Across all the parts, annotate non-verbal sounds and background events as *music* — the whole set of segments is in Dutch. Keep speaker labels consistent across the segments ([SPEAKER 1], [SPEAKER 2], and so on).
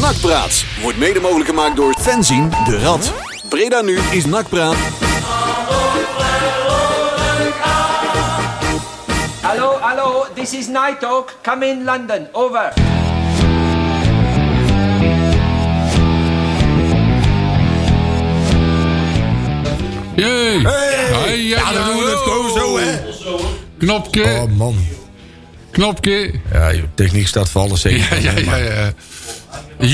[SPEAKER 1] Nakpraat wordt mede mogelijk gemaakt door Fenzin de Rad. Breda nu is Nakpraat.
[SPEAKER 2] Hello, hello, this is Night Talk. Come in, London. Over.
[SPEAKER 3] Jee! Ja,
[SPEAKER 4] dan doen we het gewoon zo, hè.
[SPEAKER 3] Knopje,
[SPEAKER 4] Oh, man.
[SPEAKER 3] knopje. *laughs*
[SPEAKER 4] Ja, joh, techniek staat voor alles
[SPEAKER 3] Ja,
[SPEAKER 4] zeker.
[SPEAKER 3] ja, ja, ja.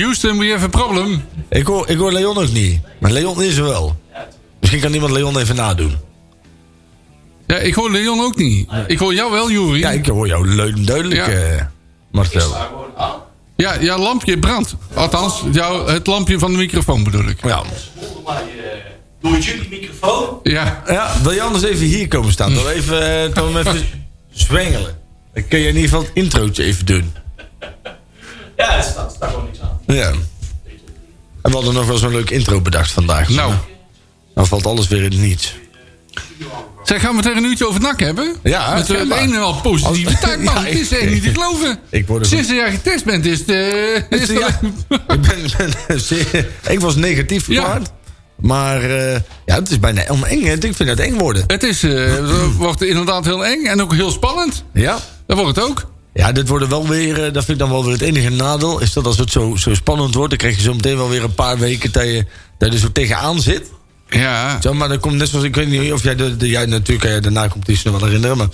[SPEAKER 3] Houston, we have a problem.
[SPEAKER 4] Ik, hoor, ik hoor Leon ook niet. Maar Leon is er wel. Misschien kan iemand Leon even nadoen.
[SPEAKER 3] Ja, ik hoor Leon ook niet. Ik hoor jou wel, Jury.
[SPEAKER 4] Ja, ik hoor jou leun duidelijk,
[SPEAKER 3] Ja.
[SPEAKER 4] eh, Marcel.
[SPEAKER 3] Ja, jouw lampje brandt. Althans, jouw, het lampje van de microfoon bedoel ik.
[SPEAKER 4] Ja.
[SPEAKER 5] Door jullie microfoon?
[SPEAKER 3] Ja,
[SPEAKER 4] ja, wil je anders even hier komen staan? Dan even, eh, dan even
[SPEAKER 3] *laughs*
[SPEAKER 4] zwengelen. Dan kun je in ieder geval het introotje even doen.
[SPEAKER 5] Ja, er staat, staat gewoon niks aan.
[SPEAKER 4] Ja. En we hadden nog wel zo'n leuk intro bedacht vandaag.
[SPEAKER 3] nou.
[SPEAKER 4] Dan valt alles weer in het niets.
[SPEAKER 3] Zeg, gaan we het er een uurtje over nak hebben?
[SPEAKER 4] Ja,
[SPEAKER 3] Met eh, het
[SPEAKER 4] schijnbaar.
[SPEAKER 3] een en al positiviteit, man.
[SPEAKER 4] *laughs* Ja,
[SPEAKER 3] het is echt
[SPEAKER 4] ik-
[SPEAKER 3] niet te geloven.
[SPEAKER 4] ik word er-
[SPEAKER 3] Sinds jij getest bent, is het... eh, is het
[SPEAKER 4] Ja,
[SPEAKER 3] alleen- *laughs*
[SPEAKER 4] ik, ben, *laughs* ben zeer- ik was negatief
[SPEAKER 3] Ja.
[SPEAKER 4] verklaard. Maar eh, ja, het is bijna om eng. hè. Ik vind het eng worden.
[SPEAKER 3] Het is, eh, het wordt inderdaad heel eng en ook heel spannend.
[SPEAKER 4] Ja.
[SPEAKER 3] Dat wordt het ook.
[SPEAKER 4] Ja, dit worden wel weer, eh, dat vind ik dan wel weer het enige nadeel. Is dat als het zo, zo spannend wordt, dan krijg je zo meteen wel weer een paar weken dat je, dat je er zo tegenaan zit.
[SPEAKER 3] Ja.
[SPEAKER 4] Zo, maar dan komt net zoals, ik weet niet of jij, de, de, jij natuurlijk kan jij de nacompetitie nog wel herinneren. Maar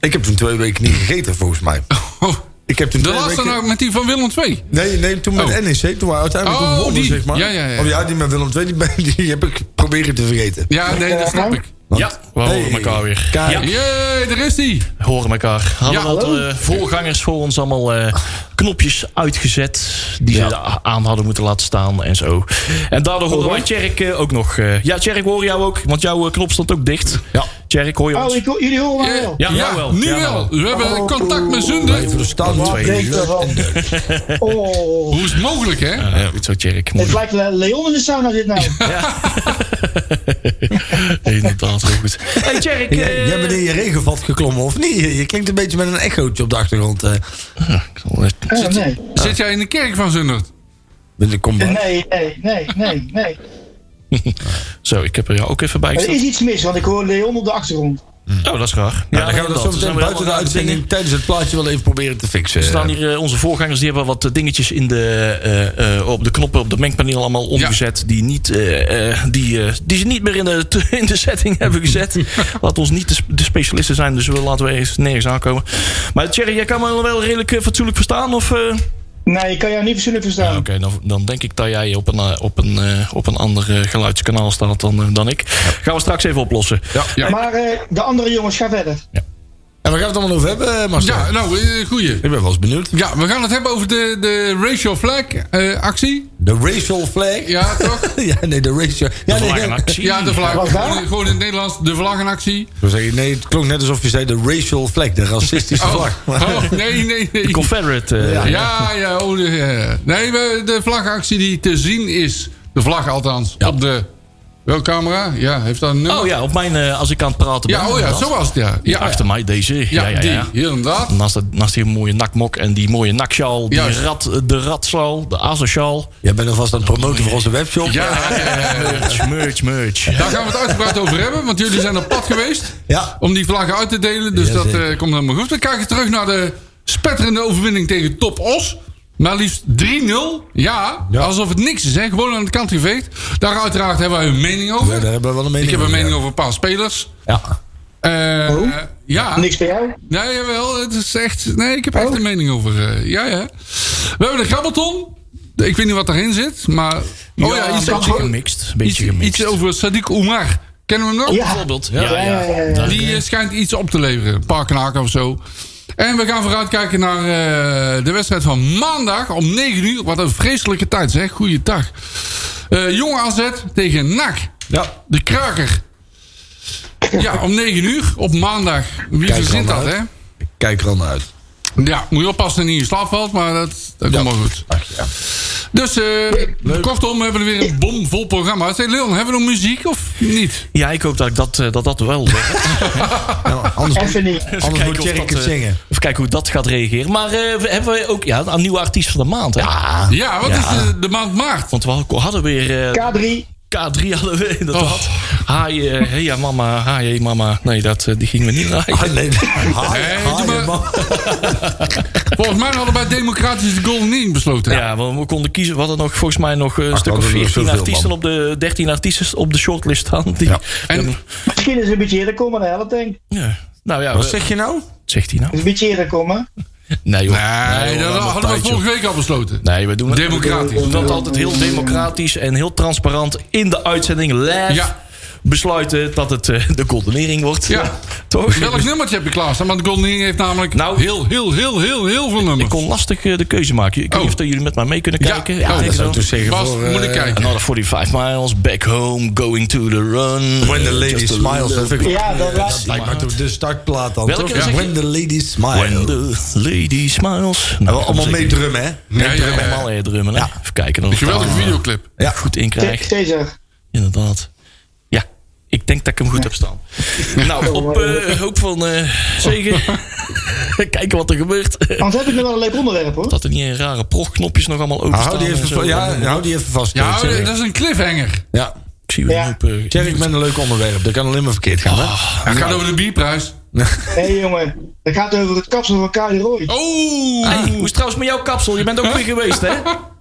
[SPEAKER 4] ik heb toen twee weken niet gegeten volgens mij.
[SPEAKER 3] Oh,
[SPEAKER 4] Ik heb toen
[SPEAKER 3] de
[SPEAKER 4] twee
[SPEAKER 3] laatste
[SPEAKER 4] weken-
[SPEAKER 3] nou met die van Willem II.
[SPEAKER 4] Nee, nee, toen met
[SPEAKER 3] Oh.
[SPEAKER 4] NEC, toen we uiteindelijk
[SPEAKER 3] Oh,
[SPEAKER 4] gewonnen,
[SPEAKER 3] die.
[SPEAKER 4] zeg maar.
[SPEAKER 3] Ja, ja, ja.
[SPEAKER 4] Of ja, die met Willem II, die, ben- die heb ik proberen te vergeten.
[SPEAKER 3] Ja, nee, dat snap ik.
[SPEAKER 4] Want-
[SPEAKER 6] Ja, we horen elkaar weer.
[SPEAKER 4] Ka-
[SPEAKER 6] Ja.
[SPEAKER 3] Jee, daar is die.
[SPEAKER 6] We horen elkaar. Hadden
[SPEAKER 3] Ja.
[SPEAKER 6] we al de eh, voorgangers voor ons allemaal eh, knopjes uitgezet. Die ze a- aan hadden moeten laten staan en zo. En daardoor horen wij Tjerk eh, ook nog. eh, ja, Tjerk, hoor jou ook. Want jouw eh, knop stond ook dicht. Ja. Tjerk, hoor je ons?
[SPEAKER 7] Oh, ik, hoor- jullie horen mij wel.
[SPEAKER 6] Ja, nou wel.
[SPEAKER 3] nu
[SPEAKER 6] Ja, nou
[SPEAKER 3] wel. We hebben contact met Zunder.
[SPEAKER 4] Even de stand.
[SPEAKER 7] Wat denk je ervan? *laughs* Oh,
[SPEAKER 3] Hoe is het mogelijk, hè?
[SPEAKER 6] Ja, goed zo, Tjerk.
[SPEAKER 7] het lijkt Le- Leon in de sauna dit nou.
[SPEAKER 6] *laughs* Inderdaad, heel goed. Hey, Tjerk. eh,
[SPEAKER 4] Jij, jij bent in je regenvat geklommen, of niet? Je klinkt een beetje met een echootje op de achtergrond. eh.
[SPEAKER 7] Oh, nee.
[SPEAKER 3] Zit jij in de kerk van Zundert?
[SPEAKER 4] Met de combat.
[SPEAKER 7] Nee, nee, nee, nee, nee.
[SPEAKER 6] Zo, ik heb er jou ook even bij
[SPEAKER 7] Er
[SPEAKER 6] gezet.
[SPEAKER 7] is iets mis, want ik hoor Leon op de achtergrond.
[SPEAKER 6] Oh, dat is raar.
[SPEAKER 4] Ja, dan gaan we dat
[SPEAKER 6] inderdaad.
[SPEAKER 4] zo meteen
[SPEAKER 6] zijn we
[SPEAKER 4] buiten de
[SPEAKER 6] allemaal dingen-
[SPEAKER 4] uitzending tijdens het plaatje wel even proberen te fixen.
[SPEAKER 6] Er staan hier eh, onze voorgangers, die hebben wat eh, dingetjes in de, eh, eh, op de knoppen op de mengpaneel allemaal omgezet. Die, niet, eh, eh, die, eh, die ze niet meer in de, in de setting *laughs* hebben gezet. Laat ons niet de, sp- de specialisten zijn, dus we laten we even nergens aankomen. Maar Thierry, jij kan me wel redelijk eh, fatsoenlijk verstaan? Of, eh?
[SPEAKER 7] Nee, ik kan jou niet persoonlijk verstaan.
[SPEAKER 6] Ah, Oké, dan, dan denk ik dat jij op een, eh, op een, eh, op een ander eh, geluidskanaal staat dan, eh, dan ik. Gaan we straks even oplossen.
[SPEAKER 3] Ja.
[SPEAKER 7] Maar eh, de andere jongens, ga verder.
[SPEAKER 4] En waar gaan we het allemaal over hebben, eh, Marcel?
[SPEAKER 3] Ja, nou, eh, goeie.
[SPEAKER 4] Ik ben wel eens benieuwd.
[SPEAKER 3] Ja, we gaan het hebben over de, de racial flag eh, actie.
[SPEAKER 4] De racial flag.
[SPEAKER 3] Ja, toch?
[SPEAKER 4] *laughs* Ja, nee, de racial... Ja, nee, ja.
[SPEAKER 6] Vlaggenactie.
[SPEAKER 3] Ja, de vlag.
[SPEAKER 7] Wat daar?
[SPEAKER 3] Gewoon, gewoon in het Nederlands, de vlaggenactie.
[SPEAKER 4] Ik wil zeggen, nee, het klonk net alsof je zei de racial flag, de racistische
[SPEAKER 3] Oh,
[SPEAKER 4] vlag.
[SPEAKER 3] oh, nee, nee, nee.
[SPEAKER 6] De Confederate. eh,
[SPEAKER 3] Ja, ja, oh, de, eh, Nee, we- de vlaggenactie die te zien is. De vlag althans. Op de. Welke camera? Ja, heeft dat een nummer?
[SPEAKER 6] Oh ja, op mijn, eh, als ik aan het praten ben.
[SPEAKER 3] Ja, oh ja,
[SPEAKER 6] inderdaad.
[SPEAKER 3] zo was het, ja.
[SPEAKER 6] Ja,
[SPEAKER 3] Ja,
[SPEAKER 6] achter mij deze.
[SPEAKER 3] ja, ja,
[SPEAKER 6] ja.
[SPEAKER 3] die, inderdaad.
[SPEAKER 6] Naast, dat- naast die mooie nakmok en die mooie naksjaal. Die
[SPEAKER 3] Juist.
[SPEAKER 6] rat, de ratsjaal, de azensjaal.
[SPEAKER 4] Jij bent alvast aan het promoten voor onze webshop.
[SPEAKER 3] Ja, ja, Oh ja.
[SPEAKER 6] Merch, merch, merch.
[SPEAKER 3] Daar gaan we het uitgebreid over hebben, want jullie zijn op pad geweest.
[SPEAKER 4] Ja.
[SPEAKER 3] Om die vlaggen uit te delen, dus dat
[SPEAKER 4] Jazeker.
[SPEAKER 3] eh, komt helemaal goed. Dan kijk je terug naar de spetterende overwinning tegen Top Os. Maar liefst 3-0. Ja,
[SPEAKER 4] Ja.
[SPEAKER 3] alsof het niks is, hè. Gewoon aan de kant geveegd. Daar uiteraard hebben wij een mening over.
[SPEAKER 4] Ja, daar hebben we wel een mening
[SPEAKER 3] Ik heb een
[SPEAKER 4] over,
[SPEAKER 3] mening
[SPEAKER 4] ja.
[SPEAKER 3] over een paar spelers.
[SPEAKER 4] Ja.
[SPEAKER 3] Eh,
[SPEAKER 7] Oh?
[SPEAKER 3] eh, ja.
[SPEAKER 7] Niks bij jou?
[SPEAKER 3] Nee, jawel. Het is echt... Nee, ik heb
[SPEAKER 7] Oh.
[SPEAKER 3] echt een mening over. eh, ja, ja. We hebben de grabbelton. Ik weet niet wat daarin zit, maar... Oh ja,
[SPEAKER 6] een
[SPEAKER 3] iets,
[SPEAKER 6] beetje
[SPEAKER 3] over-
[SPEAKER 6] gemixt. Een beetje
[SPEAKER 3] iets,
[SPEAKER 6] gemixt.
[SPEAKER 3] iets over Sadiq Oumar. Kennen we hem nog?
[SPEAKER 7] Ja.
[SPEAKER 6] Bijvoorbeeld. Ja, ja,
[SPEAKER 7] ja, ja, ja.
[SPEAKER 6] Daar-
[SPEAKER 3] Die eh, schijnt iets op te leveren. Een paar knaken of zo. En we gaan vooruitkijken naar eh, de wedstrijd van maandag om 9 uur. Wat een vreselijke tijd zeg. Goeiedag. Eh jong AZ tegen NAC.
[SPEAKER 4] Ja.
[SPEAKER 3] De kraker. Ja, om 9 uur op maandag. Wie
[SPEAKER 4] Kijk er
[SPEAKER 3] verzint dat,
[SPEAKER 4] allemaal
[SPEAKER 3] hè?
[SPEAKER 4] uit. Ik kijk er al naar uit.
[SPEAKER 3] Ja, moet je oppassen dat je niet in slaap valt, maar dat, dat komt wel goed.
[SPEAKER 4] Ach, ja.
[SPEAKER 3] Dus eh, kortom, we hebben weer een bomvol programma. Zeg, Leon, hebben we nog muziek? Of? Niet.
[SPEAKER 6] Ja, ik hoop dat ik dat, eh, dat, dat wel werkt.
[SPEAKER 4] Nou, anders
[SPEAKER 7] Even niet.
[SPEAKER 6] Even
[SPEAKER 4] anders
[SPEAKER 6] kijken
[SPEAKER 4] moet
[SPEAKER 6] of
[SPEAKER 4] Jerry
[SPEAKER 6] dat,
[SPEAKER 4] het
[SPEAKER 6] eh,
[SPEAKER 4] zingen.
[SPEAKER 6] Even kijken hoe dat gaat reageren. Maar eh, we hebben we ook ja, een nieuwe artiest van de maand. Hè?
[SPEAKER 4] Ah. Ja.
[SPEAKER 3] Ja, wat
[SPEAKER 6] Ja.
[SPEAKER 3] is de, de maand maart?
[SPEAKER 6] Want we hadden weer eh,
[SPEAKER 7] K3.
[SPEAKER 6] K3 hadden we inderdaad.
[SPEAKER 3] Oh.
[SPEAKER 6] Hi, eh, hey ja mama, hi hey mama. Nee, dat, eh, die gingen we niet draaien.
[SPEAKER 4] Ah, *laughs* nee. Hi,
[SPEAKER 3] Hey,
[SPEAKER 4] hi,
[SPEAKER 3] doe maar.
[SPEAKER 4] man.
[SPEAKER 3] *laughs* Volgens mij hadden wij democratisch de Golden Earring besloten.
[SPEAKER 6] Ja, want we konden kiezen. We hadden nog volgens mij nog eh, een
[SPEAKER 4] Ach,
[SPEAKER 6] stuk
[SPEAKER 4] dat
[SPEAKER 6] of
[SPEAKER 4] is
[SPEAKER 6] 14
[SPEAKER 4] zoveel,
[SPEAKER 6] artiesten
[SPEAKER 4] man.
[SPEAKER 6] op de 13 artiesten op de shortlist staan. Die,
[SPEAKER 4] Ja.
[SPEAKER 3] En-
[SPEAKER 7] Misschien is het een beetje eerder komen, de helft denk ik.
[SPEAKER 6] Ja. Nou ja,
[SPEAKER 4] Wat
[SPEAKER 6] we-
[SPEAKER 4] zeg je nou?
[SPEAKER 6] zegt hij nou?
[SPEAKER 7] Is een beetje eerder komen.
[SPEAKER 6] Nee, joh.
[SPEAKER 3] Nee,
[SPEAKER 6] joh,
[SPEAKER 3] dat
[SPEAKER 6] allemaal
[SPEAKER 3] hadden we
[SPEAKER 6] tijd, joh.
[SPEAKER 3] vorige week al besloten.
[SPEAKER 6] Nee, we doen het
[SPEAKER 3] Democratisch.
[SPEAKER 6] We doen dat altijd heel democratisch en heel transparant in de uitzending live.
[SPEAKER 3] Ja.
[SPEAKER 6] Besluiten dat het eh, de goldenering wordt.
[SPEAKER 3] Ja.
[SPEAKER 6] Toch?
[SPEAKER 3] Welk nummertje heb je klaarstaan? Want Golden Earring heeft namelijk
[SPEAKER 6] Nou-
[SPEAKER 3] heel, heel, heel, heel, heel veel
[SPEAKER 6] Ik
[SPEAKER 3] nummers.
[SPEAKER 6] kon lastig eh, de keuze maken. Ik weet
[SPEAKER 3] Oh.
[SPEAKER 6] niet of dat jullie met mij mee kunnen
[SPEAKER 3] Ja.
[SPEAKER 6] kijken.
[SPEAKER 3] Ja,
[SPEAKER 6] Ik
[SPEAKER 3] dat
[SPEAKER 6] denk
[SPEAKER 3] zou
[SPEAKER 6] zo.
[SPEAKER 3] ik dus
[SPEAKER 4] Toen zeggen
[SPEAKER 3] Bas,
[SPEAKER 4] voor... eh,
[SPEAKER 3] moet ik kijken.
[SPEAKER 6] Another 45 miles, back home, going to the run.
[SPEAKER 4] When the lady
[SPEAKER 6] Just a
[SPEAKER 4] smiles.
[SPEAKER 6] little
[SPEAKER 4] Dat vind ik-
[SPEAKER 7] Ja, dat laat-
[SPEAKER 4] lijkt maar toch de startplaat dan,
[SPEAKER 6] Welke
[SPEAKER 4] toch?
[SPEAKER 6] zeg je?
[SPEAKER 4] When the lady
[SPEAKER 6] When
[SPEAKER 4] smiles.
[SPEAKER 6] the lady smiles.
[SPEAKER 4] En
[SPEAKER 6] Nou,
[SPEAKER 4] we allemaal
[SPEAKER 6] zeker.
[SPEAKER 4] meedrummen, hè?
[SPEAKER 3] Ja, ja, ja.
[SPEAKER 6] Allemaal eh, drummen. hè? Even kijken. of
[SPEAKER 3] Een
[SPEAKER 6] het
[SPEAKER 3] geweldige
[SPEAKER 6] allemaal
[SPEAKER 3] videoclip.
[SPEAKER 4] Ja.
[SPEAKER 6] Goed in
[SPEAKER 7] Te-
[SPEAKER 6] krijgt.
[SPEAKER 7] Caesar.
[SPEAKER 6] Inderdaad. Ja, ik denk dat ik hem goed heb staan. Nou, op eh, hoop van eh
[SPEAKER 7] *laughs*
[SPEAKER 6] zegen. Kijken wat er gebeurt.
[SPEAKER 7] Anders heb ik nog wel een leuk onderwerp hoor.
[SPEAKER 6] dat er niet een rare prochknopjes nog allemaal
[SPEAKER 4] Ah,
[SPEAKER 6] openstaan.
[SPEAKER 4] hou, die
[SPEAKER 6] en
[SPEAKER 4] even,
[SPEAKER 6] zo.
[SPEAKER 4] va- ja, hou die even vast.
[SPEAKER 3] Ja,
[SPEAKER 4] Jerry.
[SPEAKER 3] dat is een cliffhanger.
[SPEAKER 4] ja.
[SPEAKER 6] Ik zie weer een
[SPEAKER 7] Ja.
[SPEAKER 6] hoop... eh,
[SPEAKER 4] Jerry, ik ben een leuk onderwerp. Dat kan alleen maar verkeerd gaan, hè?
[SPEAKER 3] Het gaat over de bierprijs.
[SPEAKER 7] Hé jongen, dat gaat over het kapsel van Kali Roy.
[SPEAKER 3] Oh!
[SPEAKER 6] Hey, hoe is het trouwens met jouw kapsel? Je bent ook weer geweest, hè?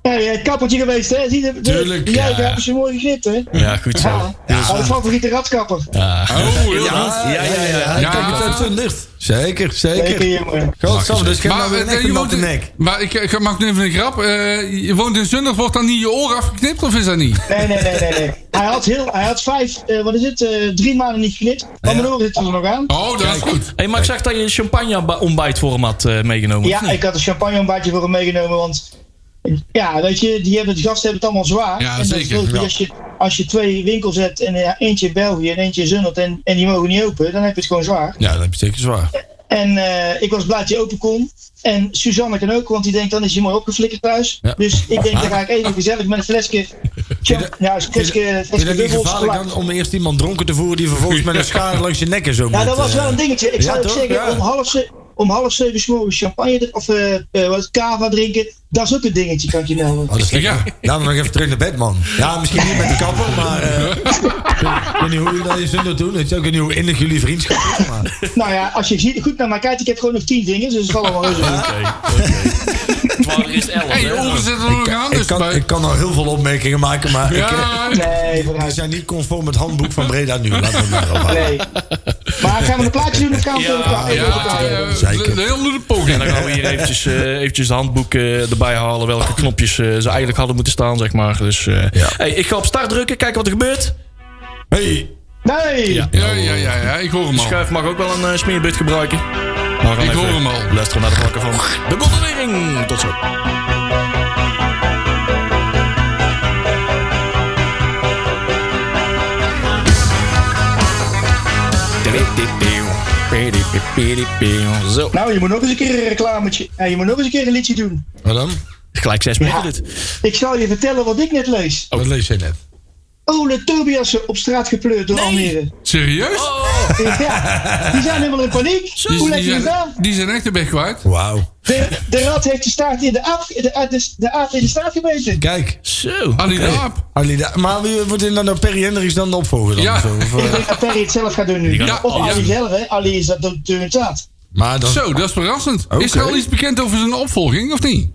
[SPEAKER 7] Ja, jij hebt kappeltje geweest hè? Zie je?
[SPEAKER 4] Tuurlijk,
[SPEAKER 7] Ja,
[SPEAKER 4] ja.
[SPEAKER 7] daar hebben ze mooi gezeten hè.
[SPEAKER 6] Ja, goed zo.
[SPEAKER 7] Ja, ja. Mijn Oh. favoriete ratskapper.
[SPEAKER 3] Oh, heel goed.
[SPEAKER 4] Ja, ja, ja. ja,
[SPEAKER 3] Ja.
[SPEAKER 4] Kijk, het uit zo'n licht. Zeker,
[SPEAKER 7] Zeker
[SPEAKER 4] zeker.
[SPEAKER 7] jongen.
[SPEAKER 4] Godzam, dus geen nou
[SPEAKER 3] Maar,
[SPEAKER 4] weer
[SPEAKER 3] eh, je
[SPEAKER 4] nek op
[SPEAKER 3] woont
[SPEAKER 4] de
[SPEAKER 3] in,
[SPEAKER 4] nek.
[SPEAKER 3] maar ik, ik maak nu even een grap. Eh, je woont in Zundert, wordt dan niet je oor afgeknipt of is dat niet?
[SPEAKER 7] Nee, nee, nee, nee. nee. Hij had, heel, hij had vijf, eh, wat is het, eh, drie maanden niet geknipt. Maar mijn oren zitten er nog aan.
[SPEAKER 3] Oh, dat is goed.
[SPEAKER 6] Hey, maar ik zag dat je champagne ontbijt voor hem had eh, meegenomen.
[SPEAKER 7] Ja, ik had een champagne ontbijtje voor hem meegenomen, want... Ja, weet je, die hebben, de gasten hebben het allemaal zwaar.
[SPEAKER 3] Ja,
[SPEAKER 7] en dat
[SPEAKER 3] zeker,
[SPEAKER 7] geloof ik,
[SPEAKER 3] ja.
[SPEAKER 7] Als, je, als je twee winkels hebt, en eh, eentje in België en eentje in Zundert, en, en die mogen niet open, dan heb je het gewoon zwaar.
[SPEAKER 4] Ja, dat heb je zeker zwaar.
[SPEAKER 7] En eh, ik was blij dat hij open kon. En Suzanne kan ook, want die denkt, dan is hij mooi opgeflikkerd thuis.
[SPEAKER 4] Ja.
[SPEAKER 7] Dus ik denk, dan ga ik even gezellig met een flesje... champ- Ja, een
[SPEAKER 4] Is het-
[SPEAKER 7] flesje,
[SPEAKER 4] is
[SPEAKER 7] flesje
[SPEAKER 4] het niet
[SPEAKER 7] dubbels
[SPEAKER 4] gevaarlijk
[SPEAKER 7] gelakt.
[SPEAKER 4] dan om eerst iemand dronken te voeren... die vervolgens met een schaar langs je nek en zo
[SPEAKER 7] Ja,
[SPEAKER 4] moet,
[SPEAKER 7] dat was
[SPEAKER 4] eh,
[SPEAKER 7] wel een dingetje. Ik
[SPEAKER 4] ja,
[SPEAKER 7] zou ook
[SPEAKER 4] toch?
[SPEAKER 7] zeggen,
[SPEAKER 4] Ja.
[SPEAKER 7] om half ze- om half zeven 's morgens champagne of eh eh, wat kava drinken, dat is ook een dingetje, kan ik je melden.
[SPEAKER 4] Oh, dat is lekker.
[SPEAKER 3] Ja.
[SPEAKER 4] Nou, dan nog even terug naar bed, man. Ja, misschien niet met de kapper, maar... eh, ik weet niet hoe jullie dat in Zundert doen. Ik weet niet hoe innig jullie vriendschap is, maar...
[SPEAKER 7] Nou ja, als je ziet, goed naar mij kijkt, ik heb gewoon nog tien dingen, dus het is allemaal reuze. goed.
[SPEAKER 6] Oké, oké.
[SPEAKER 7] *laughs*
[SPEAKER 6] Terwijl er is 11,
[SPEAKER 3] Hey, je
[SPEAKER 6] hè?
[SPEAKER 3] oren zitten er nog aan. Dus
[SPEAKER 4] Ik kan,
[SPEAKER 3] bij-
[SPEAKER 4] ik kan al heel veel opmerkingen maken, maar... Ik, eh,
[SPEAKER 3] ja,
[SPEAKER 7] Nee,
[SPEAKER 4] die
[SPEAKER 7] vooruit.
[SPEAKER 4] zijn niet conform het handboek van Breda nu. Laten we het daarop houden.
[SPEAKER 7] Nee. Maar gaan we een plaatje doen of gaan we
[SPEAKER 6] Ja,
[SPEAKER 7] het over elkaar-
[SPEAKER 3] ja,
[SPEAKER 7] even over elkaar hebben?
[SPEAKER 3] eh,
[SPEAKER 4] Zeker.
[SPEAKER 3] een heel leuke poging.
[SPEAKER 6] En dan gaan we
[SPEAKER 3] *laughs*
[SPEAKER 6] hier eventjes, eh, eventjes de handboeken erbij halen. Welke knopjes eh, ze eigenlijk hadden moeten staan, zeg maar. Dus eh,
[SPEAKER 4] Ja.
[SPEAKER 6] hey, ik ga op start drukken, kijken wat er gebeurt.
[SPEAKER 4] Hey,
[SPEAKER 7] Nee!
[SPEAKER 3] Ja, ja, ja, ja, ik hoor hem al.
[SPEAKER 6] Schuif mag ook wel een eh, smeerbut gebruiken. Maar we gaan
[SPEAKER 3] Ik
[SPEAKER 6] even
[SPEAKER 3] hoor hem al.
[SPEAKER 6] Luisteren naar de klokken van de Goldenering. Tot zo. Zo.
[SPEAKER 7] Nou, je moet nog eens een keer een reclametje. Ja, je moet nog eens een keer een liedje doen.
[SPEAKER 4] wat dan?
[SPEAKER 6] Gelijk zes minuten dit.
[SPEAKER 7] Ik zal je vertellen wat ik net lees.
[SPEAKER 4] Oh, Dat lees je net.
[SPEAKER 7] Ole Tobiassen op straat gepleurd door
[SPEAKER 3] *laughs*
[SPEAKER 7] Almere.
[SPEAKER 3] Serieus?
[SPEAKER 7] Ja, die zijn helemaal in paniek.
[SPEAKER 3] Die-
[SPEAKER 7] Hoe leg
[SPEAKER 3] die,
[SPEAKER 7] je het aan?
[SPEAKER 3] zijn, die zijn echt de weg kwijt.
[SPEAKER 4] Wauw.
[SPEAKER 7] De, de rat heeft de staart in de aap, de, de, de aap in de staart gebeten.
[SPEAKER 4] Kijk.
[SPEAKER 6] Zo.
[SPEAKER 3] Annie de Aap.
[SPEAKER 4] Alida, maar wie wordt in dan nou Perry Hendricks dan de opvolger dan?
[SPEAKER 3] Ja.
[SPEAKER 4] of zo? Of,
[SPEAKER 7] Ik
[SPEAKER 3] *laughs*
[SPEAKER 4] eh,
[SPEAKER 7] denk dat Perry het zelf gaat doen nu.
[SPEAKER 6] Ja,
[SPEAKER 7] of
[SPEAKER 4] Oh,
[SPEAKER 3] ja.
[SPEAKER 7] Ali zelf, hè. Ali is dat dood dood zaad.
[SPEAKER 4] maar dan...
[SPEAKER 3] Zo, dat is verrassend. Is er
[SPEAKER 4] Oké.
[SPEAKER 3] al iets bekend over zijn opvolging, of niet?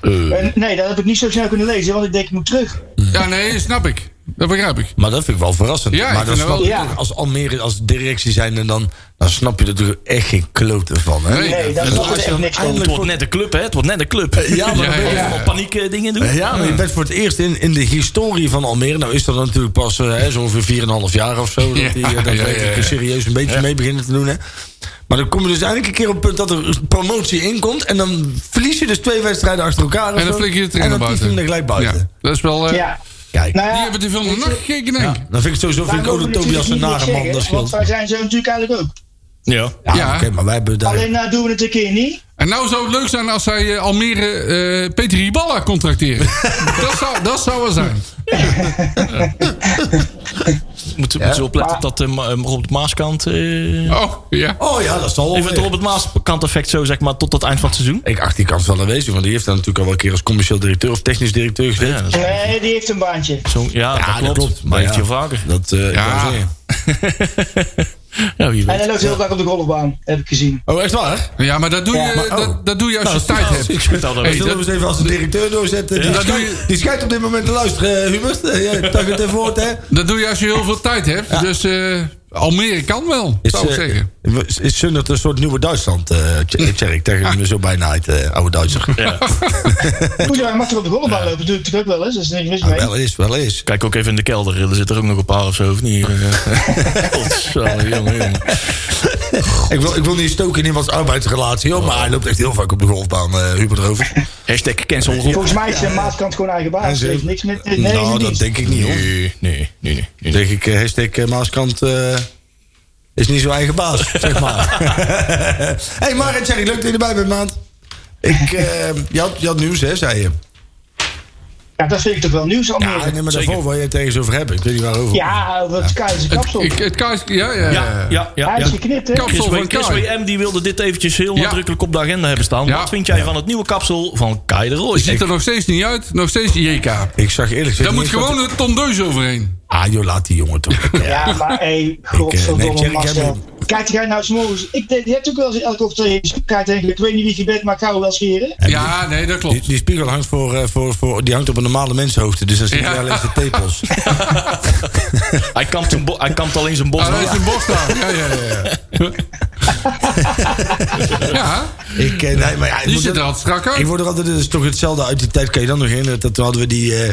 [SPEAKER 4] Eh.
[SPEAKER 7] En Nee, dat heb ik niet zo snel kunnen lezen, want ik denk ik moet terug.
[SPEAKER 3] Ja, nee, snap ik. Dat begrijp ik.
[SPEAKER 4] Maar dat vind ik wel verrassend.
[SPEAKER 3] Ja, ik
[SPEAKER 4] maar dan
[SPEAKER 3] vind
[SPEAKER 4] snap
[SPEAKER 3] het
[SPEAKER 4] je
[SPEAKER 7] wel-
[SPEAKER 4] toch, als Almere, als directie zijn en dan, dan snap je er toch echt geen klote van. Hè?
[SPEAKER 3] Nee.
[SPEAKER 7] Nee, daar
[SPEAKER 4] En
[SPEAKER 7] snap ik
[SPEAKER 4] als je
[SPEAKER 7] echt
[SPEAKER 4] dan
[SPEAKER 7] niks
[SPEAKER 6] Het
[SPEAKER 7] van.
[SPEAKER 4] eindelijk
[SPEAKER 6] wordt net een club, hè? Het wordt net een club.
[SPEAKER 4] Eh, Ja,
[SPEAKER 3] *laughs*
[SPEAKER 4] maar dan ben je-
[SPEAKER 6] Allemaal paniek eh, dingen doen.
[SPEAKER 4] Ja, maar je bent voor het eerst in, in de historie van Almere. Nou is dat natuurlijk pas eh, hè, zo ongeveer 4,5 jaar of zo. Dat
[SPEAKER 3] Ja,
[SPEAKER 4] die eh,
[SPEAKER 3] ja,
[SPEAKER 4] dat
[SPEAKER 3] ja,
[SPEAKER 4] werkelijk
[SPEAKER 3] ja.
[SPEAKER 4] serieus een beetje mee beginnen te doen. Hè. Maar dan kom je dus eindelijk een keer op het punt dat er promotie inkomt. En dan verlies je dus twee wedstrijden achter elkaar. of
[SPEAKER 3] En dan
[SPEAKER 4] zo.
[SPEAKER 3] flik je de
[SPEAKER 4] En
[SPEAKER 3] trainer
[SPEAKER 4] dan tief je
[SPEAKER 3] buiten.
[SPEAKER 4] hem er gelijk buiten.
[SPEAKER 3] Ja, dat is wel... eh,
[SPEAKER 7] Ja.
[SPEAKER 4] Kijk,
[SPEAKER 7] Nou
[SPEAKER 3] Die
[SPEAKER 7] ja,
[SPEAKER 3] hebben te veel naar nacht gekeken, denk ik.
[SPEAKER 4] dan vind ik sowieso vind ik ook
[SPEAKER 7] mogen
[SPEAKER 4] dat
[SPEAKER 7] we
[SPEAKER 4] Tobias een
[SPEAKER 7] natuurlijk niet
[SPEAKER 4] nare man.
[SPEAKER 7] niks
[SPEAKER 4] Dat
[SPEAKER 7] zeggen, Want
[SPEAKER 4] scheelt.
[SPEAKER 7] wij zijn zo natuurlijk eigenlijk ook.
[SPEAKER 6] Ja.
[SPEAKER 4] Ja,
[SPEAKER 3] Ja.
[SPEAKER 4] oké, maar wij hebben daar...
[SPEAKER 7] Alleen nou doen we het een keer niet.
[SPEAKER 3] En nou zou het leuk zijn als zij eh, Almere eh Peter *laughs* Riballa contracteren. dat, zou, dat zou wel zijn.
[SPEAKER 6] moeten moeten ze opletten dat de Ma- eh, Robert Maaskant... eh
[SPEAKER 3] Oh, ja.
[SPEAKER 4] Oh ja, dat is al.
[SPEAKER 6] even het Robert Maaskant effect zo, zeg maar, tot het eind van het seizoen.
[SPEAKER 4] Ik acht die kans wel aanwezig, want die heeft dan natuurlijk al wel een keer als commercieel directeur of technisch directeur gezeten.
[SPEAKER 6] Ja, dat, is-
[SPEAKER 7] Nee, die heeft een baantje.
[SPEAKER 6] zo, ja, dat klopt. maar
[SPEAKER 4] Maar
[SPEAKER 6] heeft
[SPEAKER 4] ja,
[SPEAKER 6] hij al vaker.
[SPEAKER 4] dat eh, ik
[SPEAKER 3] Ja.
[SPEAKER 4] wou zeggen.
[SPEAKER 6] *laughs* Ja, wie
[SPEAKER 7] En
[SPEAKER 6] weet.
[SPEAKER 7] hij loopt heel graag op de golfbaan, heb ik gezien.
[SPEAKER 4] Oh, echt waar?
[SPEAKER 3] Ja, maar dat doe je, dat, dat doe je als je tijd hebt.
[SPEAKER 6] Ik weet al dat
[SPEAKER 3] Hey,
[SPEAKER 6] we-
[SPEAKER 4] Zullen we eens even als de directeur doorzetten? Die,
[SPEAKER 3] dat
[SPEAKER 4] schijnt-
[SPEAKER 3] doe je-
[SPEAKER 4] die schijnt op dit moment te luisteren, eh, Hubert. Eh, Jij tak het even voort,
[SPEAKER 3] *laughs*
[SPEAKER 4] hè?
[SPEAKER 3] Dat doe je als je heel veel tijd hebt. Dus eh, Almere kan wel, zou ik
[SPEAKER 4] eh,
[SPEAKER 3] zeggen.
[SPEAKER 4] is- is Sundert een soort nieuwe Duitsland, eh Tjerk? Tegen me zo bijna uit, eh, oude Duitser. *laughs*
[SPEAKER 7] Goed, ja, hij mag toch op de golfbaan lopen, dat doe ik natuurlijk ook wel eens. Dus niks mis
[SPEAKER 4] Ja,
[SPEAKER 7] mee.
[SPEAKER 4] Ah, wel eens, wel eens.
[SPEAKER 6] Kijk ook even in de kelder. Er zitten er ook nog een paar of zo, of *laughs* niet? Godsamme, jongen, jongen.
[SPEAKER 4] Ik wil, ik wil niet stoken in iemands arbeidsrelatie, hoor, maar hij loopt echt heel vaak op de golfbaan, eh Hubert Rovers.
[SPEAKER 6] Hashtag cancel Rob.
[SPEAKER 7] Volgens mij is de maaskant gewoon eigen baas. Het heeft niks met. Nee,
[SPEAKER 4] nou, dat denk ik niet, hoor.
[SPEAKER 6] Nee, nee, nee. nee, nee.
[SPEAKER 4] Denk ik, eh, hashtag eh, Maaskant eh, is niet zo eigen
[SPEAKER 3] *laughs*
[SPEAKER 4] baas, zeg maar. *laughs* hey, maar Jerry, leuk dat je erbij bent, maand. Ik, eh, je, had, je had nieuws, hè, zei je.
[SPEAKER 7] Ja, dat vind ik toch wel nieuws,
[SPEAKER 4] Ja,
[SPEAKER 7] Almere.
[SPEAKER 4] neem maar
[SPEAKER 6] zeker.
[SPEAKER 4] daarvoor waar je het tegen zo over hebt. Ik weet niet waarover.
[SPEAKER 7] Ja, over het Keizer kapsel.
[SPEAKER 3] Ik, het kaas, ja, ja,
[SPEAKER 6] Ja, ja, ja.
[SPEAKER 7] Hij
[SPEAKER 6] ja.
[SPEAKER 7] is geknipt, hè?
[SPEAKER 3] Kapsel
[SPEAKER 6] Chris, W-
[SPEAKER 3] van
[SPEAKER 6] Chris
[SPEAKER 3] Kai.
[SPEAKER 6] WM die wilde dit eventjes heel
[SPEAKER 3] Ja.
[SPEAKER 6] nadrukkelijk op de agenda hebben staan.
[SPEAKER 3] Ja.
[SPEAKER 6] Wat vind jij van het nieuwe kapsel van Kai de Roy?
[SPEAKER 3] Ziet er nog steeds niet uit. Nog steeds JK.
[SPEAKER 4] Ik zag eerlijk gezegd
[SPEAKER 3] Daar moet
[SPEAKER 4] niet eens
[SPEAKER 3] gewoon
[SPEAKER 4] wat-
[SPEAKER 3] een tondeus overheen.
[SPEAKER 4] Ah, joh, laat die jongen toch.
[SPEAKER 3] *laughs*
[SPEAKER 7] Ja, maar hé,
[SPEAKER 4] nee, Jerry,
[SPEAKER 7] godverdomme
[SPEAKER 4] jij
[SPEAKER 7] Marcel. Kijk, jij nou eens morgens. Ik denk, je hebt ook wel eens elke of twee kaart eigenlijk. Ik weet niet wie je bent, maar ik ga wel scheren.
[SPEAKER 3] Ja, nee, dat
[SPEAKER 4] Die,
[SPEAKER 3] klopt.
[SPEAKER 4] die spiegel hangt, voor, eh, voor, voor, die hangt op een normale mensenhoogte, dus dan zie je
[SPEAKER 3] Ja.
[SPEAKER 4] alleen zijn
[SPEAKER 3] *laughs*
[SPEAKER 4] tepels.
[SPEAKER 6] Hij kampt, zijn bo- hij kampt alleen zijn bos.
[SPEAKER 3] Ah, daar is een bos
[SPEAKER 4] *laughs*
[SPEAKER 3] daar. Ja, ja, ja. Ja, ja
[SPEAKER 4] ik, eh, nee, maar ja, ik
[SPEAKER 3] die
[SPEAKER 4] moet
[SPEAKER 3] zit er
[SPEAKER 4] dat-
[SPEAKER 3] altijd strak
[SPEAKER 4] Ik
[SPEAKER 3] uit.
[SPEAKER 4] word er altijd, dat is toch hetzelfde uit die tijd. Kan je dan nog herinneren? Dat toen hadden we die eh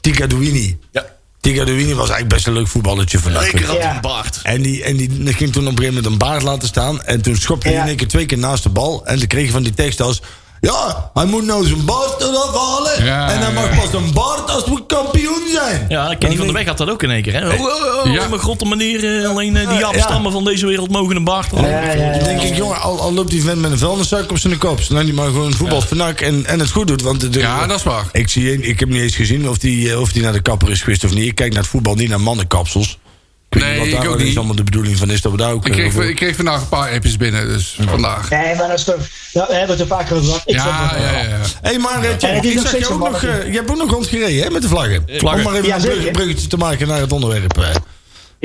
[SPEAKER 4] Tika Douini.
[SPEAKER 6] Ja.
[SPEAKER 4] Tika Douini was eigenlijk best een leuk voetballertje van NAC.
[SPEAKER 6] Lekker had hij
[SPEAKER 7] Ja.
[SPEAKER 6] een baard.
[SPEAKER 4] En die, en die ging toen op een gegeven moment een baard laten staan. En toen schopte hij
[SPEAKER 7] Ja.
[SPEAKER 4] in één keer twee keer naast de bal. En toen kreeg je van die tekst als... Ja, hij moet nou zijn baard eraf halen.
[SPEAKER 3] Ja,
[SPEAKER 4] en hij
[SPEAKER 3] ja.
[SPEAKER 4] mag pas een baard als we kampioen zijn.
[SPEAKER 6] Ja, Kenny van der Weg had dat ook in één keer. Hè? Oh, oh, oh,
[SPEAKER 3] Ja.
[SPEAKER 6] Op een grotte manier. eh, alleen eh, die
[SPEAKER 4] Ja.
[SPEAKER 6] jaapstammen van deze wereld mogen een baard dragen.
[SPEAKER 7] Ja, ja,
[SPEAKER 4] Dan
[SPEAKER 7] ja.
[SPEAKER 4] denk ik, jongen, al, al loopt die vent met een vuilniszak op zijn kop. Zolang die maar gewoon voetbal van NAC en, en het goed doet. Want de-
[SPEAKER 3] Ja, dat is waar.
[SPEAKER 4] Ik, zie, een- ik heb niet eens gezien of die, eh, of die naar de kapper is geweest of niet. Ik kijk naar het voetbal, niet naar mannenkapsels. Ik weet
[SPEAKER 3] Nee,
[SPEAKER 4] niet wat
[SPEAKER 3] ik
[SPEAKER 4] daar
[SPEAKER 3] ook
[SPEAKER 4] wel eens
[SPEAKER 3] niet.
[SPEAKER 4] allemaal de bedoeling van is dat we daar ook...
[SPEAKER 3] Ik
[SPEAKER 4] eh,
[SPEAKER 3] kreeg,
[SPEAKER 4] over-
[SPEAKER 3] ik kreeg vandaag een paar appjes binnen, dus
[SPEAKER 4] Oh.
[SPEAKER 3] vandaag.
[SPEAKER 7] Nee, maar dat is toch. Nou, we hebben het een paar keer over gehad. Ik vind
[SPEAKER 3] Ja,
[SPEAKER 7] dat wel.
[SPEAKER 3] ja, ja.
[SPEAKER 4] Hé, hey, maar eh, Jack,
[SPEAKER 7] En het is
[SPEAKER 4] ik
[SPEAKER 7] nog
[SPEAKER 4] zag
[SPEAKER 7] steeds
[SPEAKER 4] je, ook
[SPEAKER 7] een
[SPEAKER 4] nog,
[SPEAKER 7] mannetje.
[SPEAKER 4] eh, je hebt ook nog rondgereden hè, met de vlaggen.
[SPEAKER 6] vlaggen.
[SPEAKER 4] Om maar even
[SPEAKER 7] Ja,
[SPEAKER 4] een
[SPEAKER 7] zeker.
[SPEAKER 4] brug- bruggetje te maken naar het onderwerp. eh. Hoe,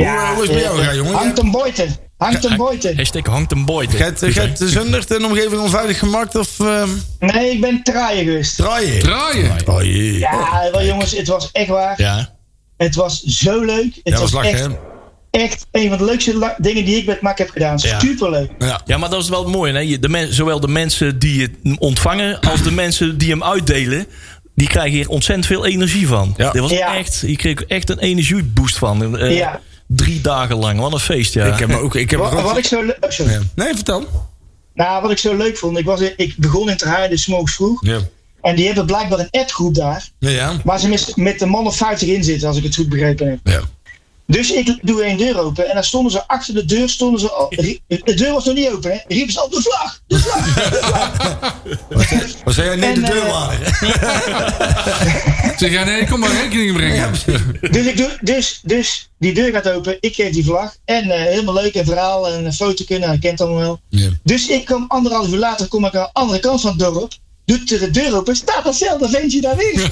[SPEAKER 4] eh, hoe is het bij jou
[SPEAKER 7] eh,
[SPEAKER 4] gegaan, jongen?
[SPEAKER 7] Hangt een boyte. Hangt een boyte.
[SPEAKER 6] Hashtag hangt een boyte.
[SPEAKER 4] Gaat eh, gaat de Zundert een omgeving onveilig gemaakt of ehm
[SPEAKER 7] Nee, ik ben traaien geweest.
[SPEAKER 4] draaien?
[SPEAKER 3] Draaien.
[SPEAKER 4] Draaien.
[SPEAKER 7] Ja, wel jongens, het was echt waar.
[SPEAKER 6] Ja.
[SPEAKER 7] Het was zo leuk. Het
[SPEAKER 4] Ja, was lachen,
[SPEAKER 7] echt, echt een van de leukste la- dingen die ik met Mac heb gedaan.
[SPEAKER 6] Ja.
[SPEAKER 7] Superleuk.
[SPEAKER 4] Ja.
[SPEAKER 6] Ja, maar dat is wel mooi. Hè? Je- De men- zowel de mensen die het ontvangen als de mensen die hem uitdelen. Die krijgen hier ontzettend veel energie van.
[SPEAKER 4] Ja.
[SPEAKER 6] Dit was
[SPEAKER 7] Ja.
[SPEAKER 6] echt, je kreeg echt een energieboost van. Eh,
[SPEAKER 7] Ja.
[SPEAKER 6] Drie dagen lang. Wat een feest, ja.
[SPEAKER 4] Ik heb me ook... Ik heb me
[SPEAKER 7] Wat,
[SPEAKER 4] ook-
[SPEAKER 7] wat ik zo le- oh, sorry.
[SPEAKER 4] Nee, vertel.
[SPEAKER 7] Nou, wat ik zo leuk vond, ik, was, in- ik begon in Terhaar dus 's morgens vroeg.
[SPEAKER 4] Ja.
[SPEAKER 7] En die hebben blijkbaar een appgroep daar,
[SPEAKER 4] Ja, ja.
[SPEAKER 7] waar ze mis- met de man of 50 in zitten, als ik het goed begrepen heb.
[SPEAKER 4] Ja.
[SPEAKER 7] Dus ik doe één deur open en dan stonden ze achter de deur, stonden ze al, rie- de deur was nog niet open, hè, riepen ze op de vlag. De vlag.
[SPEAKER 4] Wat zei jij? Neem de
[SPEAKER 7] En,
[SPEAKER 4] deur
[SPEAKER 7] eh,
[SPEAKER 4] maar.
[SPEAKER 3] Zeg, ja, nee, kom maar rekening brengen.
[SPEAKER 7] dus, ik doe, dus, dus die deur gaat open, ik geef die vlag. En eh, helemaal leuk, een verhaal en een foto kunnen, nou, dat kent allemaal wel.
[SPEAKER 4] Ja.
[SPEAKER 7] Dus ik kom anderhalf uur later kom ik aan de andere kant van het dorp. Doet de de deur open, staat datzelfde ventje daar weer.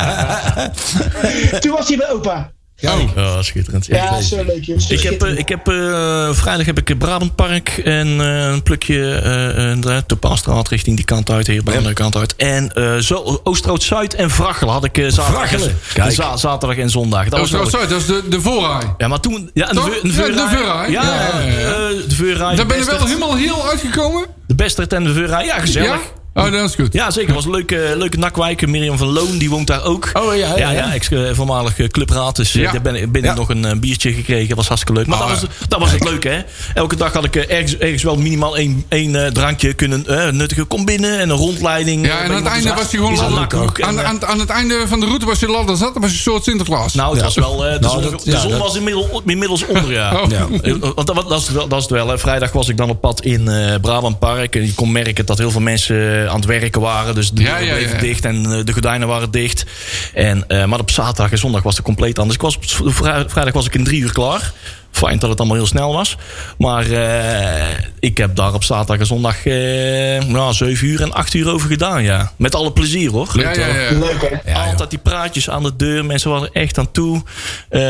[SPEAKER 7] *laughs* Toen was hij bij opa.
[SPEAKER 6] Oh, oh, schitterend.
[SPEAKER 7] Ja, zo leuk jongens.
[SPEAKER 6] Ik heb, eh, ik heb eh, vrijdag heb ik Brabantpark en eh, een plukje eh, eh, de Topaalstraat richting die kant uit, hier bij de andere kant uit. En eh zo Oostrood-Zuid en Vrachelen had ik eh, zaterdag,
[SPEAKER 4] Vrachelen.
[SPEAKER 6] en-
[SPEAKER 4] Kijk.
[SPEAKER 6] za- zaterdag en zondag. Dat
[SPEAKER 3] Dat
[SPEAKER 6] was
[SPEAKER 3] is, wel
[SPEAKER 6] wel
[SPEAKER 3] zo, dat is de, de voorraai.
[SPEAKER 6] Ja, maar toen... Ja,
[SPEAKER 3] Toch?
[SPEAKER 6] de,
[SPEAKER 3] Ja, de
[SPEAKER 6] Veurrij.
[SPEAKER 3] Veurrij.
[SPEAKER 6] Ja,
[SPEAKER 3] Ja, ja, ja.
[SPEAKER 6] eh, de Veurrij.
[SPEAKER 3] Daar
[SPEAKER 6] de
[SPEAKER 3] ben je wel
[SPEAKER 6] Bestert.
[SPEAKER 3] helemaal heel uitgekomen.
[SPEAKER 6] De Bestert en de Veurrij. Ja, gezellig.
[SPEAKER 3] Ja?
[SPEAKER 6] Ja?
[SPEAKER 3] Oh, dat is goed.
[SPEAKER 6] zeker. was een leuke, leuke nakwijk. Mirjam van Loon, die woont daar ook.
[SPEAKER 4] Oh, ja, ja,
[SPEAKER 6] ja,
[SPEAKER 4] ja.
[SPEAKER 6] ex, eh, voormalig eh, clubraad. Dus eh,
[SPEAKER 3] Ja.
[SPEAKER 6] daar ben, ik- ben ik
[SPEAKER 4] Ja.
[SPEAKER 6] nog een eh, biertje gekregen. was hartstikke leuk. Maar
[SPEAKER 3] Ah,
[SPEAKER 6] dat, was, dat was het leuke, hè. Elke dag had ik eh, ergens, ergens wel minimaal één, één eh, drankje kunnen eh, nuttigen. Kom binnen en een rondleiding.
[SPEAKER 3] Ja, en aan het einde was je
[SPEAKER 6] hij
[SPEAKER 3] gewoon
[SPEAKER 6] Aan,
[SPEAKER 3] ladder. Aan,
[SPEAKER 6] eh,
[SPEAKER 3] aan, aan het einde van de route was je ladder zat, dan was je een soort Sinterklaas.
[SPEAKER 6] nou, het was wel.
[SPEAKER 3] *laughs*
[SPEAKER 6] eh, de
[SPEAKER 4] Nou,
[SPEAKER 6] zon,
[SPEAKER 4] dat-
[SPEAKER 6] de
[SPEAKER 4] ja,
[SPEAKER 6] zon
[SPEAKER 4] dat-
[SPEAKER 6] was inmiddel, inmiddels onder, ja.
[SPEAKER 3] Oh.
[SPEAKER 4] Ja.
[SPEAKER 6] Eh, Want dat, dat, is het wel, dat is het wel. Hè. Vrijdag was ik dan op pad in eh Brabant Park. En je kon merken dat heel veel mensen eh, eh, aan het werken waren. Dus de
[SPEAKER 3] Ja,
[SPEAKER 6] deuren
[SPEAKER 3] ja,
[SPEAKER 6] bleven
[SPEAKER 3] ja.
[SPEAKER 6] dicht en eh, de gordijnen waren dicht. En, eh, maar op zaterdag en zondag was het compleet anders. Ik was op s- vrij- vrijdag was ik in drie uur klaar. Fijn dat het allemaal heel snel was. Maar eh, ik heb daar op zaterdag en zondag eh nou, 7 uur en 8 uur over gedaan. Ja. Met alle plezier hoor. eh,
[SPEAKER 3] Ja,
[SPEAKER 6] Leuk,
[SPEAKER 3] ja,
[SPEAKER 6] hoor.
[SPEAKER 3] ja.
[SPEAKER 7] Leuk hè?
[SPEAKER 6] Altijd die praatjes aan de deur. Mensen waren er echt aan toe. Eh,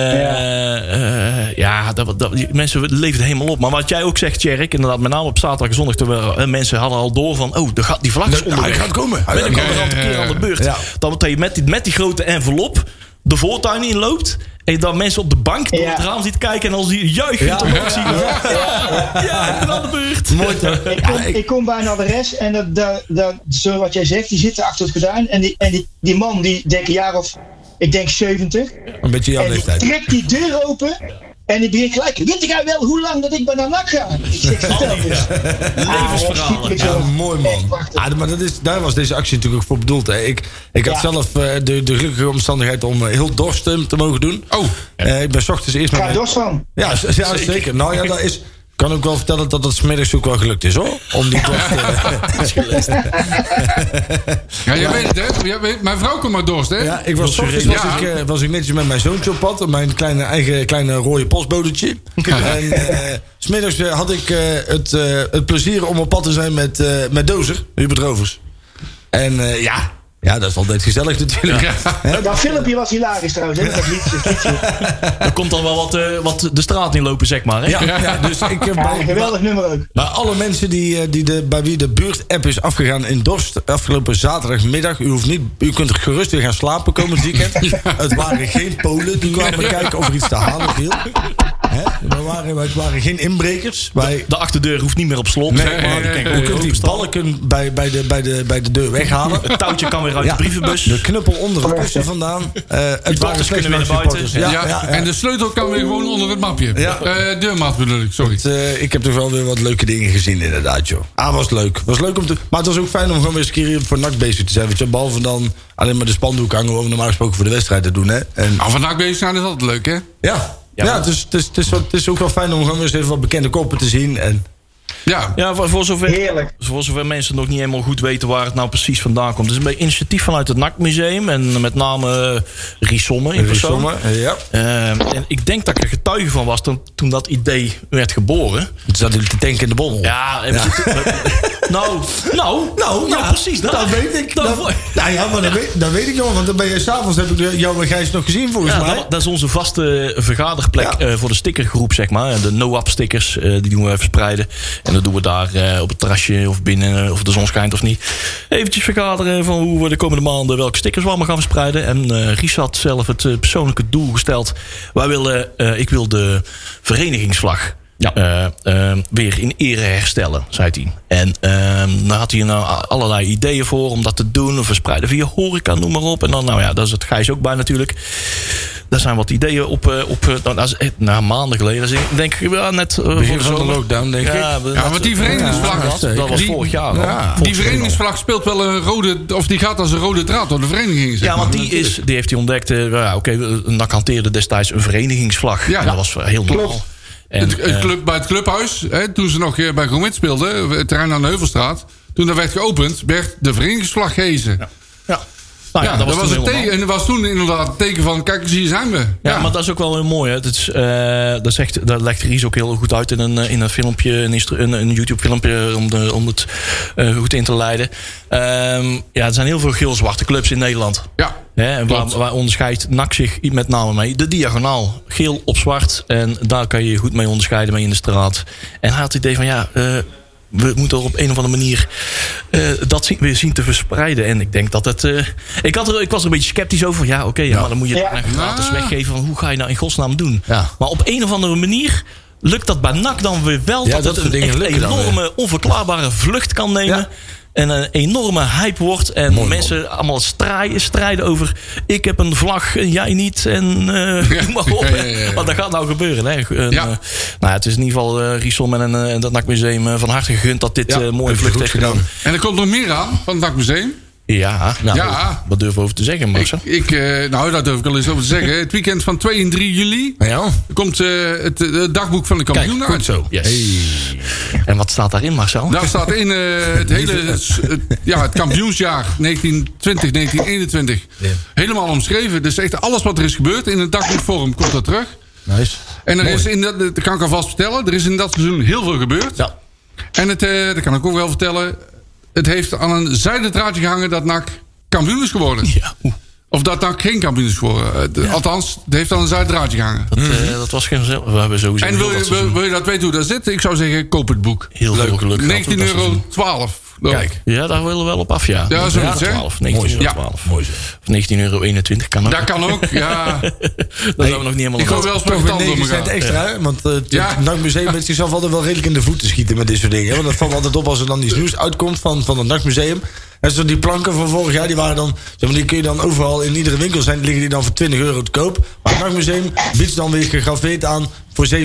[SPEAKER 6] eh, ja, dat, dat, die mensen leefden helemaal op. Maar wat jij ook zegt, Tjerk, inderdaad, met name op zaterdag en zondag. Terwijl, eh, mensen hadden al door van, oh, er gaat, die vlag is
[SPEAKER 4] Nou, hij
[SPEAKER 6] onderweg.
[SPEAKER 4] gaat komen. Hij
[SPEAKER 6] Ben
[SPEAKER 4] gaat
[SPEAKER 6] ik al
[SPEAKER 3] komen.
[SPEAKER 6] een aantal keer aan de beurt.
[SPEAKER 4] Ja.
[SPEAKER 6] Dat betekent met die, met die grote envelop de voortuin inloopt. En dat mensen op de bank door
[SPEAKER 7] Ja.
[SPEAKER 6] het raam ziet kijken. En als die juichen
[SPEAKER 4] Ja.
[SPEAKER 6] omhoog zien. Ja, ik ben aan de beurt.
[SPEAKER 4] Mooi toch?
[SPEAKER 7] Ik
[SPEAKER 4] Ja,
[SPEAKER 7] kom,
[SPEAKER 4] ik-
[SPEAKER 7] ik... kom bij een adres en dat, dat, dat, zo wat jij zegt, die zitten achter het gordijn. En die, en die, die man, die denk een jaar of, ik denk 70.
[SPEAKER 4] Een beetje jouw
[SPEAKER 7] en die
[SPEAKER 4] leeftijd.
[SPEAKER 7] trekt die deur open. En die begint gelijk, weet jij wel hoe lang dat ik bij NAC ga? Ik zeg, vertel eens.
[SPEAKER 6] Oh, Levensverhalen.
[SPEAKER 7] Ah, dat is
[SPEAKER 4] Ja,
[SPEAKER 7] zo.
[SPEAKER 4] mooi
[SPEAKER 7] Echt
[SPEAKER 4] man.
[SPEAKER 7] prachtig.
[SPEAKER 4] Ah, maar dat is, daar was deze actie natuurlijk ook voor bedoeld. Hè. Ik, ik had
[SPEAKER 7] Ja.
[SPEAKER 4] zelf eh, de, de gelukkige omstandigheid om eh, heel dorst eh, te mogen doen.
[SPEAKER 3] Oh.
[SPEAKER 4] Eh, ik ben 's ochtends eerst
[SPEAKER 7] Ik ga
[SPEAKER 4] mijn-
[SPEAKER 7] er dorst van.
[SPEAKER 4] Ja, z- ja, zeker. Nou ja, dat is. Kan ook wel vertellen dat dat smiddags ook wel gelukt is hoor. Om die dorst. eh,
[SPEAKER 3] Ja, jij weet het, hè? Jij weet- mijn vrouw komt maar dorst, hè?
[SPEAKER 4] ja, ik was, 's ochtends was,
[SPEAKER 3] Ja.
[SPEAKER 4] ik, eh, was ik netjes met mijn zoontje op pad. Mijn kleine, eigen kleine rode postbodetje. En eh, 's smiddags eh, had ik eh, het, eh, het plezier om op pad te zijn met, eh, met Dozer, Hubert Rovers. En eh, ja, ja, dat is altijd gezellig natuurlijk.
[SPEAKER 7] Dat filmpje was hilarisch trouwens, hè? Dat liedje, dat liedje.
[SPEAKER 6] Er komt dan wel wat, eh, wat de straat inlopen, zeg maar. Hè?
[SPEAKER 4] Ja, ja, dus ik heb
[SPEAKER 7] Ja, een
[SPEAKER 4] bij,
[SPEAKER 6] *laughs*
[SPEAKER 7] geweldig nummer ook.
[SPEAKER 4] bij alle mensen die, eh, die de, bij wie de buurt-app is afgegaan in Dorst afgelopen zaterdagmiddag, u, hoeft niet, u kunt gerust weer gaan slapen komend
[SPEAKER 6] *laughs*
[SPEAKER 4] weekend. Het waren geen Polen die kwamen kijken of er iets te halen viel. Hè? We waren, het waren geen inbrekers. Wij, Eh,
[SPEAKER 6] De achterdeur hoeft niet meer op slot. zeg maar. Die kan je
[SPEAKER 4] u
[SPEAKER 6] gewoon
[SPEAKER 4] kunt die
[SPEAKER 6] openstaan.
[SPEAKER 4] balken bij, bij, de, bij, de, bij de deur
[SPEAKER 6] *laughs*
[SPEAKER 4] weghalen.
[SPEAKER 6] Het touwtje kan weer uit
[SPEAKER 4] Ja. dus-
[SPEAKER 6] de brievenbus.
[SPEAKER 4] De knuppel onder het kussen vandaan. Eh, het waren
[SPEAKER 6] kunnen
[SPEAKER 4] slechts
[SPEAKER 6] weer naar
[SPEAKER 4] supporters.
[SPEAKER 6] buiten.
[SPEAKER 4] Ja,
[SPEAKER 3] Ja,
[SPEAKER 4] ja, ja.
[SPEAKER 3] En de sleutel kan weer gewoon onder het mapje.
[SPEAKER 4] Ja.
[SPEAKER 3] Eh, deurmat bedoel ik, sorry.
[SPEAKER 4] Eh, ik heb toch wel weer wat leuke dingen gezien, inderdaad, joh. Ah, was leuk. Was leuk om te, maar het was ook fijn om gewoon weer eens een keer voor NAC bezig te zijn. Weet je, wel. behalve dan alleen maar de spandoek hangen, gewoon normaal gesproken voor de wedstrijd te doen, hè. En,
[SPEAKER 6] Oh.
[SPEAKER 3] Nou, vandaag bezig zijn is altijd leuk, hè?
[SPEAKER 4] ja, ja, het, is, het, is, het, is wel- het is ook wel fijn om gewoon weer eens even wat bekende koppen te zien. En,
[SPEAKER 3] Ja.
[SPEAKER 6] Ja, voor, voor zover,
[SPEAKER 7] Heerlijk.
[SPEAKER 6] voor zover mensen nog niet helemaal goed weten waar het nou precies vandaan komt. Het is een initiatief vanuit het NAC-museum en met name eh Rissomme in persoon.
[SPEAKER 4] Sommer, eh, ja.
[SPEAKER 6] Eh, en ik denk dat ik er getuige van was toen, toen dat idee werd geboren.
[SPEAKER 4] Het zat te tanken in de bommel.
[SPEAKER 6] Ja, en we zitten-
[SPEAKER 4] *laughs*
[SPEAKER 6] we- nou, nou, nou,
[SPEAKER 4] ja,
[SPEAKER 6] precies. Dat,
[SPEAKER 4] Dat weet ik.
[SPEAKER 6] Dat,
[SPEAKER 4] Dat, nou ja, maar dat weet, dat weet ik nog. Want dan ben je s'avonds, heb ik jou en Gijs nog gezien, volgens
[SPEAKER 6] Ja,
[SPEAKER 4] mij.
[SPEAKER 6] dat, dat is onze vaste vergaderplek
[SPEAKER 4] Ja.
[SPEAKER 6] eh, voor de stickergroep, zeg maar. De no-up stickers, eh, die doen we verspreiden. En dat doen we daar eh, op het terrasje of binnen, eh, of de zon schijnt of niet. Eventjes vergaderen van hoe we de komende maanden welke stickers we allemaal gaan verspreiden. En eh Ries had zelf het eh, persoonlijke doel gesteld. Wij willen, eh, ik wil de verenigingsvlag eh, eh, weer in ere herstellen, zei hij. En ehm daar had hij nou a- allerlei ideeën voor om dat te doen. Of verspreiden via horeca, noem maar op. En dan, nou ja, daar zit Gijs ook bij natuurlijk. Daar zijn wat ideeën op. eh, op eh, nou, dat is echt, nou, maanden geleden. Dus ik denk ja, net. eh, voor
[SPEAKER 4] van de
[SPEAKER 6] zomer.
[SPEAKER 4] lockdown, denk
[SPEAKER 6] ja,
[SPEAKER 4] ik.
[SPEAKER 6] we-
[SPEAKER 3] Ja, want die verenigingsvlag...
[SPEAKER 6] dat, dat was
[SPEAKER 3] die-
[SPEAKER 6] vorig jaar. al.
[SPEAKER 3] Ja,
[SPEAKER 6] Vorig
[SPEAKER 3] die
[SPEAKER 6] jaar al.
[SPEAKER 3] verenigingsvlag speelt wel een rode... Of die gaat als een rode draad door de vereniging. zeg
[SPEAKER 6] Ja, want die, is, die heeft hij ontdekt. eh, ja, Oké, NAC hanteerde destijds een verenigingsvlag.
[SPEAKER 3] Ja.
[SPEAKER 6] Ja, dat was eh, heel normaal. En,
[SPEAKER 3] Het, het
[SPEAKER 6] eh,
[SPEAKER 3] club, bij het clubhuis, hè, toen ze nog eh, bij Gromit speelden, eh, het terrein aan de Heuvelstraat, toen dat werd geopend, werd de verenigingsvlag gehezen. Ja,
[SPEAKER 6] ja. Nou ja, dat was, toen
[SPEAKER 3] het
[SPEAKER 6] heel normaal.
[SPEAKER 3] teken, en dat was toen inderdaad het teken van, kijk eens, hier zijn we.
[SPEAKER 6] Ja, maar dat is ook wel heel mooi. Hè? Dat, is, eh, dat, zegt, dat legt Ries ook heel goed uit in een, eh, in een filmpje, een, instru- een, een YouTube-filmpje om, de, om het eh, goed in te leiden. Ehm, ja, er zijn heel veel geel-zwarte clubs in Nederland.
[SPEAKER 3] Ja.
[SPEAKER 6] Hè, en waar,
[SPEAKER 3] Klopt.
[SPEAKER 6] waar onderscheidt NAC zich met name mee? De diagonaal. Geel op zwart. En daar kan je je goed mee onderscheiden mee in de straat. En hij had het idee van ja, eh, we moeten er op een of andere manier eh, dat zien, weer zien te verspreiden. En ik denk dat het. eh, ik, had er, ik was er een beetje sceptisch over. Van, ja, oké, ja, maar dan moet je
[SPEAKER 7] Ja.
[SPEAKER 6] het gratis
[SPEAKER 3] Ja.
[SPEAKER 6] weggeven. Van, hoe ga je nou in godsnaam doen?
[SPEAKER 4] Ja.
[SPEAKER 6] Maar op een of andere manier. Lukt dat bij NAC dan weer wel?
[SPEAKER 4] Ja,
[SPEAKER 6] dat,
[SPEAKER 4] dat soort
[SPEAKER 6] het een
[SPEAKER 4] dingen
[SPEAKER 6] echt
[SPEAKER 4] lukken dan
[SPEAKER 6] enorme, onverklaarbare vlucht kan nemen.
[SPEAKER 4] Ja.
[SPEAKER 6] En een enorme hype wordt. En
[SPEAKER 4] Mooi,
[SPEAKER 6] mensen allemaal strijden, strijden over... ik heb een vlag en jij niet. En eh *laughs*
[SPEAKER 3] Ja.
[SPEAKER 6] doe maar op.
[SPEAKER 3] Ja, ja,
[SPEAKER 6] hè.
[SPEAKER 3] ja, ja.
[SPEAKER 6] Want dat gaat nou gebeuren. Hè. Een,
[SPEAKER 3] Ja.
[SPEAKER 6] eh, nou, ja, het is in ieder geval eh Riesom en eh, dat NAC Museum eh, van harte gegund... dat dit
[SPEAKER 4] Ja,
[SPEAKER 6] eh, mooie
[SPEAKER 4] heeft
[SPEAKER 6] vlucht
[SPEAKER 4] goed
[SPEAKER 6] heeft
[SPEAKER 4] gedaan.
[SPEAKER 6] gedaan.
[SPEAKER 3] En er komt nog meer aan van het Nakmuseum.
[SPEAKER 6] Ja, nou,
[SPEAKER 3] Ja.
[SPEAKER 6] wat durven we over te zeggen, Marcel?
[SPEAKER 3] Ik, eh, nou, daar durf ik al eens over te zeggen. Het weekend van 2 en 3 juli
[SPEAKER 4] Ja.
[SPEAKER 3] komt eh, het, eh, dagboek van de kampioen uit.
[SPEAKER 6] Yes. En wat staat daarin, Marcel?
[SPEAKER 3] Daar staat in eh, het hele het, ja, het kampioensjaar 1920, 1921. Helemaal omschreven. Dus echt alles wat er is gebeurd in een dagboekvorm komt dat terug.
[SPEAKER 4] Nice.
[SPEAKER 3] En er is in dat, dat kan ik alvast vertellen, er is in dat seizoen heel veel gebeurd.
[SPEAKER 6] Ja.
[SPEAKER 3] En het, eh, dat kan ik ook wel vertellen, het heeft aan een zijden draadje gehangen dat NAC kampioen is geworden.
[SPEAKER 6] Ja, oeh,
[SPEAKER 3] Of dat NAC geen kampioen is geworden. Eh, de- Althans, het heeft aan een zijden draadje gehangen.
[SPEAKER 6] dat, eh, dat was geen... We hebben sowieso
[SPEAKER 3] En
[SPEAKER 6] heel
[SPEAKER 3] wil je,
[SPEAKER 6] dat seizoen
[SPEAKER 3] wil, wil je dat weten hoe dat zit? Ik zou zeggen, koop het boek.
[SPEAKER 6] Heel veel geluk gehad met dat
[SPEAKER 3] 19,12 euro.
[SPEAKER 6] seizoen.
[SPEAKER 3] 12.
[SPEAKER 4] Kijk.
[SPEAKER 6] Oh. Ja, daar willen we wel op af, ja.
[SPEAKER 3] Ja, zoiets, hè?
[SPEAKER 6] 12, 19 euro
[SPEAKER 3] Ja.
[SPEAKER 6] 12. Of 19 euro 21 kan ook.
[SPEAKER 3] Dat kan ook,
[SPEAKER 6] *laughs*
[SPEAKER 3] ja.
[SPEAKER 6] Dat zijn we nog niet helemaal
[SPEAKER 3] Ik
[SPEAKER 6] aan
[SPEAKER 3] hoor wel
[SPEAKER 6] toe.
[SPEAKER 3] eens met mijn
[SPEAKER 4] Toch weer
[SPEAKER 3] tanden
[SPEAKER 4] 9 cent
[SPEAKER 3] omgaan.
[SPEAKER 4] extra, hè? Want eh, het
[SPEAKER 3] Ja.
[SPEAKER 4] Nachtmuseum heeft zichzelf altijd wel redelijk in de voeten schieten met dit soort dingen. hè. Want dat valt altijd op als er dan iets nieuws uitkomt van, van het Nachtmuseum. En zo die planken van vorig jaar, die waren dan... Zeg maar, die kun je dan overal in iedere winkel zijn. Liggen die dan voor 20 euro te koop. Maar het Nachtmuseum biedt ze dan weer gegraveerd aan voor 7,95.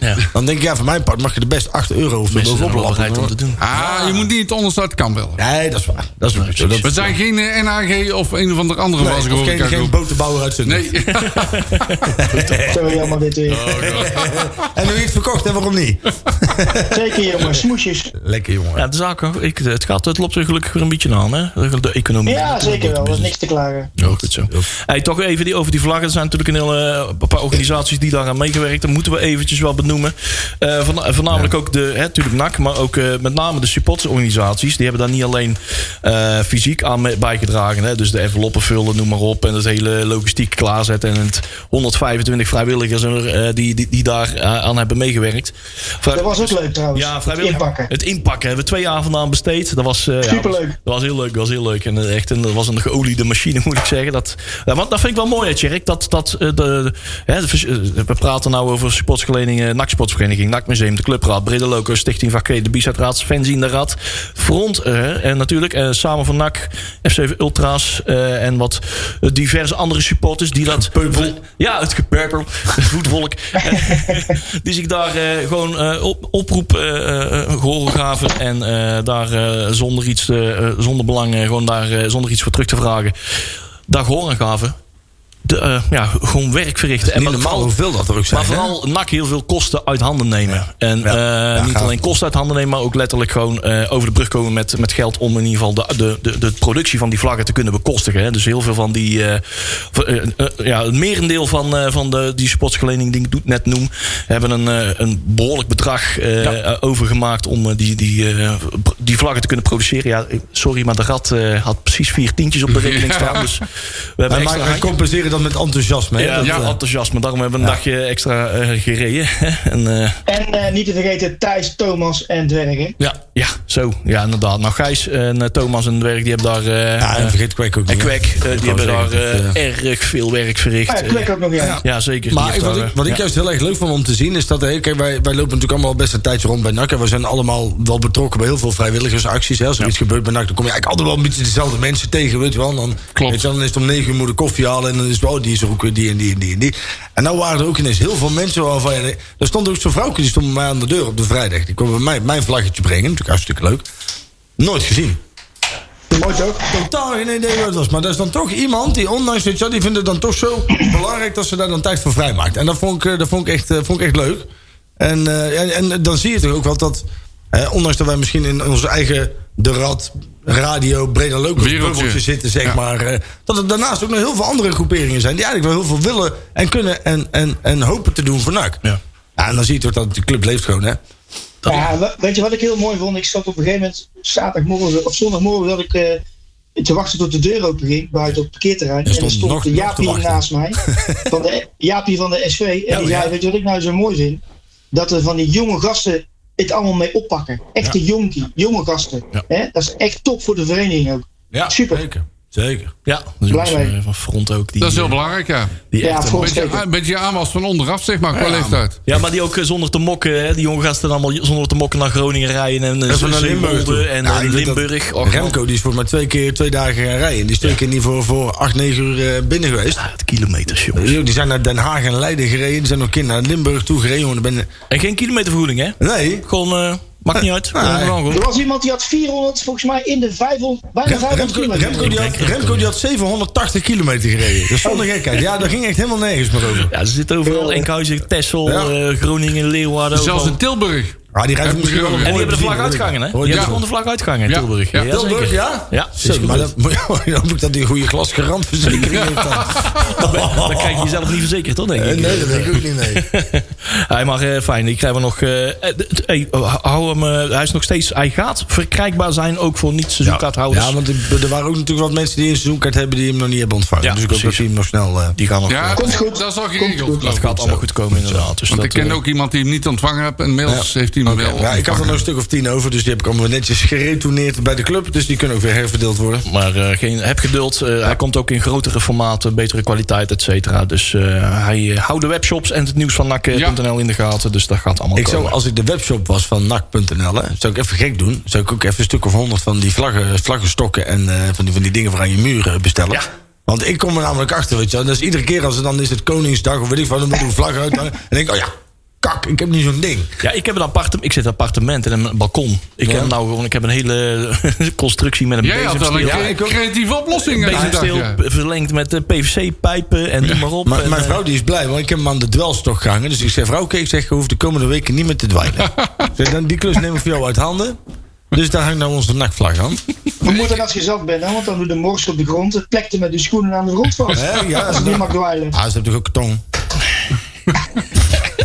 [SPEAKER 6] Ja.
[SPEAKER 4] Dan denk ik, ja, voor mijn part mag je er best 8 euro of zo
[SPEAKER 6] Mensen zijn
[SPEAKER 4] bovenop
[SPEAKER 6] er wel
[SPEAKER 4] lappen.
[SPEAKER 6] bereid om
[SPEAKER 4] hoor.
[SPEAKER 6] te doen.
[SPEAKER 3] Ah, je moet niet onderstaan, het kan wel.
[SPEAKER 4] Nee, dat is waar. Dat is waar.
[SPEAKER 3] We zijn geen eh, NAG of een of ander andere was ik
[SPEAKER 4] of geen, geen boterbouwer uit Zutphen.
[SPEAKER 3] Nee,
[SPEAKER 4] *laughs*
[SPEAKER 7] Zo jammer dit eh,
[SPEAKER 6] Oh.
[SPEAKER 7] weer.
[SPEAKER 4] En nu heeft verkocht, hè? Waarom niet?
[SPEAKER 7] Zeker jongens, smoesjes.
[SPEAKER 4] Lekker, jongen.
[SPEAKER 6] Ja, de zaak, hoor. ik, het, gaat, het loopt er gelukkig weer een beetje aan, hè? De economie.
[SPEAKER 7] Ja, zeker wel. Dat is niks te klagen.
[SPEAKER 6] Ja, goed zo. Hey, toch even die, over die vlaggen. Er zijn natuurlijk een hele eh, paar organisaties die daar aan meegewerkt. Dat moeten we eventjes wel benoemen. Eh, van, voornamelijk ook de, hè, natuurlijk NAC, maar ook eh, met name de supportersorganisaties. Die hebben daar niet alleen eh, fysiek aan mee- bijgedragen. Hè, dus de enveloppen vullen, noem maar op. En het hele logistiek klaarzetten. En het 125 vrijwilligers er, eh, die, die, die daar eh, aan hebben meegewerkt. Vrij-
[SPEAKER 7] Dat was ook leuk trouwens.
[SPEAKER 6] ja,
[SPEAKER 7] het
[SPEAKER 6] vrijwillig.
[SPEAKER 7] inpakken.
[SPEAKER 6] Het inpakken hebben we twee avonden aan besteed. Dat was, eh, ja,
[SPEAKER 7] Superleuk.
[SPEAKER 6] Dat was heel leuk, dat was heel leuk. En eh, echt, een, dat was een geoliede machine, *laughs* moet ik zeggen. Dat, ja, want dat vind ik wel mooi, hè, Tjerk. Dat, dat, eh, de, hè, de vers- eh, we praten nou over sportsverenigingen, NAC Sportsvereniging, NAC Museum, de Clubraad, Brede Loco, Stichting Vakke, de Bizardraad, Fanzine de Rad, Front eh, en natuurlijk eh, Samen van NAC, FC Ultra's eh, en wat eh, diverse andere supporters die dat... Ja, het gepeupel, *laughs* het voetvolk. eh, *laughs* die zich daar eh, gewoon eh, op, oproep eh eh, gehoor gaven. En eh, daar eh, zonder iets, eh, eh, zonder belang, eh, gewoon daar eh, zonder iets voor terug te vragen. Daar gehoor aan gaven. De, eh, ja, gewoon werk verrichten. En
[SPEAKER 4] Niet
[SPEAKER 6] maar
[SPEAKER 4] normaal
[SPEAKER 6] vooral-
[SPEAKER 4] hoeveel dat er ook zijn.
[SPEAKER 6] maar
[SPEAKER 4] hè?
[SPEAKER 6] vooral NAC heel veel kosten uit handen nemen. En eh, niet
[SPEAKER 4] gaaf.
[SPEAKER 6] alleen kosten uit handen nemen, maar ook letterlijk gewoon eh, over de brug komen met, met geld om in ieder geval de, de, de, de productie van die vlaggen te kunnen bekostigen. Hè. Dus heel veel van die. eh, v- eh, eh, ja, het merendeel van, eh, van de, die sportsgeleding die ik doe- net noem, hebben een, eh, een behoorlijk bedrag eh, eh, overgemaakt om eh, die, die, eh, pr- die vlaggen te kunnen produceren. Ja, eh, sorry, maar de rat eh, had precies vier tientjes op de
[SPEAKER 4] *laughs*
[SPEAKER 6] rekening staan. Dus we hebben
[SPEAKER 4] Wij
[SPEAKER 6] extra
[SPEAKER 4] maken- wij
[SPEAKER 6] handjes.
[SPEAKER 4] compenseren dat met enthousiasme. hè?
[SPEAKER 6] Ja,
[SPEAKER 4] Dat,
[SPEAKER 6] ja,
[SPEAKER 4] eh,
[SPEAKER 6] enthousiasme. Daarom hebben we een dagje extra eh, gereden. en, eh,
[SPEAKER 7] En eh, niet te vergeten Thijs, Thomas en Dwergen.
[SPEAKER 6] ja. ja, zo. Ja, inderdaad. Nou, Gijs en eh, Thomas en Werk, die hebben daar... eh,
[SPEAKER 4] ja, en
[SPEAKER 6] eh,
[SPEAKER 4] vergeet Kwek ook
[SPEAKER 6] en
[SPEAKER 4] niet. hè?
[SPEAKER 6] Kwek, eh,
[SPEAKER 4] Dat
[SPEAKER 6] die
[SPEAKER 4] wou
[SPEAKER 6] hebben daar
[SPEAKER 4] zeggen, dat, eh,
[SPEAKER 6] eh, erg veel werk verricht.
[SPEAKER 7] Ah, Klek ook nog eens.
[SPEAKER 6] eh, Ja, zeker. Die
[SPEAKER 4] Maar
[SPEAKER 6] heeft
[SPEAKER 4] wat
[SPEAKER 6] daar,
[SPEAKER 4] ik,
[SPEAKER 6] eh,
[SPEAKER 4] wat ik
[SPEAKER 6] ja.
[SPEAKER 4] juist heel erg leuk vond om te zien is dat... Hey, kijk, wij, wij lopen natuurlijk allemaal al best een tijdje rond bij NAC. En we zijn allemaal wel betrokken bij heel veel vrijwilligersacties. Hè. Als er iets gebeurt bij NAC, dan kom je eigenlijk altijd wel een beetje dezelfde mensen tegen. Weet je wel. En dan,
[SPEAKER 3] Klopt.
[SPEAKER 4] Weet je, wel, dan is het om negen uur moeder koffie halen. En dan is het, oh, die is er ook weer die en die en die en die. En nou waren er ook ineens heel veel mensen waarvan... je- Er stond ook zo'n vrouwtje, die stond bij mij aan de deur op de vrijdag. Die kwam bij mij mijn vlaggetje brengen. Natuurlijk hartstikke leuk. Nooit gezien.
[SPEAKER 7] Mooi toch?
[SPEAKER 4] totaal geen idee wat het was. Maar dat is dan toch iemand die, ondanks dit, ja, die vindt het dan toch zo belangrijk dat ze daar dan tijd voor vrijmaakt. En dat vond ik, eh, dat vond ik, echt, eh, vond ik echt leuk. En, eh, en, en dan zie je toch ook wat dat, eh, ondanks dat wij misschien in onze eigen De Rad, Radio, Breda Leuk
[SPEAKER 3] Wereldje.
[SPEAKER 4] bubbeltje zitten, zeg
[SPEAKER 3] Ja.
[SPEAKER 4] maar. eh, dat er daarnaast ook nog heel veel andere groeperingen zijn die eigenlijk wel heel veel willen en kunnen en, en, en hopen te doen voor NAC.
[SPEAKER 6] Ja.
[SPEAKER 4] Ja, en dan zie je toch dat de club leeft gewoon, hè?
[SPEAKER 7] Ja, we- weet je wat ik heel mooi vond? Ik stond op een gegeven moment zaterdagmorgen of zondagmorgen dat ik eh, te wachten tot de deur open ging buiten op het parkeerterrein. en
[SPEAKER 4] stond
[SPEAKER 7] er stond
[SPEAKER 4] nog-
[SPEAKER 7] de
[SPEAKER 4] nog te
[SPEAKER 7] Jaapie
[SPEAKER 4] wachten.
[SPEAKER 7] naast
[SPEAKER 4] *laughs*
[SPEAKER 7] mij, van de, Jaapie van de SV. En die
[SPEAKER 4] ja.
[SPEAKER 7] zei, weet je wat ik nou zo mooi vind? Dat er van die jonge gasten het allemaal mee oppakken. Echte jonkie, jonge gasten. Hè? Dat is echt top voor de vereniging ook.
[SPEAKER 4] Ja,
[SPEAKER 7] Super.
[SPEAKER 4] Zeker. zeker.
[SPEAKER 6] Ja, de jongens
[SPEAKER 7] Blij mee.
[SPEAKER 6] eh, van Front ook. Die,
[SPEAKER 3] dat is heel
[SPEAKER 6] eh,
[SPEAKER 3] belangrijk, ja.
[SPEAKER 6] die
[SPEAKER 7] Ja,
[SPEAKER 6] echt, eh,
[SPEAKER 7] voor-
[SPEAKER 3] Beetje,
[SPEAKER 7] Zeker.
[SPEAKER 3] een beetje aanwas van onderaf, zeg maar, qua leeftijd.
[SPEAKER 6] ja, maar die ook eh, zonder te mokken. Hè, die jonge gasten allemaal zonder te mokken naar Groningen rijden. En eh,
[SPEAKER 4] van
[SPEAKER 6] Zeewolde en eh,
[SPEAKER 4] ik weet dat
[SPEAKER 6] Limburg. Och, man.
[SPEAKER 4] Remco die is voor maar twee keer twee dagen gaan rijden. Die is twee keer niet voor, voor acht, negen uur eh, binnen geweest.
[SPEAKER 6] Ja, het kilometers, jongens.
[SPEAKER 4] Yo, Die zijn naar Den Haag en Leiden gereden. Die zijn nog een keer naar Limburg toe gereden. jongen. Dan ben je-
[SPEAKER 6] En geen kilometervergoeding, hè?
[SPEAKER 4] Nee,
[SPEAKER 6] Gewoon eh, Maakt niet uit. Komt gewoon
[SPEAKER 4] Oh.
[SPEAKER 6] goed.
[SPEAKER 7] Er was iemand die had 400, volgens mij in de 500, bijna
[SPEAKER 4] Rem-
[SPEAKER 7] 500
[SPEAKER 4] Remco,
[SPEAKER 7] kilometer.
[SPEAKER 4] Remco, die had, Remco die had 780 kilometer gereden. Dus zonder gekheid. Ja, daar ging echt helemaal nergens meer over.
[SPEAKER 6] Oh. Ja, ze zitten overal. Enkhuizen, Texel,
[SPEAKER 4] Ja.
[SPEAKER 6] eh, Groningen, Leeuwarden.
[SPEAKER 3] Zelfs
[SPEAKER 6] overal.
[SPEAKER 3] in Tilburg.
[SPEAKER 4] Ah, die rijdt
[SPEAKER 3] Heb
[SPEAKER 4] misschien wel
[SPEAKER 3] ik
[SPEAKER 4] een
[SPEAKER 3] ook.
[SPEAKER 6] En die
[SPEAKER 4] mooie
[SPEAKER 6] hebben de vlag
[SPEAKER 4] plezier,
[SPEAKER 6] uitgangen, hè?
[SPEAKER 4] hoor
[SPEAKER 6] Die
[SPEAKER 4] ik.
[SPEAKER 6] hebben gewoon de vlag uitgangen in
[SPEAKER 3] Ja.
[SPEAKER 6] Tilburg.
[SPEAKER 3] Ja.
[SPEAKER 6] Jazeker.
[SPEAKER 4] Tilburg, ja?
[SPEAKER 6] Ja, is
[SPEAKER 4] Zo,
[SPEAKER 6] goed.
[SPEAKER 4] maar dat, *laughs* dan moet ik dat die goede glas garantverzekering heeft
[SPEAKER 6] *laughs*
[SPEAKER 4] dan.
[SPEAKER 6] Dan krijg je jezelf niet verzekerd, toch? Denk
[SPEAKER 4] Eh,
[SPEAKER 6] ik.
[SPEAKER 4] Nee,
[SPEAKER 6] *laughs*
[SPEAKER 4] dat weet ik ook niet, nee.
[SPEAKER 6] Hij mag eh, fijn. Ik krijg hem nog. eh, eh, d- hey, oh, hou hem. eh, hij is nog steeds. Hij gaat verkrijgbaar zijn ook voor niet seizoenkaarthouders.
[SPEAKER 4] Ja, want ik- er waren ook natuurlijk wat mensen die een seizoenkaart hebben... die hem nog niet hebben ontvangen.
[SPEAKER 6] Ja,
[SPEAKER 4] dus ik hoop dat
[SPEAKER 6] precies.
[SPEAKER 4] die hem nog snel... eh,
[SPEAKER 6] die gaan nog.
[SPEAKER 3] Ja,
[SPEAKER 6] eh,
[SPEAKER 3] dat-
[SPEAKER 7] goed.
[SPEAKER 3] dat is al geregeld.
[SPEAKER 6] dat
[SPEAKER 3] geloof ik.
[SPEAKER 6] gaat allemaal goed komen inderdaad. Dus
[SPEAKER 3] Want
[SPEAKER 6] dat,
[SPEAKER 3] ik ken
[SPEAKER 6] eh,
[SPEAKER 3] ook iemand die hem niet ontvangen heeft. En inmiddels heeft hij hem
[SPEAKER 4] Oké,
[SPEAKER 3] wel
[SPEAKER 4] ja, ik had er nog
[SPEAKER 3] ontvangen.
[SPEAKER 4] een stuk of tien over, dus die heb ik allemaal netjes geretourneerd bij de club. Dus die kunnen ook weer herverdeeld worden.
[SPEAKER 6] Maar eh, geen, heb geduld. Eh, Hij komt ook in grotere formaten, betere kwaliteit, et cetera. Dus eh, hij eh, houdt de webshops en het nieuws van nak.nl in de gaten. Dus dat gaat allemaal
[SPEAKER 4] Ik zou,
[SPEAKER 6] komen.
[SPEAKER 4] als ik de webshop was van nak.nl, hè, zou ik even gek doen. Zou ik ook even een stuk of honderd van die vlaggen, vlaggenstokken en eh, van, die, van die dingen voor aan je muur eh, bestellen.
[SPEAKER 6] Ja.
[SPEAKER 4] Want ik kom er namelijk achter, weet je wel. Dus iedere keer als het dan is het Koningsdag of weet ik wat, dan moet ik een vlag uit. En denk ik, oh ja, kak, ik heb niet zo'n ding.
[SPEAKER 6] Ja, ik heb een appartement. Ik zit in een appartement en een balkon. Ik heb nou gewoon, ik heb een hele eh, *laughs* constructie met een
[SPEAKER 3] Jij had wel een
[SPEAKER 6] bezemsteel.
[SPEAKER 3] cre- creatieve oplossing. eh,
[SPEAKER 6] bezemsteel
[SPEAKER 3] dacht je.
[SPEAKER 6] verlengd met eh, PVC-pijpen en noem maar op.
[SPEAKER 4] Maar
[SPEAKER 6] En,
[SPEAKER 4] mijn
[SPEAKER 6] eh,
[SPEAKER 4] vrouw die is blij, want ik heb hem aan de dwelstok gehangen. Dus ik zeg, vrouw, oké, ik zeg, je hoeft de komende weken niet meer te dweilen. Ik zeg, dan die klus neem ik voor jou uit handen. Dus daar hangt nou onze nakvlag aan.
[SPEAKER 7] We moeten als je zelf bent, hè, want dan doet de mors op de grond. Het plekte met de schoenen aan de grond vast.
[SPEAKER 4] Hè, ja,
[SPEAKER 7] als het niet mag dweilen.
[SPEAKER 4] Ah, ze hebben toch ook een tong?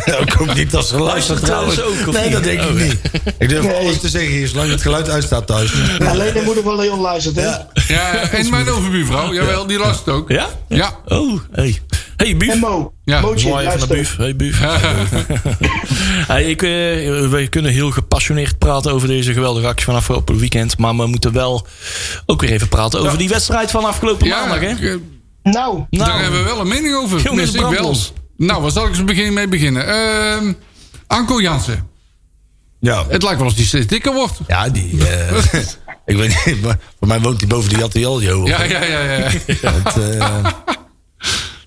[SPEAKER 4] Ja, ik hoop niet dat ze luistert
[SPEAKER 6] Luistert
[SPEAKER 4] trouwens.
[SPEAKER 6] trouwens ook, of
[SPEAKER 4] nee,
[SPEAKER 6] niet?
[SPEAKER 4] dat denk ik
[SPEAKER 6] Oh,
[SPEAKER 4] niet. Ik durf
[SPEAKER 7] Nee.
[SPEAKER 4] alles te zeggen hier, zolang het geluid uitstaat thuis.
[SPEAKER 7] Alleen de moeder van Leon luistert, hè?
[SPEAKER 4] *laughs*
[SPEAKER 3] Ja, en mijn overbuurvrouw. Jawel, die last ook.
[SPEAKER 6] Ja?
[SPEAKER 3] Ja.
[SPEAKER 6] Oh, hey. Hey,
[SPEAKER 7] En
[SPEAKER 6] Bief.
[SPEAKER 7] Mo.
[SPEAKER 3] Ja,
[SPEAKER 7] Mootje,
[SPEAKER 6] Zwaaien van de
[SPEAKER 7] luister.
[SPEAKER 6] Bief. Hey, Bief. *laughs* Hey, ik, eh, we kunnen heel gepassioneerd praten over deze geweldige actie van afgelopen weekend. Maar we moeten wel ook weer even praten over die wedstrijd van afgelopen maandag. Hè?
[SPEAKER 3] ik, eh,
[SPEAKER 7] Nou,
[SPEAKER 3] Daar hebben we wel een mening over.
[SPEAKER 6] Jongens,
[SPEAKER 3] Tenminste, ik
[SPEAKER 6] brand
[SPEAKER 3] wel.
[SPEAKER 6] los.
[SPEAKER 3] Nou, waar zal ik eens begin mee beginnen? Ehm, Anko Jansen.
[SPEAKER 4] Ja,
[SPEAKER 3] Het lijkt wel alsof hij steeds dikker wordt.
[SPEAKER 4] ja die... eh, ik weet niet, maar voor mij woont hij boven de Jattialjo.
[SPEAKER 3] Ja, ja, ja.
[SPEAKER 4] *laughs*
[SPEAKER 3] ja.
[SPEAKER 4] Het, eh,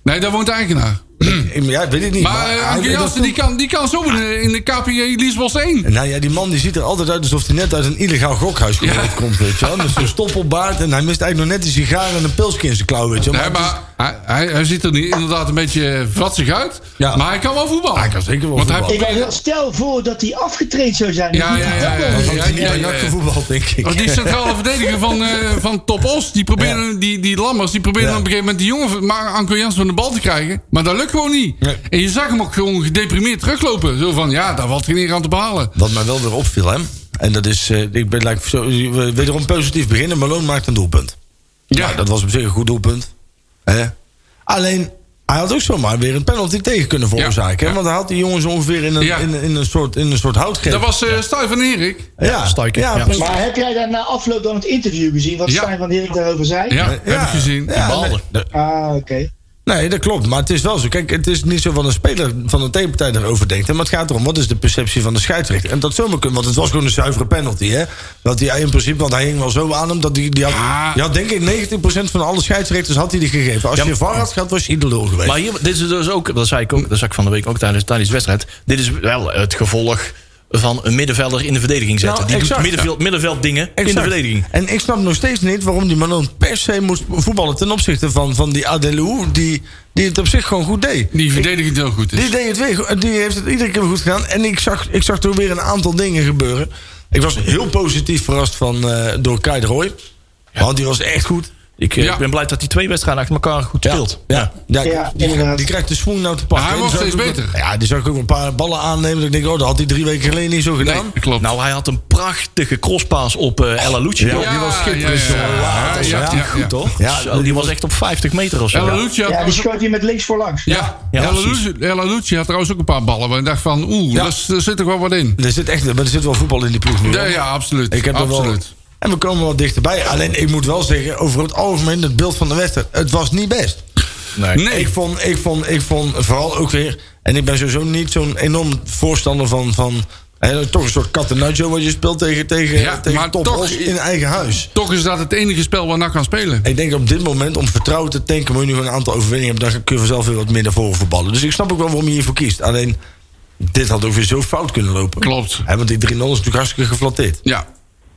[SPEAKER 3] Nee, daar woont de eigenaar.
[SPEAKER 4] ik- ja, ik weet het niet.
[SPEAKER 3] Maar eh,
[SPEAKER 4] hij-
[SPEAKER 3] Anko
[SPEAKER 4] ah, dat
[SPEAKER 3] Jansen, die kan, die kan zo in de, in de KPJ Liesbos 1.
[SPEAKER 4] Nou ja, die man die ziet er altijd uit alsof hij net uit een illegaal gokhuis
[SPEAKER 3] Ja.
[SPEAKER 4] komt, weet je wel. Met zo'n stoppelbaard en hij mist eigenlijk nog net een sigaar en een pilsje in zijn klauw, weet je wel.
[SPEAKER 3] Nee,
[SPEAKER 4] het is-
[SPEAKER 3] maar hij, hij, hij ziet er niet, inderdaad een beetje vatsig uit.
[SPEAKER 4] Ja.
[SPEAKER 3] Maar hij kan wel voetballen.
[SPEAKER 4] Hij kan zeker wel
[SPEAKER 3] Want
[SPEAKER 4] voetballen.
[SPEAKER 7] ik
[SPEAKER 3] Hij,
[SPEAKER 7] wou zeggen, stel voor dat hij afgetraind zou zijn.
[SPEAKER 3] Ja,
[SPEAKER 7] Dat
[SPEAKER 3] ja,
[SPEAKER 7] hij
[SPEAKER 3] ja,
[SPEAKER 7] dat
[SPEAKER 3] ja,
[SPEAKER 7] wel
[SPEAKER 3] ja.
[SPEAKER 4] Want hij niet bij NAC gevoetbald, denk ik.
[SPEAKER 3] want die centrale verdediger van, eh, van Top Os, die, proberen, die, die Lammers, die proberen
[SPEAKER 4] Ja.
[SPEAKER 3] op een gegeven moment die jongen, maar Anko Jansen van de bal te krijgen. Maar dat lukt gewoon niet.
[SPEAKER 4] Nee.
[SPEAKER 3] En je zag hem ook gewoon gedeprimeerd teruglopen. Zo van, ja, daar valt geen eer aan te behalen.
[SPEAKER 4] Wat mij wel weer opviel, hè. En dat is, eh, ik ben lijkt zo, we- wederom positief beginnen. Malone maakt een doelpunt.
[SPEAKER 3] Ja,
[SPEAKER 4] Nou, dat was op zich een goed doelpunt. Hè? Alleen, hij had ook zomaar weer een penalty tegen kunnen veroorzaken. hè.
[SPEAKER 3] ja.
[SPEAKER 4] Want hij had die jongens ongeveer in een,
[SPEAKER 3] Ja.
[SPEAKER 4] in, in een soort, in een soort houtgreep.
[SPEAKER 3] dat was eh Stuyven van Erik.
[SPEAKER 4] ja,
[SPEAKER 6] Stuyker, ja.
[SPEAKER 4] precies.
[SPEAKER 7] Maar heb jij daar na afloop dan het interview gezien? Wat
[SPEAKER 3] Ja.
[SPEAKER 7] Stijn van Herik daarover zei?
[SPEAKER 3] Ja, heb ik gezien.
[SPEAKER 4] Ja,
[SPEAKER 6] baalde.
[SPEAKER 4] nee,
[SPEAKER 7] Ah, oké.
[SPEAKER 4] Nee, dat klopt. Maar het is wel zo. Kijk, het is niet zo van een speler van een tegenpartij daarover denkt. hè, Maar het gaat erom, wat is de perceptie van de scheidsrechter? En dat zomaar kunnen, want het was gewoon een zuivere penalty. Hè? Dat hij in principe, want hij hing wel zo aan hem. Dat die, die, had,
[SPEAKER 3] Ja.
[SPEAKER 4] die had denk ik 19% van alle scheidsrechters had hij die gegeven. Als je VAR had gehad, was je ieder lul geweest.
[SPEAKER 6] Maar hier, dit is dus ook, dat zei ik ook, dat zei ik van de week ook tijdens, tijdens de wedstrijd. Dit is wel het gevolg van een middenvelder in de verdediging zetten.
[SPEAKER 4] Nou,
[SPEAKER 6] die
[SPEAKER 4] exact,
[SPEAKER 6] doet middenveld, middenvelddingen in de
[SPEAKER 4] Exact.
[SPEAKER 6] verdediging.
[SPEAKER 4] En ik snap nog steeds niet waarom die Malone per se moest voetballen... ten opzichte van, van die Adelou, die, die het op zich gewoon goed deed.
[SPEAKER 3] Die verdedigend heel goed is.
[SPEAKER 4] Die deed het weer. goed. Die heeft het iedere keer goed gedaan. En ik zag, ik zag toen weer een aantal dingen gebeuren. Ik was heel positief verrast van, eh, door Kai de Roy. Want die was echt goed.
[SPEAKER 6] Ik eh,
[SPEAKER 3] Ja.
[SPEAKER 6] ik ben blij dat die twee wedstrijden achter elkaar goed speelt.
[SPEAKER 4] Ja, ja,
[SPEAKER 7] Ja,
[SPEAKER 4] die,
[SPEAKER 7] inderdaad.
[SPEAKER 4] die krijgt de swoon nou te pakken.
[SPEAKER 3] Maar hij
[SPEAKER 4] En
[SPEAKER 3] was
[SPEAKER 4] die zag
[SPEAKER 3] steeds
[SPEAKER 4] ik ook-
[SPEAKER 3] beter.
[SPEAKER 4] Ja, die zag ik ook een paar ballen aannemen. Dat ik denk, oh, dat had hij drie weken geleden niet zo gedaan.
[SPEAKER 3] Nee, klopt.
[SPEAKER 6] Nou, hij had een prachtige crosspaas op eh El Alouche.
[SPEAKER 4] Ja, die was schitterend,
[SPEAKER 3] ja,
[SPEAKER 4] jongen. Wauw,
[SPEAKER 3] Ja,
[SPEAKER 4] dat was
[SPEAKER 3] ja,
[SPEAKER 4] echt
[SPEAKER 3] ja,
[SPEAKER 6] goed,
[SPEAKER 3] ja.
[SPEAKER 6] toch?
[SPEAKER 4] Ja,
[SPEAKER 6] Zo, die was echt op 50 meter of zo.
[SPEAKER 3] El
[SPEAKER 6] Ja.
[SPEAKER 3] Alouche had
[SPEAKER 7] Ja, die
[SPEAKER 3] trouwens ook-
[SPEAKER 7] schoot hier met links voor langs.
[SPEAKER 3] ja,
[SPEAKER 6] Ja,
[SPEAKER 3] El Alouche- El Alouche had trouwens ook een paar ballen. Maar ik dacht van, oeh,
[SPEAKER 4] Ja.
[SPEAKER 3] daar s- daar zit toch wel wat in.
[SPEAKER 4] Er zit, echt, maar er zit wel voetbal in die ploeg nu.
[SPEAKER 3] Ja,
[SPEAKER 4] hoor.
[SPEAKER 3] ja, absoluut.
[SPEAKER 4] Ik heb er wel-
[SPEAKER 3] absoluut.
[SPEAKER 4] En we komen wel dichterbij. Alleen, ik moet wel zeggen, over het algemeen, het beeld van de wedstrijd... het was niet best.
[SPEAKER 3] Nee.
[SPEAKER 4] Ik vond, ik vond, ik vond vooral ook weer. En ik ben sowieso niet zo'n enorm voorstander van. van hè, toch een soort kattennacho wat je speelt tegen, tegen,
[SPEAKER 3] Ja,
[SPEAKER 4] tegen
[SPEAKER 3] maar
[SPEAKER 4] Top
[SPEAKER 3] toch-
[SPEAKER 4] Os in eigen huis.
[SPEAKER 3] Toch is dat het enige spel waar NAC kan spelen.
[SPEAKER 4] Ik denk op dit moment, om vertrouwen te tanken, moet je nu gewoon een aantal overwinningen hebben. Dan kun je vanzelf weer wat meer naar voren voetballen. Dus ik snap ook wel waarom je hiervoor kiest. Alleen, Dit had ook weer zo fout kunnen lopen.
[SPEAKER 3] Klopt.
[SPEAKER 4] Hè, want die 3-0 is natuurlijk hartstikke geflatteerd.
[SPEAKER 3] Ja.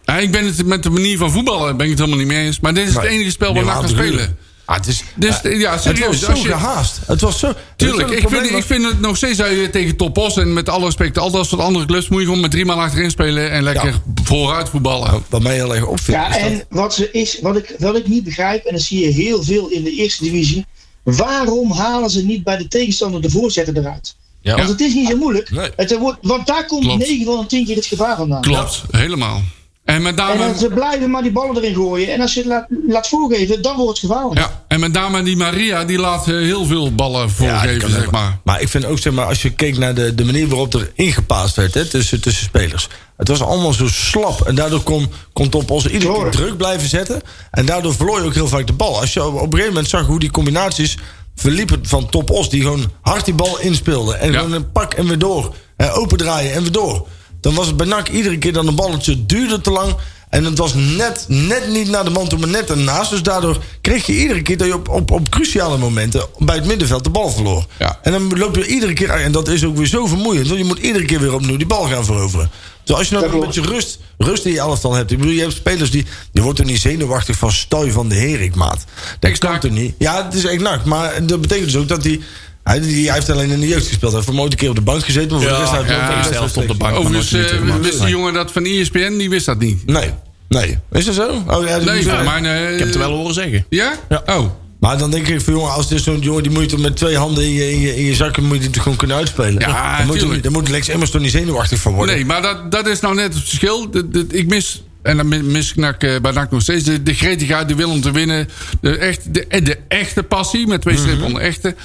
[SPEAKER 3] Ja, ik ben het met de manier van voetballen ben ik het helemaal niet mee eens. Maar dit is het
[SPEAKER 4] Nee.
[SPEAKER 3] enige spel
[SPEAKER 4] Nee,
[SPEAKER 3] waar ik
[SPEAKER 4] maar
[SPEAKER 3] kan
[SPEAKER 4] aan de
[SPEAKER 3] spelen.
[SPEAKER 4] huur. Ah, het is,
[SPEAKER 3] Dus,
[SPEAKER 4] eh,
[SPEAKER 3] ja, serieus,
[SPEAKER 4] het was zo
[SPEAKER 3] als je-
[SPEAKER 4] gehaast. Het was zo...
[SPEAKER 3] Tuurlijk, ik vind, ik
[SPEAKER 4] vind.
[SPEAKER 3] vind het nog steeds dat je tegen Topos en met alle respect, al dat soort andere clubs, moet je gewoon met drie man achterin spelen en lekker
[SPEAKER 4] Ja.
[SPEAKER 3] vooruit voetballen.
[SPEAKER 4] Wat mij heel erg opviel.
[SPEAKER 7] Ja,
[SPEAKER 4] is dat-
[SPEAKER 7] en wat, ze is, wat, ik, wat ik niet begrijp, en dat zie je heel veel in de eerste divisie. Waarom halen ze niet bij de tegenstander de voorzetten eruit?
[SPEAKER 4] Ja.
[SPEAKER 7] Want het is niet zo moeilijk.
[SPEAKER 4] Nee.
[SPEAKER 7] Het wordt, want daar komt
[SPEAKER 3] Klopt.
[SPEAKER 7] 9 van de 10 keer het gevaar vandaan.
[SPEAKER 3] Klopt, helemaal. En met
[SPEAKER 7] En
[SPEAKER 3] name,
[SPEAKER 7] dan ze blijven maar die ballen erin gooien. En als je het laat, laat voorgeven, dan wordt het gevaarlijk.
[SPEAKER 3] ja, en met name die Maria, die laat eh, heel veel ballen
[SPEAKER 4] Ja, die
[SPEAKER 3] voorgeven,
[SPEAKER 4] kan
[SPEAKER 3] zeg
[SPEAKER 4] helemaal.
[SPEAKER 3] maar.
[SPEAKER 4] Maar ik vind ook, zeg maar, als je keek naar de, de manier waarop er ingepaast werd hè, tussen, tussen spelers. Het was allemaal zo slap. En daardoor kon, kon Top ons iedere keer
[SPEAKER 7] Sure.
[SPEAKER 4] druk blijven zetten. En daardoor verloor je ook heel vaak de bal. Als je op op een gegeven moment zag hoe die combinaties verliepen van Top Os, die gewoon hard die bal inspeelde. En
[SPEAKER 3] Ja.
[SPEAKER 4] gewoon een pak en weer door. En opendraaien en weer door. Dan was het bij NAC iedere keer dan een balletje duurde te lang. En het was net, net niet naar de man toe, maar net ernaast. Dus daardoor kreeg je iedere keer dat je op, op, op cruciale momenten bij het middenveld de bal verloor.
[SPEAKER 3] Ja.
[SPEAKER 4] En dan loop je iedere keer. ah, En dat is ook weer zo vermoeiend. Want je moet iedere keer weer opnieuw die bal gaan veroveren. Dus als je nou
[SPEAKER 7] Dat
[SPEAKER 4] een
[SPEAKER 7] klopt.
[SPEAKER 4] beetje rust, rust in je elftal hebt. Ik bedoel, je hebt spelers die. Je wordt er niet zenuwachtig van stuy van de Herik, maat. Dat
[SPEAKER 3] Exact.
[SPEAKER 4] kan er niet. Ja, het is echt nak. Maar dat betekent dus ook dat hij. Hij, die- hij heeft alleen in de jeugd gespeeld. Hij heeft voor mij ooit een keer op de bank gezeten. Maar voor de rest heeft hij
[SPEAKER 3] ja,
[SPEAKER 4] ook
[SPEAKER 3] eerste
[SPEAKER 4] geen
[SPEAKER 6] helft op de
[SPEAKER 4] selectie.
[SPEAKER 6] bank. maar
[SPEAKER 3] Overigens
[SPEAKER 6] nooit minuten
[SPEAKER 3] eh,
[SPEAKER 6] gemaakt.
[SPEAKER 3] wist die
[SPEAKER 6] Nee.
[SPEAKER 3] jongen dat van E ESPN, die wist dat niet.
[SPEAKER 4] Nee. Nee. Is dat zo? Oh, ja, dat
[SPEAKER 3] Nee,
[SPEAKER 4] moet
[SPEAKER 3] van
[SPEAKER 4] wel.
[SPEAKER 3] mijn... eh,
[SPEAKER 6] Ik heb het wel horen zeggen.
[SPEAKER 3] Ja?
[SPEAKER 6] Ja.
[SPEAKER 3] Oh.
[SPEAKER 4] Maar dan denk ik van jongen, als dit zo'n jongen die moet je toch met twee handen in je, in je, in je zakken moet je die toch gewoon kunnen uitspelen.
[SPEAKER 3] Ja,
[SPEAKER 4] dan, moet,
[SPEAKER 3] tuurlijk.
[SPEAKER 4] dan moet Lex Immers toch niet zenuwachtig van worden.
[SPEAKER 3] Nee, maar dat, dat is nou net het verschil. Dat- dat- ik mis, en dan mi- mis ik NAC, eh, bij NAC nog steeds, de, de gretigheid, de wil om te winnen. De, echt, de, eh, de echte passie, met
[SPEAKER 4] Mhm.
[SPEAKER 3] twee strepen onder echte.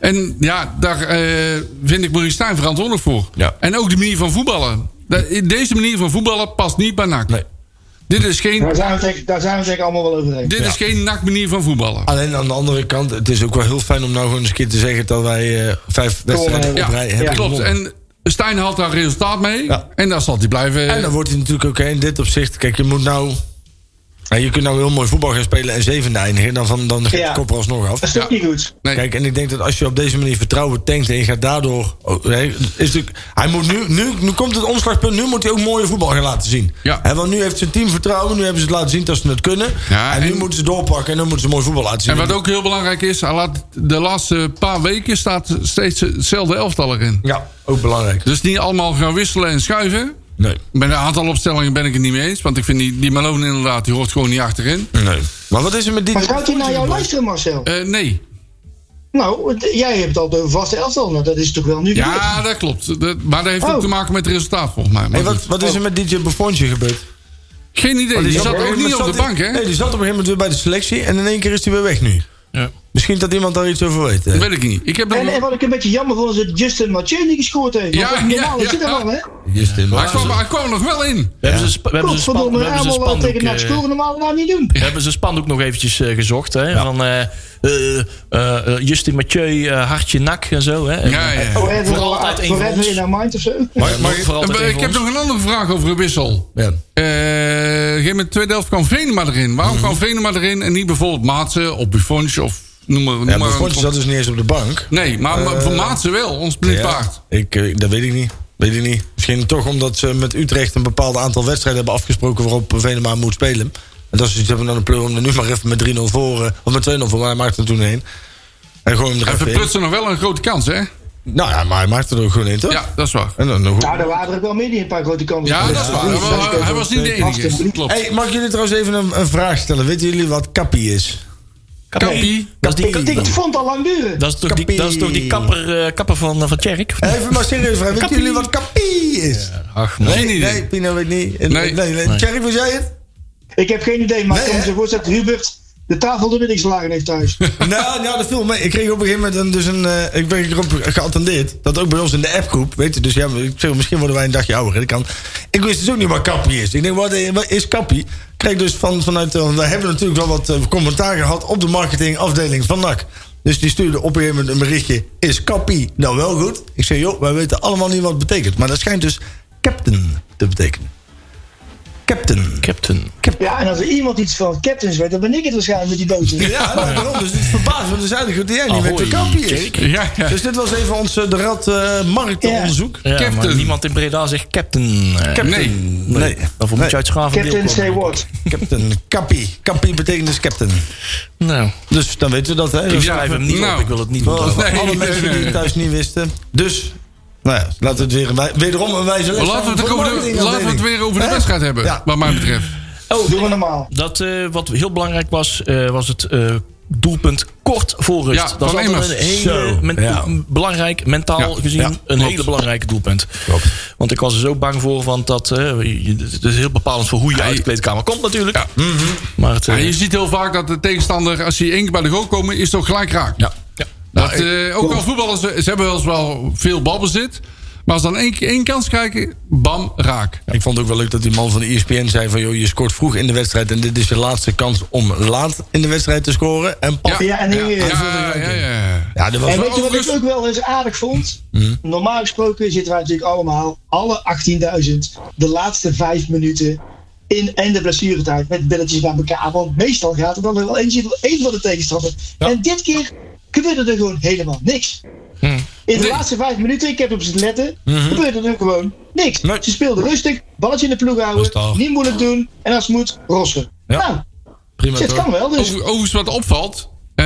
[SPEAKER 3] En ja, daar eh, vind ik Maurice Stijn verantwoordelijk voor.
[SPEAKER 4] Ja.
[SPEAKER 3] En ook de manier van voetballen. Dat- deze manier van voetballen past niet bij NAC.
[SPEAKER 4] Nee.
[SPEAKER 3] Dit is geen,
[SPEAKER 7] Daar zijn we het echt- daar zijn we het echt allemaal wel over eens.
[SPEAKER 3] dit is geen NAC manier van voetballen.
[SPEAKER 4] Alleen aan de andere kant, het is ook wel heel fijn om nou gewoon eens een keer te zeggen dat wij eh, vijf wedstrijden op
[SPEAKER 3] Ja,
[SPEAKER 4] rij hebben.
[SPEAKER 3] klopt.
[SPEAKER 4] gewonnen.
[SPEAKER 3] En Stijn haalt daar resultaat mee.
[SPEAKER 4] Ja.
[SPEAKER 3] En daar zal hij blijven. eh,
[SPEAKER 4] En dan wordt hij natuurlijk ook hè, in dit opzicht. Kijk, je moet nou. ja, je kunt nou heel mooi voetbal gaan spelen en zevende eindigen. Dan, van, dan gaat
[SPEAKER 7] Ja.
[SPEAKER 4] de kop er alsnog af.
[SPEAKER 7] Dat is toch niet goed?
[SPEAKER 3] Nee.
[SPEAKER 4] Kijk, en ik denk dat als je op deze manier vertrouwen tankt en je gaat daardoor. oh, nee, is natuurlijk- hij moet nu, nu, nu komt het omslagpunt, nu moet hij ook mooie voetbal gaan laten zien.
[SPEAKER 3] Ja.
[SPEAKER 4] Hè, want nu heeft zijn team vertrouwen, nu hebben ze het laten zien dat ze het kunnen.
[SPEAKER 3] Ja,
[SPEAKER 4] en, nu
[SPEAKER 3] en-
[SPEAKER 4] moeten ze doorpakken en dan moeten ze mooi voetbal laten zien.
[SPEAKER 3] En wat ook heel belangrijk is, hij laat de laatste paar weken staat steeds hetzelfde elftal erin.
[SPEAKER 4] Ja, ook belangrijk.
[SPEAKER 3] Dus niet allemaal gaan wisselen en schuiven.
[SPEAKER 4] Nee.
[SPEAKER 3] Met een aantal opstellingen ben ik het niet mee eens. Want ik vind die, die Malone inderdaad, die hoort gewoon niet achterin.
[SPEAKER 4] nee. Maar wat is er met die.
[SPEAKER 7] Maar gaat hij nou- naar jou luisteren, Marcel?
[SPEAKER 3] Eh, nee.
[SPEAKER 7] Nou, het- jij hebt het al over vaste elftal. Nou, dat is toch wel nu gebeurd?
[SPEAKER 3] Ja, dat klopt. Dat- maar dat heeft ook
[SPEAKER 7] Oh.
[SPEAKER 3] te maken met het resultaat volgens mij. Maar
[SPEAKER 4] Hey, wat,
[SPEAKER 3] goed.
[SPEAKER 4] wat is er met DJ Buffontje gebeurd?
[SPEAKER 3] Geen idee. Die zat
[SPEAKER 4] op een
[SPEAKER 3] ook
[SPEAKER 4] gegeven
[SPEAKER 3] niet
[SPEAKER 4] moment
[SPEAKER 3] op de
[SPEAKER 4] zat
[SPEAKER 3] bank,
[SPEAKER 4] hij-
[SPEAKER 3] hè?
[SPEAKER 4] Nee, die zat op een gegeven moment weer bij de selectie en in één keer is hij weer weg nu.
[SPEAKER 3] eh,
[SPEAKER 6] Ja.
[SPEAKER 4] Misschien dat iemand daar iets over weet. hè?
[SPEAKER 3] Dat weet ik niet. Ik heb nog...
[SPEAKER 7] En, en wat ik een beetje jammer vond, is dat Justin Mathieu niet gescoord heeft.
[SPEAKER 3] Ja,
[SPEAKER 7] Ja, dat is
[SPEAKER 3] ja,
[SPEAKER 7] normaal,
[SPEAKER 3] ja.
[SPEAKER 7] is dit dan wel, hè?
[SPEAKER 4] Justin,
[SPEAKER 3] hij,
[SPEAKER 4] maar-
[SPEAKER 3] kwam, hij kwam nog wel in.
[SPEAKER 6] We hebben ze spa- we hebben ze span-
[SPEAKER 7] Godverdomme,
[SPEAKER 6] we hebben ze
[SPEAKER 7] allemaal
[SPEAKER 6] spandoek,
[SPEAKER 7] tegen NAC
[SPEAKER 6] eh,
[SPEAKER 7] scoren normaal nou niet doen.
[SPEAKER 6] We hebben zijn spandoek nog eventjes eh, gezocht. Hè, Van eh, eh, eh, eh, Justin Mathieu, eh, hartje nak en zo. Hè.
[SPEAKER 3] Ja, ja.
[SPEAKER 4] Oh,
[SPEAKER 6] Voor
[SPEAKER 7] Forever,
[SPEAKER 6] altijd één van
[SPEAKER 7] forever
[SPEAKER 6] ons.
[SPEAKER 7] in our mind of zo. Nou,
[SPEAKER 6] Maar, voor altijd
[SPEAKER 3] En, eh,
[SPEAKER 6] één
[SPEAKER 3] ik
[SPEAKER 6] van
[SPEAKER 3] heb
[SPEAKER 6] ons.
[SPEAKER 3] nog een andere vraag over een wissel.
[SPEAKER 4] Ja.
[SPEAKER 3] Eh, Op een gegeven moment, tweede helft kwam Venema erin. Waarom kwam Venema erin en niet bijvoorbeeld Maatsen of Buffonje of noem maar, noem
[SPEAKER 4] Ja,
[SPEAKER 3] maar een-
[SPEAKER 4] Buffontje zat dus niet eens op de bank.
[SPEAKER 3] Nee, maar maar voor Maatsen wel, ons blind paard.
[SPEAKER 4] Eh, Ja, ik, eh, dat weet ik niet. Weet ik niet. Misschien toch omdat ze met Utrecht een bepaald aantal wedstrijden hebben afgesproken waarop Venema moet spelen. En dat ze iets hebben dan een pleur om er nu maar even met 3-0 voor, eh, of met 2-0 voor, maar hij maakt er toen heen. En gewoon hem er
[SPEAKER 3] En
[SPEAKER 4] even in.
[SPEAKER 3] verprutsen nog wel een grote kans, hè?
[SPEAKER 4] Nou ja, maar hij maakt er ook gewoon in, toch?
[SPEAKER 3] Ja, dat is waar.
[SPEAKER 4] En dan nog
[SPEAKER 7] Nou, daar waren er wel meer die een paar grote kansen
[SPEAKER 3] Ja, dat is waar. Hij was- Hij was niet de enige.
[SPEAKER 7] Alsjeblieft.
[SPEAKER 3] Klopt.
[SPEAKER 4] Hey, mag ik jullie trouwens even een, een vraag stellen? Weten jullie wat kappie is?
[SPEAKER 3] Kappie.
[SPEAKER 6] Dat is die-
[SPEAKER 7] Ik, ik vond al lang duren.
[SPEAKER 6] Dat is toch die,
[SPEAKER 4] Kappie.
[SPEAKER 6] dat is toch die kapper, eh, kapper van, eh, van Tjerk? of niet?
[SPEAKER 4] Even maar serieus vragen. Weten jullie wat kappie is?
[SPEAKER 6] Ach man.
[SPEAKER 3] Geen idee.
[SPEAKER 4] nee, Pino weet niet. Nee,
[SPEAKER 3] Nee.
[SPEAKER 4] nee. nee, Tjerk, was jij het?
[SPEAKER 7] Ik heb geen idee, maar
[SPEAKER 4] Nee,
[SPEAKER 7] ik kan
[SPEAKER 4] hè?
[SPEAKER 7] me zo voorstellen dat Hubert de tafel de middagslagen heeft
[SPEAKER 4] *laughs*
[SPEAKER 7] thuis.
[SPEAKER 4] nou, nou, dat viel mee. Ik kreeg op een gegeven moment een, dus een... eh, ik ben erop geattendeerd. Dat ook bij ons in de appgroep. Weet je, dus ja, ik zeg, misschien worden wij een dagje ouder. hè, Dat kan. Ik wist dus ook niet wat kappie is. Ik denk, wat, eh, wat is kappie? Ik kreeg dus van, vanuit... eh, want wij hebben natuurlijk wel wat eh, commentaar gehad op de marketingafdeling van NAC. Dus die stuurde op een gegeven moment een berichtje. Is kappie nou wel goed? Ik zei, joh, wij weten allemaal niet wat het betekent. Maar dat schijnt dus captain te betekenen. Captain.
[SPEAKER 6] Captain.
[SPEAKER 7] Ja, en als er iemand iets van captains weet, dan ben ik het waarschijnlijk met die dozen.
[SPEAKER 4] Ja, nou, daarom. Dus het verbaast me. Het is eigenlijk goed dat jij niet weet
[SPEAKER 6] Ahoy,
[SPEAKER 4] wat kampie is.
[SPEAKER 3] Ja, ja.
[SPEAKER 4] Dus dit was even ons eh, de rad eh, marktonderzoek.
[SPEAKER 6] Ja, maar
[SPEAKER 3] Captain.
[SPEAKER 6] niemand in Breda zegt Captain. eh,
[SPEAKER 3] Nee.
[SPEAKER 4] Nee.
[SPEAKER 6] Daarvoor moet je uit Schavendeel
[SPEAKER 7] Captain, say
[SPEAKER 6] komen.
[SPEAKER 7] what?
[SPEAKER 4] Captain. Kappie. Kappie betekent dus captain.
[SPEAKER 6] Nou,
[SPEAKER 4] Dus dan weten we dat, hè?
[SPEAKER 6] ik
[SPEAKER 4] Dus
[SPEAKER 6] schrijf hem niet
[SPEAKER 3] Nou.
[SPEAKER 6] op. Ik wil het niet
[SPEAKER 4] voor
[SPEAKER 6] onthouden.
[SPEAKER 4] voor
[SPEAKER 3] Nee,
[SPEAKER 4] alle
[SPEAKER 3] nee,
[SPEAKER 4] mensen
[SPEAKER 3] nee,
[SPEAKER 4] die
[SPEAKER 3] nee.
[SPEAKER 4] het thuis niet wisten. Dus, nou ja, laten we het weer een wij- wederom een wijze les
[SPEAKER 3] Laten we het, ook over de- laten we het weer over de wedstrijd hebben,
[SPEAKER 4] Ja.
[SPEAKER 3] wat mij betreft.
[SPEAKER 7] Doen we normaal.
[SPEAKER 6] Dat, eh, wat heel belangrijk was, eh, was het eh, doelpunt kort voor rust.
[SPEAKER 3] Ja,
[SPEAKER 6] dat
[SPEAKER 3] van
[SPEAKER 6] is altijd een
[SPEAKER 3] Emmers.
[SPEAKER 6] hele
[SPEAKER 4] Zo,
[SPEAKER 6] men-
[SPEAKER 4] ja.
[SPEAKER 6] m- belangrijk, mentaal
[SPEAKER 3] Ja,
[SPEAKER 6] gezien,
[SPEAKER 3] ja,
[SPEAKER 6] een
[SPEAKER 3] klopt.
[SPEAKER 6] hele belangrijke doelpunt. Want ik was er zo bang voor, want dat, eh, je- het is heel bepalend voor hoe je uit de kleedkamer komt natuurlijk. Maar het, eh,
[SPEAKER 3] Ja, je ziet heel vaak dat de tegenstander, als die één keer bij de goal komen, is het ook gelijk raak.
[SPEAKER 6] ja. Ja.
[SPEAKER 3] Dat, eh, ook als voetballers, ze ze hebben wel eens wel veel balbezit. Maar als ze dan één, keer- één kans krijgen, bam, raak.
[SPEAKER 4] Ik vond het ook wel leuk dat die man van de E ESPN zei van... joh, je scoort vroeg in de wedstrijd... en dit is je laatste kans om laat in de wedstrijd te scoren. En pap.
[SPEAKER 7] Ja, en
[SPEAKER 3] ja,
[SPEAKER 7] hier,
[SPEAKER 3] ja,
[SPEAKER 7] eh,
[SPEAKER 3] ja, ja, ja.
[SPEAKER 4] Ja, dat was
[SPEAKER 7] En
[SPEAKER 4] wel...
[SPEAKER 7] weet je wat ik
[SPEAKER 3] overigens- Hmm?
[SPEAKER 7] ook wel eens aardig vond? Normaal gesproken zitten wij natuurlijk allemaal, alle 18.000, de laatste vijf minuten in en de blessuretijd met belletjes bij elkaar. Want meestal gaat er dan wel eentje één van de tegenstander. En dit keer gebeurde er gewoon helemaal niks. In de
[SPEAKER 3] Hmm. Nee. Hmm.
[SPEAKER 7] laatste vijf minuten, ik heb op zitten letten, gebeurde er gewoon niks.
[SPEAKER 4] Nee.
[SPEAKER 7] Ze speelden rustig, balletje in de ploeg houden,
[SPEAKER 4] Rustig.
[SPEAKER 7] niet moeilijk doen en als het moet, rossen. Nou,
[SPEAKER 4] Prima,
[SPEAKER 7] het
[SPEAKER 4] toch?
[SPEAKER 7] kan wel dus.
[SPEAKER 3] Over- overigens wat opvalt, eh,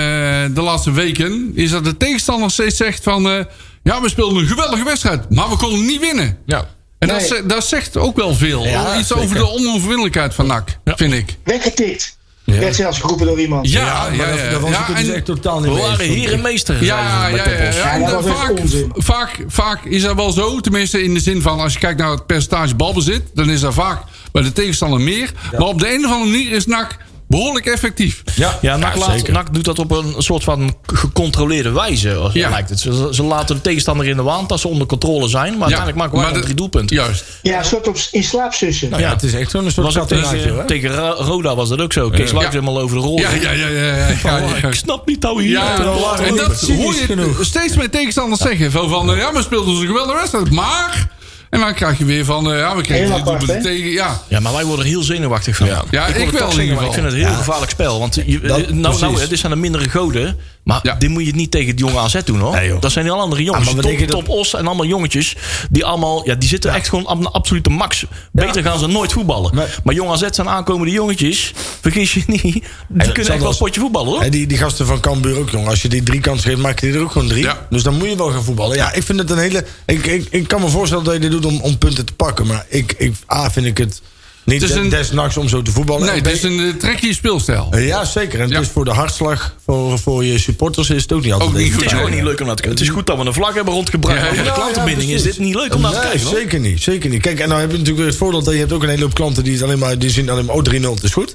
[SPEAKER 3] de laatste weken, is dat de tegenstander steeds zegt van... eh, ja, we speelden een geweldige wedstrijd, maar we konden niet winnen.
[SPEAKER 6] Ja.
[SPEAKER 3] En dat,
[SPEAKER 7] Nee.
[SPEAKER 3] ze- dat zegt ook wel veel.
[SPEAKER 4] Ja,
[SPEAKER 3] Iets over
[SPEAKER 4] zeker.
[SPEAKER 3] de onoverwinnelijkheid van NAC, vind ik.
[SPEAKER 7] Weggetikt. Werd zelfs geroepen door iemand.
[SPEAKER 3] Ja, ja,
[SPEAKER 4] maar
[SPEAKER 3] ja.
[SPEAKER 4] dat- dat was
[SPEAKER 3] ja,
[SPEAKER 4] ik het
[SPEAKER 3] en-
[SPEAKER 4] dus echt totaal niet
[SPEAKER 6] We
[SPEAKER 4] mee eens.
[SPEAKER 6] waren hier en meester.
[SPEAKER 3] Ja,
[SPEAKER 6] zeiden ze
[SPEAKER 3] ja,
[SPEAKER 6] bij
[SPEAKER 3] ja,
[SPEAKER 6] Topos.
[SPEAKER 3] ja. En
[SPEAKER 7] Ja,
[SPEAKER 3] dat
[SPEAKER 7] dat was echt
[SPEAKER 3] vaak,
[SPEAKER 7] onzin.
[SPEAKER 3] vaak, vaak is dat wel zo. Tenminste, in de zin van als je kijkt naar het percentage balbezit, dan is dat vaak bij de tegenstander meer. Maar op de een of andere manier is NAC behoorlijk effectief.
[SPEAKER 4] Ja,
[SPEAKER 6] Ja, NAC, laat-
[SPEAKER 4] zeker.
[SPEAKER 6] NAC doet dat op een soort van gecontroleerde wijze, als-
[SPEAKER 3] Ja.
[SPEAKER 6] lijkt het. Ze, ze laten de tegenstander in de waan dat ze onder controle zijn. Maar uiteindelijk maken wij
[SPEAKER 3] maar
[SPEAKER 6] dan
[SPEAKER 3] de-
[SPEAKER 6] drie doelpunten.
[SPEAKER 3] Juist.
[SPEAKER 7] Ja, een soort op in slaapzussen.
[SPEAKER 4] Nou ja, het is echt zo'n soort
[SPEAKER 6] Was ook
[SPEAKER 4] kattennaadje,
[SPEAKER 3] eh,
[SPEAKER 6] tegen,
[SPEAKER 4] hoor.
[SPEAKER 6] tegen Ra- Roda was dat ook zo. Kees Luijks
[SPEAKER 3] Ja.
[SPEAKER 6] helemaal over de rol.
[SPEAKER 3] Ja, ja, ja, ja. ja, ja,
[SPEAKER 6] Oh,
[SPEAKER 3] ja.
[SPEAKER 6] Ik snap niet hoe hier...
[SPEAKER 3] Ja,
[SPEAKER 4] laat
[SPEAKER 3] en
[SPEAKER 4] het
[SPEAKER 3] dat
[SPEAKER 4] lopen.
[SPEAKER 3] hoor
[SPEAKER 4] Cynisch
[SPEAKER 3] je
[SPEAKER 4] genoeg.
[SPEAKER 3] steeds met tegenstanders zeggen. Van, van, ja, we speelden dus een geweldige wedstrijd. Maar, en dan krijg je weer van, eh, ja, we kregen
[SPEAKER 7] Heel
[SPEAKER 3] drie
[SPEAKER 7] apart,
[SPEAKER 3] doelpunten
[SPEAKER 7] hè?
[SPEAKER 3] tegen. Ja,
[SPEAKER 6] Ja, maar wij worden heel zenuwachtig van.
[SPEAKER 3] Ja, ik
[SPEAKER 6] word er
[SPEAKER 3] wel in
[SPEAKER 6] toch
[SPEAKER 3] ieder
[SPEAKER 6] zenuwachtig. Ik
[SPEAKER 3] geval.
[SPEAKER 6] vind het een heel gevaarlijk spel. Want je,
[SPEAKER 4] dat-
[SPEAKER 6] nou, nou,
[SPEAKER 4] precies.
[SPEAKER 6] hè, dit zijn de mindere goden. Maar
[SPEAKER 3] Ja.
[SPEAKER 6] dit moet je niet tegen het jonge AZ doen hoor.
[SPEAKER 4] Nee, joh.
[SPEAKER 6] dat zijn heel andere
[SPEAKER 4] Ja,
[SPEAKER 6] jongens.
[SPEAKER 4] maar we
[SPEAKER 6] top,
[SPEAKER 4] denken dat-
[SPEAKER 6] top os en allemaal jongetjes. Die allemaal, ja, die zitten echt gewoon op een absolute max. Beter gaan ze nooit voetballen.
[SPEAKER 4] Nee.
[SPEAKER 6] Maar jong AZ zijn aankomende jongetjes. Vergis je niet. Die kunnen echt wel een
[SPEAKER 4] als-
[SPEAKER 6] potje voetballen hoor.
[SPEAKER 4] Hè, die, die gasten van Cambuur ook, jong. Als je die drie kansen geeft, maak je die er ook gewoon drie.
[SPEAKER 3] Ja.
[SPEAKER 4] Dus dan moet je wel gaan voetballen. Ja, ik vind het een hele... Ik, ik, ik kan me voorstellen dat je dit doet om, om punten te pakken. Maar ik, ik, A, vind ik het niet
[SPEAKER 3] Het is
[SPEAKER 4] de-
[SPEAKER 3] een-
[SPEAKER 4] desnachts om zo te voetballen.
[SPEAKER 3] nee,
[SPEAKER 4] En
[SPEAKER 3] het
[SPEAKER 4] B,
[SPEAKER 3] is een eh, trekje speelstijl.
[SPEAKER 4] eh, Ja, zeker. En
[SPEAKER 3] Ja.
[SPEAKER 4] het is voor de hartslag, voor, voor je supporters is het ook niet altijd
[SPEAKER 3] Ook niet
[SPEAKER 4] even
[SPEAKER 6] het is
[SPEAKER 4] fijn.
[SPEAKER 6] gewoon niet leuk om naar te kijken. Het is goed dat we een vlag hebben rondgebracht.
[SPEAKER 3] Ja,
[SPEAKER 6] maar voor de
[SPEAKER 4] ja,
[SPEAKER 6] klantenbinding
[SPEAKER 4] ja,
[SPEAKER 6] is dit
[SPEAKER 4] precies.
[SPEAKER 6] niet leuk om naar te
[SPEAKER 4] Nee,
[SPEAKER 6] kijken. hoor.
[SPEAKER 4] zeker niet, zeker niet. Kijk, en nou heb je natuurlijk weer het voordeel dat je hebt ook een hele hoop klanten die het alleen maar die zien alleen maar oh 3-0, het is goed.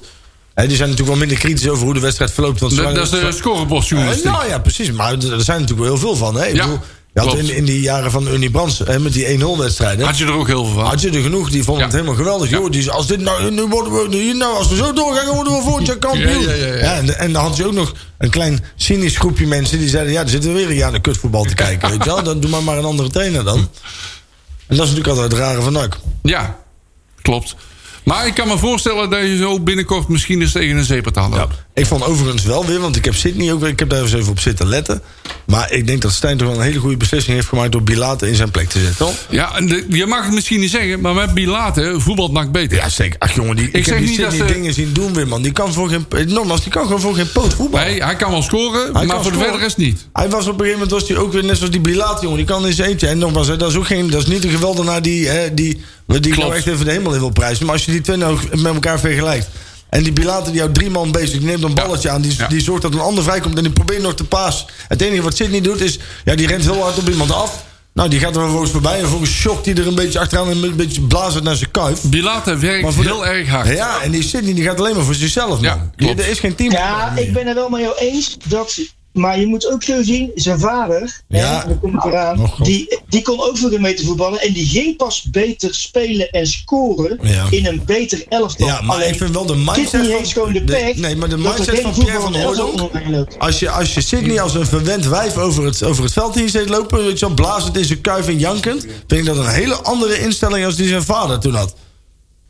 [SPEAKER 4] Hè, die zijn natuurlijk wel minder kritisch over hoe de wedstrijd verloopt. Want ze
[SPEAKER 3] Dat,
[SPEAKER 4] waren-
[SPEAKER 3] dat is de
[SPEAKER 4] Eh,
[SPEAKER 3] scorebordjournalistiek.
[SPEAKER 4] nou ja, precies. Maar er er zijn natuurlijk wel heel veel van. Hè? Ik
[SPEAKER 3] Ja,
[SPEAKER 4] bedoel, je had
[SPEAKER 3] klopt.
[SPEAKER 4] in, in die jaren van Unie Brands hè, met die 1-0-wedstrijden.
[SPEAKER 3] Had je er ook heel veel van.
[SPEAKER 4] Had je er genoeg, die vonden
[SPEAKER 3] Ja.
[SPEAKER 4] het helemaal geweldig. Joh, die, als, dit nou, nu worden we, nu- nou, als we zo doorgaan, dan worden we volgend jaar kampioen.
[SPEAKER 3] Ja, ja, ja, ja.
[SPEAKER 4] en, en dan had je ook nog een klein cynisch groepje mensen die zeiden: Ja, er zitten we weer een jaar naar kutvoetbal te kijken. Weet je wel? Dan doe maar, maar een andere trainer dan. En dat is natuurlijk altijd het rare van NAC.
[SPEAKER 3] Ja, klopt. Maar ik kan me voorstellen dat je zo binnenkort misschien eens tegen een zeepert aan loopt.
[SPEAKER 4] Ik vond overigens wel weer, want ik heb Sydney ook weer, ik heb daar eens even op zitten letten. Maar ik denk dat Stijn toch wel een hele goede beslissing heeft gemaakt door Bilate in zijn plek te zetten. Toch?
[SPEAKER 3] Ja, en de- je mag het misschien niet zeggen, maar met Bilate voetbalt NAC beter.
[SPEAKER 4] Ja, zeker. Ach jongen, die, ik,
[SPEAKER 3] zeg
[SPEAKER 4] heb die
[SPEAKER 3] niet dat
[SPEAKER 4] Sydney
[SPEAKER 3] ze-
[SPEAKER 4] dingen zien doen weer, man. Die kan voor geen, eh, nogmaals, die kan gewoon voor geen poot voetballen.
[SPEAKER 3] Hij, hij kan wel scoren,
[SPEAKER 4] Hij
[SPEAKER 3] maar
[SPEAKER 4] kan
[SPEAKER 3] voor de
[SPEAKER 4] scoren.
[SPEAKER 3] verder is niet.
[SPEAKER 4] Hij was op een gegeven moment was hij ook weer net zoals die Bilaat, jongen. Die kan eens eentje. En nogmaals, hè, dat is ook geen, dat is niet een geweldenaar die, hè, die, die nou echt even de hemel in wil prijzen. Maar als je die twee nou met elkaar vergelijkt. En die Bilater die houdt drie man bezig. Die neemt een balletje aan. Die,
[SPEAKER 3] Ja.
[SPEAKER 4] die zorgt dat een ander vrijkomt. En die probeert nog te paas. Het enige wat Sidney doet is. Ja, die rent heel hard op iemand af. Nou, die gaat er vervolgens voorbij. En vervolgens shockt hij er een beetje achteraan. En een beetje blazert naar zijn kuif.
[SPEAKER 3] Bilate werkt
[SPEAKER 4] Maar voor de-
[SPEAKER 3] heel erg hard.
[SPEAKER 4] Ja, en die Sidney die gaat alleen maar voor zichzelf.
[SPEAKER 3] Ja,
[SPEAKER 4] man.
[SPEAKER 3] klopt.
[SPEAKER 4] Die- Er is geen team.
[SPEAKER 7] Ja, ik ben het wel mee eens. Dat, maar je moet ook zo zien, zijn vader,
[SPEAKER 4] Ja. Oh,
[SPEAKER 7] hè, dat komt eraan,
[SPEAKER 4] Nog goed.
[SPEAKER 7] die, die kon ook voor een meter voetballen. En die ging pas beter spelen en scoren
[SPEAKER 4] Ja.
[SPEAKER 7] in een beter elftal.
[SPEAKER 4] Ja, maar
[SPEAKER 7] Alleen,
[SPEAKER 4] ik vind wel de mindset
[SPEAKER 7] Disney
[SPEAKER 4] van-
[SPEAKER 7] heeft gewoon de
[SPEAKER 4] de-
[SPEAKER 7] pech.
[SPEAKER 4] nee, maar de
[SPEAKER 7] dat er
[SPEAKER 4] mindset
[SPEAKER 7] geen
[SPEAKER 4] van Pierre
[SPEAKER 7] voetballer
[SPEAKER 4] van
[SPEAKER 7] elftal
[SPEAKER 4] Hooydonk-
[SPEAKER 7] omheen loopt.
[SPEAKER 4] Als je, als je Sydney als een verwend wijf over het, over het veld heen zit lopen, weet je wel, blazend in zijn kuif en jankend, vind ik dat een hele andere instelling als die zijn vader toen had.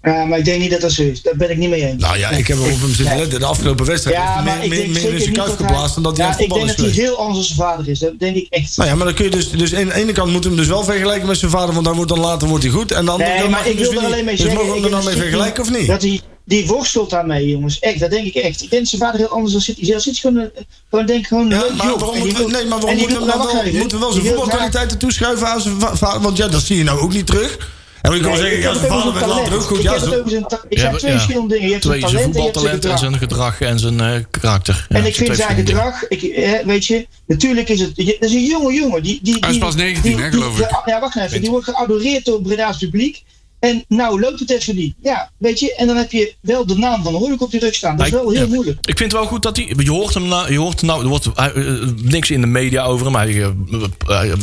[SPEAKER 7] Ja, maar ik denk niet dat dat zo is. Daar ben ik niet mee eens.
[SPEAKER 4] Nou ja, ik heb op hem zitten letten. De afgelopen wedstrijd heeft
[SPEAKER 7] ja,
[SPEAKER 4] hij
[SPEAKER 7] maar
[SPEAKER 4] meer,
[SPEAKER 7] ik
[SPEAKER 4] meer,
[SPEAKER 7] denk
[SPEAKER 4] meer
[SPEAKER 7] zeker
[SPEAKER 4] in zijn
[SPEAKER 7] niet
[SPEAKER 4] kuif
[SPEAKER 7] dat hij-
[SPEAKER 4] geblazen dan hij aan
[SPEAKER 7] ja,
[SPEAKER 4] het
[SPEAKER 7] ik denk
[SPEAKER 4] voetballen
[SPEAKER 7] dat
[SPEAKER 4] is
[SPEAKER 7] hij
[SPEAKER 4] geweest.
[SPEAKER 7] heel anders als zijn vader is. Dat denk ik echt.
[SPEAKER 4] Nou ja, maar dan kun je dus, dus aan de ene kant moet hem dus wel vergelijken met zijn vader, want dan wordt dan later wordt hij goed. En dan,
[SPEAKER 7] Nee,
[SPEAKER 4] dan
[SPEAKER 7] maar ik
[SPEAKER 4] dus
[SPEAKER 7] wil er alleen mee
[SPEAKER 4] dus
[SPEAKER 7] zeggen...
[SPEAKER 4] mogen we hem
[SPEAKER 7] ik
[SPEAKER 4] er nou mee
[SPEAKER 7] vind
[SPEAKER 4] vergelijken of niet?
[SPEAKER 7] Dat hij, die worstelt daarmee, jongens. Echt, dat denk ik echt. Ik denk zijn vader heel anders dan City. Zelfs City gewoon, eh, gewoon denk ik gewoon...
[SPEAKER 4] Ja,
[SPEAKER 7] leuk
[SPEAKER 4] maar
[SPEAKER 7] joh.
[SPEAKER 4] waarom
[SPEAKER 7] En die
[SPEAKER 4] moeten we,
[SPEAKER 7] wil-
[SPEAKER 4] nee, maar
[SPEAKER 7] en
[SPEAKER 4] waarom
[SPEAKER 7] die
[SPEAKER 4] moeten we
[SPEAKER 7] wil-
[SPEAKER 4] hem nou
[SPEAKER 7] wacht
[SPEAKER 4] wel,
[SPEAKER 7] even.
[SPEAKER 4] moeten we wel zijn
[SPEAKER 7] Die wil-
[SPEAKER 4] voetbalkwaliteiten toeschrijven aan zijn va- vader? Want ja, dat zie je nou ook niet terug. En ik kan
[SPEAKER 7] Nee,
[SPEAKER 4] zeggen,
[SPEAKER 7] ik
[SPEAKER 4] ja,
[SPEAKER 7] heb
[SPEAKER 4] zijn
[SPEAKER 7] het over
[SPEAKER 4] vader werd
[SPEAKER 7] zijn
[SPEAKER 4] later ook
[SPEAKER 7] talent.
[SPEAKER 4] goed.
[SPEAKER 7] Ik
[SPEAKER 4] Ja,
[SPEAKER 7] heb het
[SPEAKER 4] zo-
[SPEAKER 7] over zijn ta- ik
[SPEAKER 6] Ja,
[SPEAKER 7] heb twee
[SPEAKER 6] ja.
[SPEAKER 7] verschillende dingen. Je hebt
[SPEAKER 6] Twee,
[SPEAKER 7] zijn
[SPEAKER 6] zijn
[SPEAKER 7] talent en je hebt
[SPEAKER 6] voetbaltalent en zijn gedrag en zijn eh, karakter. Ja,
[SPEAKER 7] En ik
[SPEAKER 6] zijn
[SPEAKER 7] vind
[SPEAKER 6] twee
[SPEAKER 7] zijn
[SPEAKER 6] verschillende
[SPEAKER 7] gedrag, ik, eh, weet je, natuurlijk is het. je- Dat is een jonge jongen. Die, die,
[SPEAKER 3] Hij is
[SPEAKER 7] die-
[SPEAKER 3] pas 19,
[SPEAKER 7] die-
[SPEAKER 3] hè, geloof
[SPEAKER 7] die-
[SPEAKER 3] ik.
[SPEAKER 7] Ja, wacht nou even. Die wordt geadoreerd door Breda's publiek. En nou loopt het even voor die. Ja, weet je, en dan heb je wel de naam van Hoornik op die rug staan. Dat is
[SPEAKER 6] Maar ik-
[SPEAKER 7] wel heel
[SPEAKER 6] ja.
[SPEAKER 7] moeilijk.
[SPEAKER 6] Ik vind het wel goed dat hij. Je hoort hem nou. Je hoort nou er wordt eh, eh, niks in de media over hem. Hij eh, eh,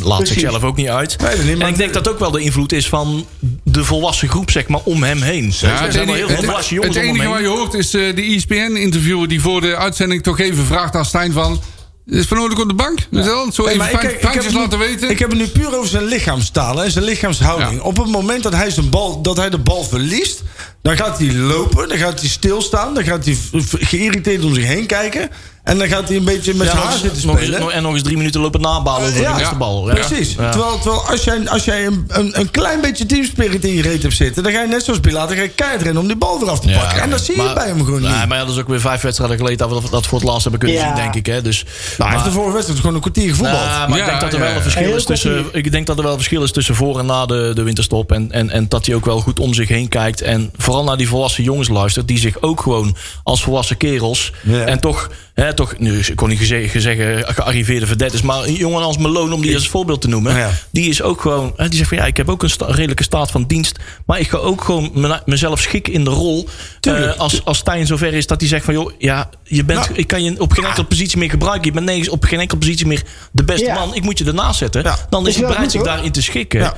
[SPEAKER 6] laat
[SPEAKER 7] Precies.
[SPEAKER 6] zichzelf ook niet uit.
[SPEAKER 4] Nee, dat niet, maar-
[SPEAKER 6] en ik denk dat ook wel de invloed is van de volwassen groep, zeg maar, om hem heen.
[SPEAKER 3] Ja,
[SPEAKER 6] er
[SPEAKER 3] het
[SPEAKER 6] zijn wel heel
[SPEAKER 3] enige,
[SPEAKER 6] veel
[SPEAKER 3] het-
[SPEAKER 6] volwassen jongens
[SPEAKER 3] het
[SPEAKER 6] om
[SPEAKER 3] enige
[SPEAKER 6] hem
[SPEAKER 3] wat
[SPEAKER 6] heen.
[SPEAKER 3] je hoort is eh, de ESPN-interviewer die voor de uitzending toch even vraagt aan Stijn van... Is Van Oudek op de bank? Dus dan zo
[SPEAKER 4] Nee,
[SPEAKER 3] even
[SPEAKER 4] maar
[SPEAKER 3] fijn-
[SPEAKER 4] ik- ik heb
[SPEAKER 3] fijntjes
[SPEAKER 4] het nu-
[SPEAKER 3] laten weten.
[SPEAKER 4] Ik heb het nu puur over zijn lichaamstaal en zijn lichaamshouding.
[SPEAKER 3] Ja.
[SPEAKER 4] Op het moment dat hij, zijn bal, dat hij de bal verliest, dan gaat hij lopen, dan gaat hij stilstaan, dan gaat hij v- v- geïrriteerd om zich heen kijken. En dan gaat hij een beetje met zijn
[SPEAKER 6] nog
[SPEAKER 4] haar
[SPEAKER 6] eens-
[SPEAKER 4] zitten
[SPEAKER 6] nog eens-
[SPEAKER 4] spelen.
[SPEAKER 6] nog- en nog eens drie minuten lopen nabalen over
[SPEAKER 4] Ja,
[SPEAKER 6] de eerste
[SPEAKER 3] ja,
[SPEAKER 6] bal. Ja.
[SPEAKER 4] Precies.
[SPEAKER 6] Ja.
[SPEAKER 4] Terwijl, terwijl als jij, als jij een, een, een klein beetje teamspirit in je reet hebt zitten, dan ga je net zoals Pilater ga je keihard rennen om die bal eraf te
[SPEAKER 6] Ja,
[SPEAKER 4] pakken. En dat zie je
[SPEAKER 6] maar-
[SPEAKER 4] bij hem gewoon
[SPEAKER 6] Nee,
[SPEAKER 4] niet.
[SPEAKER 6] maar ja, dat is ook weer vijf wedstrijden geleden dat we dat- dat voor het laatst hebben kunnen
[SPEAKER 7] Ja.
[SPEAKER 6] zien, denk ik. Hè. Dus,
[SPEAKER 4] Nou, hij
[SPEAKER 6] maar-
[SPEAKER 4] heeft de vorige wedstrijd gewoon een kwartier gevoetbald.
[SPEAKER 6] Ja, Nou, maar
[SPEAKER 3] Ja,
[SPEAKER 6] ik denk dat er
[SPEAKER 3] ja,
[SPEAKER 6] wel
[SPEAKER 3] ja.
[SPEAKER 6] een verschil
[SPEAKER 7] Heel
[SPEAKER 6] is tussen.
[SPEAKER 7] kort
[SPEAKER 6] Ik denk dat er wel een verschil is tussen voor en na de, de winterstop. En, en, en dat hij ook wel goed om zich heen kijkt. En vooral naar die volwassen jongens luistert. Die zich ook gewoon als volwassen kerels.
[SPEAKER 4] Ja.
[SPEAKER 6] En toch, hè, toch, nu ik kon niet geze- zeggen gearriveerde verdetters. Maar een jongen als Malone, om die als voorbeeld te noemen.
[SPEAKER 4] Ja.
[SPEAKER 6] Die is ook gewoon. Hè, die zegt van ja, ik heb ook een sta- redelijke staat van dienst. Maar ik ga ook gewoon me- mezelf schikken in de rol.
[SPEAKER 4] Tuurlijk.
[SPEAKER 6] eh, als, als Stijn zover is dat hij zegt van joh, ja, je bent,
[SPEAKER 4] Nou.
[SPEAKER 6] ik kan je op geen enkele positie meer gebruiken. Je bent nergens op geen enkele positie meer de beste
[SPEAKER 7] Ja.
[SPEAKER 6] man. Ik moet je ernaast zetten.
[SPEAKER 4] Ja.
[SPEAKER 6] Dan
[SPEAKER 7] Is
[SPEAKER 6] is hij
[SPEAKER 7] wel
[SPEAKER 6] bereid
[SPEAKER 7] goed,
[SPEAKER 6] zich
[SPEAKER 7] hoor.
[SPEAKER 6] daarin te schikken.
[SPEAKER 4] Ja.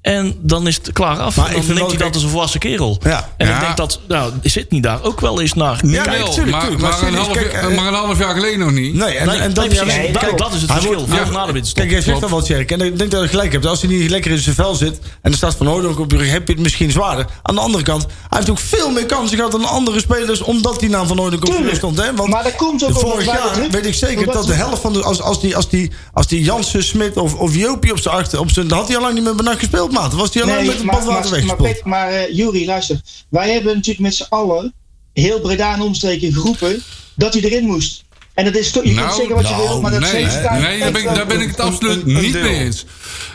[SPEAKER 6] En dan is het klaar af.
[SPEAKER 4] Maar
[SPEAKER 6] En
[SPEAKER 4] ik vind
[SPEAKER 6] dan denkt
[SPEAKER 4] wel-
[SPEAKER 6] hij dat als een volwassen kerel.
[SPEAKER 4] Ja.
[SPEAKER 6] En
[SPEAKER 3] Ja.
[SPEAKER 6] ik denk dat, nou, zit niet daar ook wel eens naar.
[SPEAKER 3] Ja,
[SPEAKER 4] kijk,
[SPEAKER 3] wel,
[SPEAKER 4] tuurlijk,
[SPEAKER 3] maar,
[SPEAKER 4] tuurlijk,
[SPEAKER 3] maar
[SPEAKER 4] maar
[SPEAKER 3] een
[SPEAKER 4] serieus,
[SPEAKER 3] half,
[SPEAKER 4] kijk, eh,
[SPEAKER 3] maar een half jaar geleden nog niet.
[SPEAKER 4] Nee, en,
[SPEAKER 6] Nee,
[SPEAKER 4] en
[SPEAKER 6] nee,
[SPEAKER 4] dat,
[SPEAKER 6] precies.
[SPEAKER 4] ja, nee,
[SPEAKER 6] Kijk, dat is het
[SPEAKER 4] hij
[SPEAKER 6] verschil.
[SPEAKER 4] moet-
[SPEAKER 6] Voor
[SPEAKER 4] ja,
[SPEAKER 6] of na de winterstop.
[SPEAKER 4] Kijk, jij zegt
[SPEAKER 3] Klopt.
[SPEAKER 4] dat wel, Tjerk. En ik denk dat je gelijk hebt. Als hij niet lekker in zijn vel zit... en er staat Van Hooydonk op je rug, heb je het misschien zwaarder. Aan de andere kant, hij heeft ook veel meer kansen gehad... dan andere spelers, omdat die naam Van Hooydonk op je rug
[SPEAKER 7] Tuurlijk.
[SPEAKER 4] stond. Hè? Want
[SPEAKER 7] Maar dat komt ook
[SPEAKER 4] de
[SPEAKER 7] omdat
[SPEAKER 4] vorig
[SPEAKER 7] wij
[SPEAKER 4] jaar
[SPEAKER 7] de druk-
[SPEAKER 4] weet ik zeker
[SPEAKER 7] omdat
[SPEAKER 4] dat de
[SPEAKER 7] we-
[SPEAKER 4] helft van de... als, als die, als die, als die Jansen, Smit of, of Jopie op zijn achter... Op zijn, dan had hij al lang niet meer benakt gespeeld, maat. Dan was hij al lang met een
[SPEAKER 7] maar,
[SPEAKER 4] badwater
[SPEAKER 7] maar, maar,
[SPEAKER 4] weggespeeld.
[SPEAKER 7] Pet- maar eh, Jury, luister. Wij hebben natuurlijk met z'n allen heel Breda en omstreken geroepen dat hij erin moest. En dat is toch, je
[SPEAKER 3] Nou,
[SPEAKER 7] kunt zeggen wat je
[SPEAKER 4] nou,
[SPEAKER 7] wil, maar dat
[SPEAKER 3] nee,
[SPEAKER 7] steeds staat-
[SPEAKER 3] nee daar, ben ik, daar ben ik het
[SPEAKER 4] Een-
[SPEAKER 3] absoluut
[SPEAKER 4] een- een
[SPEAKER 3] niet
[SPEAKER 4] deel.
[SPEAKER 3] mee eens.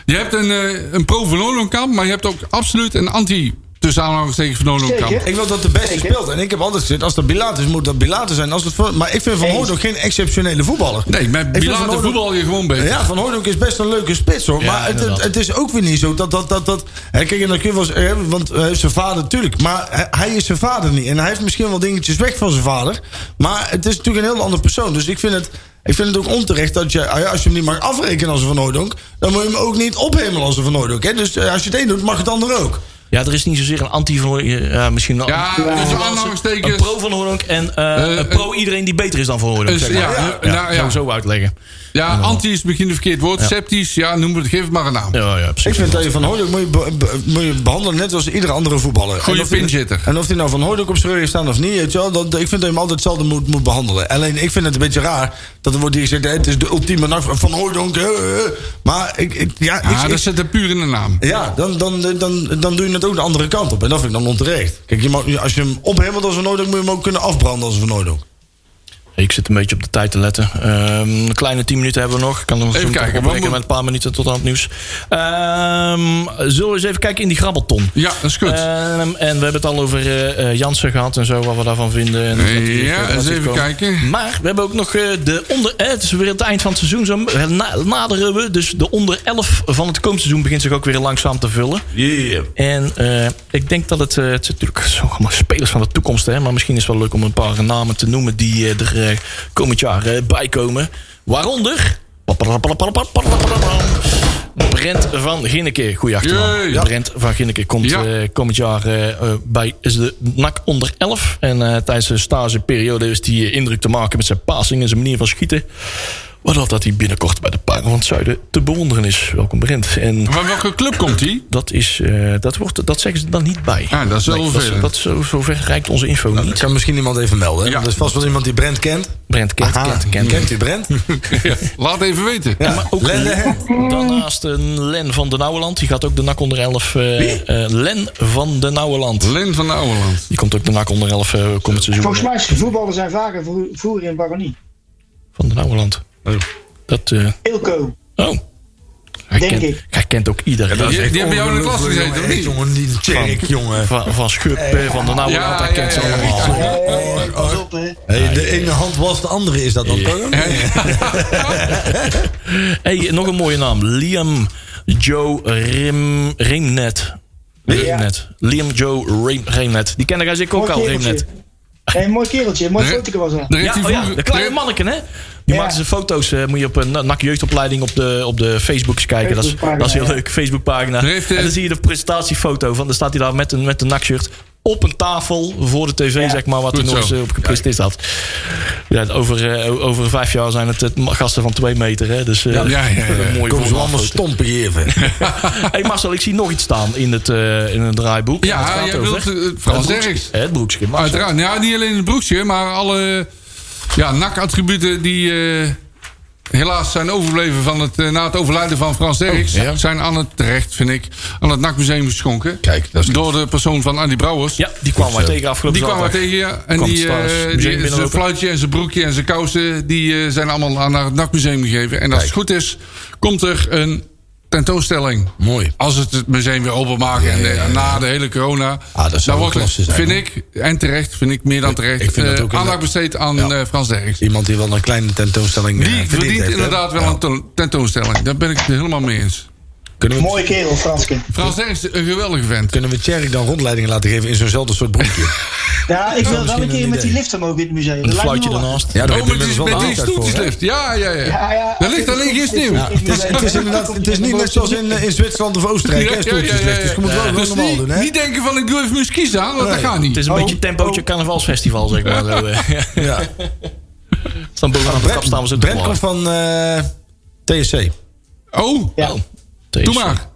[SPEAKER 3] Je hebt een, eh, een pro-Verlolenkamp, maar je hebt ook absoluut een anti- tussen aanhalingstekens Verlolenkamp.
[SPEAKER 7] Zeker.
[SPEAKER 4] Ik wil dat de beste
[SPEAKER 7] Zeker.
[SPEAKER 4] speelt. En ik heb altijd gezegd, als dat Bilatus moet dat Bilatus zijn. Als het, voor- maar ik vind Van
[SPEAKER 7] Eens.
[SPEAKER 4] Hooydonk geen exceptionele voetballer.
[SPEAKER 3] Nee, met
[SPEAKER 4] Ik vind Van
[SPEAKER 3] Bilater
[SPEAKER 4] Hooydonk-
[SPEAKER 3] voetbal je gewoon beter.
[SPEAKER 4] Ja, Van Hooydonk is best een leuke spits hoor.
[SPEAKER 6] Ja,
[SPEAKER 4] maar het, het,
[SPEAKER 6] inderdaad.
[SPEAKER 4] het is ook weer niet zo dat dat. dat, dat hè, kijk, en dan kun je wel eens, hè, want hij heeft zijn vader natuurlijk. Maar hij- hij is zijn vader niet. En hij heeft misschien wel dingetjes weg van zijn vader. Maar het is natuurlijk een heel ander persoon. Dus ik vind het, ik vind het ook onterecht dat je. ah ja, Als je hem niet mag afrekenen als een Van Hooydonk. dan moet je hem ook niet ophemelen als een Van Hooydonk. Hè? Dus eh, als je het een doet, mag het ander ook.
[SPEAKER 6] Ja, er is niet zozeer een anti van ja, misschien een,
[SPEAKER 3] Ja, tussen aanhalingstekens.
[SPEAKER 6] een pro van Hoornhoek en eh,
[SPEAKER 3] Eh,
[SPEAKER 6] een pro iedereen die beter is dan van Hoornhoek.
[SPEAKER 3] Is-
[SPEAKER 6] zeg maar.
[SPEAKER 3] Dus ja,
[SPEAKER 6] ja,
[SPEAKER 3] ja, nou, ja.
[SPEAKER 6] zou ik zo uitleggen.
[SPEAKER 3] Ja, anti is misschien een verkeerd woord. Sceptisch, ja, noem het, geef het maar een naam.
[SPEAKER 6] Ja, ja,
[SPEAKER 4] Ik
[SPEAKER 6] precies.
[SPEAKER 4] vind dat je Van Hooydonk moet, je be- be- moet je behandelen net als iedere andere voetballer.
[SPEAKER 3] Goeie
[SPEAKER 4] En of die-
[SPEAKER 3] pinzitter.
[SPEAKER 4] En of hij nou Van Hooydonk op zijn rug heeft staan of niet, weet je wel, dat, ik vind dat je hem altijd hetzelfde moet, moet behandelen. Alleen ik vind het een beetje raar dat er wordt hier gezegd, hè, het is de ultieme nacht van Van Hooydonk. eh, eh, eh. Maar ik, ik, ja, ik,
[SPEAKER 3] Ah,
[SPEAKER 4] ik-
[SPEAKER 3] dat zit er puur in de naam.
[SPEAKER 4] ja dan, dan, dan, dan, doe je het ook de andere kant op. En dat vind ik dan onterecht. Kijk, je mag, als je hem ophemelt als Van Hooydonk, moet je hem ook kunnen afbranden als Van Hooydonk.
[SPEAKER 6] Ik zit een beetje op de tijd te letten. Ehm, een kleine 10 minuten hebben we nog. Ik kan nog
[SPEAKER 3] Even
[SPEAKER 6] zo
[SPEAKER 3] kijken,
[SPEAKER 6] opbreken
[SPEAKER 3] wat moet-
[SPEAKER 6] met een paar minuten tot aan het nieuws. Ehm, zullen we eens even kijken in die grabbelton?
[SPEAKER 3] Ja, dat is goed.
[SPEAKER 6] Ehm, en we hebben het al over eh, eh, Jansen gehad en zo, wat we daarvan vinden. En dat die-
[SPEAKER 3] Ja,
[SPEAKER 6] dat
[SPEAKER 3] eens
[SPEAKER 6] die
[SPEAKER 3] even
[SPEAKER 6] komen.
[SPEAKER 3] kijken.
[SPEAKER 6] Maar we hebben ook nog eh, de onder... eh, het is weer het eind van het seizoen. Zo eh, na- naderen we. Dus de onder 11 van het komend seizoen begint zich ook weer langzaam te vullen. En eh, ik denk dat het... eh, het zijn natuurlijk zo allemaal spelers van de toekomst. Hè, maar misschien is het wel leuk om een paar namen te noemen... die eh, er eh, komend jaar eh, bij komen. Waaronder... Brent van Ginneke. Goeie achternaam.
[SPEAKER 3] Jee.
[SPEAKER 6] Brent van Ginneke komt
[SPEAKER 3] Ja.
[SPEAKER 6] eh, komend jaar eh, eh, bij is de NAC onder eh, 11. En eh, tijdens de stageperiode is hij indruk te maken met zijn passing en zijn manier van schieten. Maar dat dat hij binnenkort bij de Parel van het Zuiden te bewonderen is. Welkom Brent. En
[SPEAKER 3] Maar welke club komt
[SPEAKER 6] *laughs*
[SPEAKER 3] die?
[SPEAKER 6] dat, is, eh, dat, wordt, dat zeggen ze er dan niet bij.
[SPEAKER 3] Ah, dat is wel
[SPEAKER 6] dat,
[SPEAKER 3] vervelend.
[SPEAKER 6] dat zo, zover reikt onze info
[SPEAKER 4] Ik
[SPEAKER 6] niet.
[SPEAKER 4] kan misschien iemand even melden. hè?
[SPEAKER 3] Ja.
[SPEAKER 4] Er is vast wel iemand die Brent kent.
[SPEAKER 6] Brent kent,
[SPEAKER 4] Aha,
[SPEAKER 6] kent, kent.
[SPEAKER 4] Kent u Brent?
[SPEAKER 3] Laat even weten.
[SPEAKER 4] Ja. Maar ook
[SPEAKER 6] Daarnaast een Len van de Nauweland. Die gaat ook de NAC onder 11. eh, eh, Len van de Nauweland.
[SPEAKER 3] Len van Ouweland.
[SPEAKER 6] Die komt ook de NAC onder 11 eh, komend seizoen.
[SPEAKER 7] Volgens mij is voetballen zijn vaker voer- voer in baronie.
[SPEAKER 6] Van de Nauweland.
[SPEAKER 3] Oh.
[SPEAKER 6] Dat, eh,
[SPEAKER 7] Ilko.
[SPEAKER 6] oh. Hij
[SPEAKER 7] Denk
[SPEAKER 6] kent,
[SPEAKER 7] ik.
[SPEAKER 6] hij kent ook iedereen.
[SPEAKER 3] Die, die hebben jou in de klas gezeten, of
[SPEAKER 4] Jongen, echt,
[SPEAKER 3] niet?
[SPEAKER 4] jongen, die Tjerk, jongen. Oh,
[SPEAKER 6] Van, van Schup, eh, van de Nauweland.
[SPEAKER 3] Ja,
[SPEAKER 6] hij kent
[SPEAKER 3] ja,
[SPEAKER 6] ze
[SPEAKER 3] ja, ja.
[SPEAKER 6] allemaal.
[SPEAKER 7] Hey, pas op, hè.
[SPEAKER 4] Hey, de ene hand was de andere, is dat dan toch?
[SPEAKER 6] Hey, nog een mooie naam. Liam Joe Rim, Rimnet. Rimnet. Liam Joe Rim, Rimnet. Die kende hij zeker ook
[SPEAKER 7] Mooi
[SPEAKER 6] al,
[SPEAKER 7] kereltje.
[SPEAKER 6] Rimnet.
[SPEAKER 7] Hey, mooi kereltje. Mooi
[SPEAKER 3] Nee.
[SPEAKER 7] foto was dat.
[SPEAKER 3] Daar heeft
[SPEAKER 6] Ja,
[SPEAKER 3] hij
[SPEAKER 6] oh ja,
[SPEAKER 3] vroeger-
[SPEAKER 6] de kleine manneken, hè? Die
[SPEAKER 7] Ja.
[SPEAKER 6] maakten zijn foto's. eh, moet je op een NAC jeugdopleiding op de, op de Facebooks kijken. Dat is,
[SPEAKER 7] Facebookpagina,
[SPEAKER 6] dat is heel
[SPEAKER 7] ja.
[SPEAKER 6] leuk. Facebookpagina.
[SPEAKER 3] Er heeft, eh,
[SPEAKER 6] En dan zie je de presentatiefoto van. Dan staat hij daar met een, met een NAC-shirt op een tafel voor de tv, zeg maar, wat hij
[SPEAKER 3] Goed
[SPEAKER 6] nog eens
[SPEAKER 3] zo.
[SPEAKER 6] eh, op gepresenteerd had. Ja, over, eh, o- over vijf jaar zijn het eh, gasten van twee meter, hè? Dus, eh,
[SPEAKER 3] Ja, ja, ja, ja.
[SPEAKER 6] een
[SPEAKER 4] Kom
[SPEAKER 6] mooie
[SPEAKER 4] zo
[SPEAKER 6] voornaamfoto.
[SPEAKER 4] allemaal stompen geven.
[SPEAKER 6] *laughs* Hey Marcel, ik zie nog iets staan in het, eh, in het draaiboek.
[SPEAKER 3] Ja,
[SPEAKER 6] Het gaat
[SPEAKER 3] jij
[SPEAKER 6] over
[SPEAKER 3] wilt, eh,
[SPEAKER 6] het
[SPEAKER 3] Frans
[SPEAKER 6] broekje.
[SPEAKER 3] Derks.
[SPEAKER 6] Eh, Het broekje. Marcel.
[SPEAKER 3] Uiteraard. Ja, niet alleen het broekje, maar alle ja, NAC-attributen die eh, helaas zijn overbleven van het, eh, na het overlijden van Frans Derks.
[SPEAKER 4] Oh, ja.
[SPEAKER 3] Zijn aan het terecht, vind ik, aan het NAC-museum geschonken.
[SPEAKER 4] *laughs* Kijk, dat is-
[SPEAKER 3] Door de persoon van Andy Brouwers.
[SPEAKER 6] Ja, die kwamen wij
[SPEAKER 4] zo.
[SPEAKER 6] tegen afgelopen
[SPEAKER 3] Die kwam er
[SPEAKER 6] zaterdag.
[SPEAKER 3] tegen, ja. En
[SPEAKER 6] Komt
[SPEAKER 3] die,
[SPEAKER 6] het trouwens,
[SPEAKER 3] eh,
[SPEAKER 6] museum
[SPEAKER 3] die, zijn
[SPEAKER 6] binnenlopen.
[SPEAKER 3] fluitje en zijn broekje en zijn kousen... die eh, zijn allemaal aan naar het NAC-museum gegeven. En als het goed is, komt er een tentoonstelling.
[SPEAKER 4] Mooi.
[SPEAKER 3] Als het het museum weer openmaakt en eh, na de hele corona...
[SPEAKER 4] Ah, dat zou
[SPEAKER 3] dan
[SPEAKER 4] wel
[SPEAKER 3] wordt,
[SPEAKER 4] klasse zijn,
[SPEAKER 3] vind
[SPEAKER 4] hoor.
[SPEAKER 3] ik, en terecht, vind ik meer dan terecht...
[SPEAKER 4] ik vind dat
[SPEAKER 3] eh,
[SPEAKER 4] ook een-
[SPEAKER 3] aandacht besteed aan
[SPEAKER 4] Ja.
[SPEAKER 3] eh, Frans Derks.
[SPEAKER 4] Iemand die wel een kleine tentoonstelling eh,
[SPEAKER 3] Die
[SPEAKER 4] verdiend
[SPEAKER 3] verdient
[SPEAKER 4] heeft, hè?
[SPEAKER 3] inderdaad wel
[SPEAKER 4] Ja.
[SPEAKER 3] een to- tentoonstelling. Daar ben ik het helemaal mee eens.
[SPEAKER 4] Kunnen we,
[SPEAKER 7] Mooie kerel, Franske.
[SPEAKER 3] Frans Derks, een geweldige vent.
[SPEAKER 4] kunnen we Tjerk dan rondleidingen laten geven in zo'nzelfde soort *laughs* broekje?
[SPEAKER 7] Ja, ik wil wel
[SPEAKER 4] misschien
[SPEAKER 7] een
[SPEAKER 4] een
[SPEAKER 7] keer met die
[SPEAKER 4] idee.
[SPEAKER 7] liften mogen in het museum.
[SPEAKER 6] Een
[SPEAKER 7] Dat lijkt me
[SPEAKER 6] fluitje
[SPEAKER 7] wel wat.
[SPEAKER 6] ernaast.
[SPEAKER 4] Ja, daar
[SPEAKER 3] Oh,
[SPEAKER 4] heb je
[SPEAKER 3] met die,
[SPEAKER 4] inmiddels
[SPEAKER 3] met
[SPEAKER 4] wel
[SPEAKER 3] die
[SPEAKER 4] aandacht voor, hè?
[SPEAKER 3] stoeltjeslift. Ja, ja, ja.
[SPEAKER 7] Ja, ja,
[SPEAKER 3] Daar
[SPEAKER 7] als
[SPEAKER 3] ligt
[SPEAKER 7] je
[SPEAKER 3] alleen
[SPEAKER 7] de
[SPEAKER 3] geen
[SPEAKER 7] stoeltjes
[SPEAKER 3] sneeuw.
[SPEAKER 7] hebt,
[SPEAKER 4] Het is, het is inderdaad het is niet net zoals in, eh, in Zwitserland of Oostenrijk, hè, stoeltjes lichten. Dus je moet wel
[SPEAKER 3] Ja.
[SPEAKER 4] gewoon
[SPEAKER 3] Dus
[SPEAKER 4] normaal
[SPEAKER 3] niet,
[SPEAKER 4] doen, hè?
[SPEAKER 3] niet denken van ik doe even mijn skis aan, want dat
[SPEAKER 4] Nee.
[SPEAKER 3] gaat
[SPEAKER 6] Het
[SPEAKER 3] niet.
[SPEAKER 6] is een
[SPEAKER 7] Oh.
[SPEAKER 6] beetje tempootje carnavalsfestival, zeg
[SPEAKER 7] *laughs*
[SPEAKER 6] maar. Zo, eh.
[SPEAKER 4] Ja.
[SPEAKER 6] Staan bovenaan de kap staan we ze
[SPEAKER 4] Brent,
[SPEAKER 6] te
[SPEAKER 4] Brent komt van eh, TSC.
[SPEAKER 3] Oh,
[SPEAKER 7] Ja.
[SPEAKER 3] doe maar.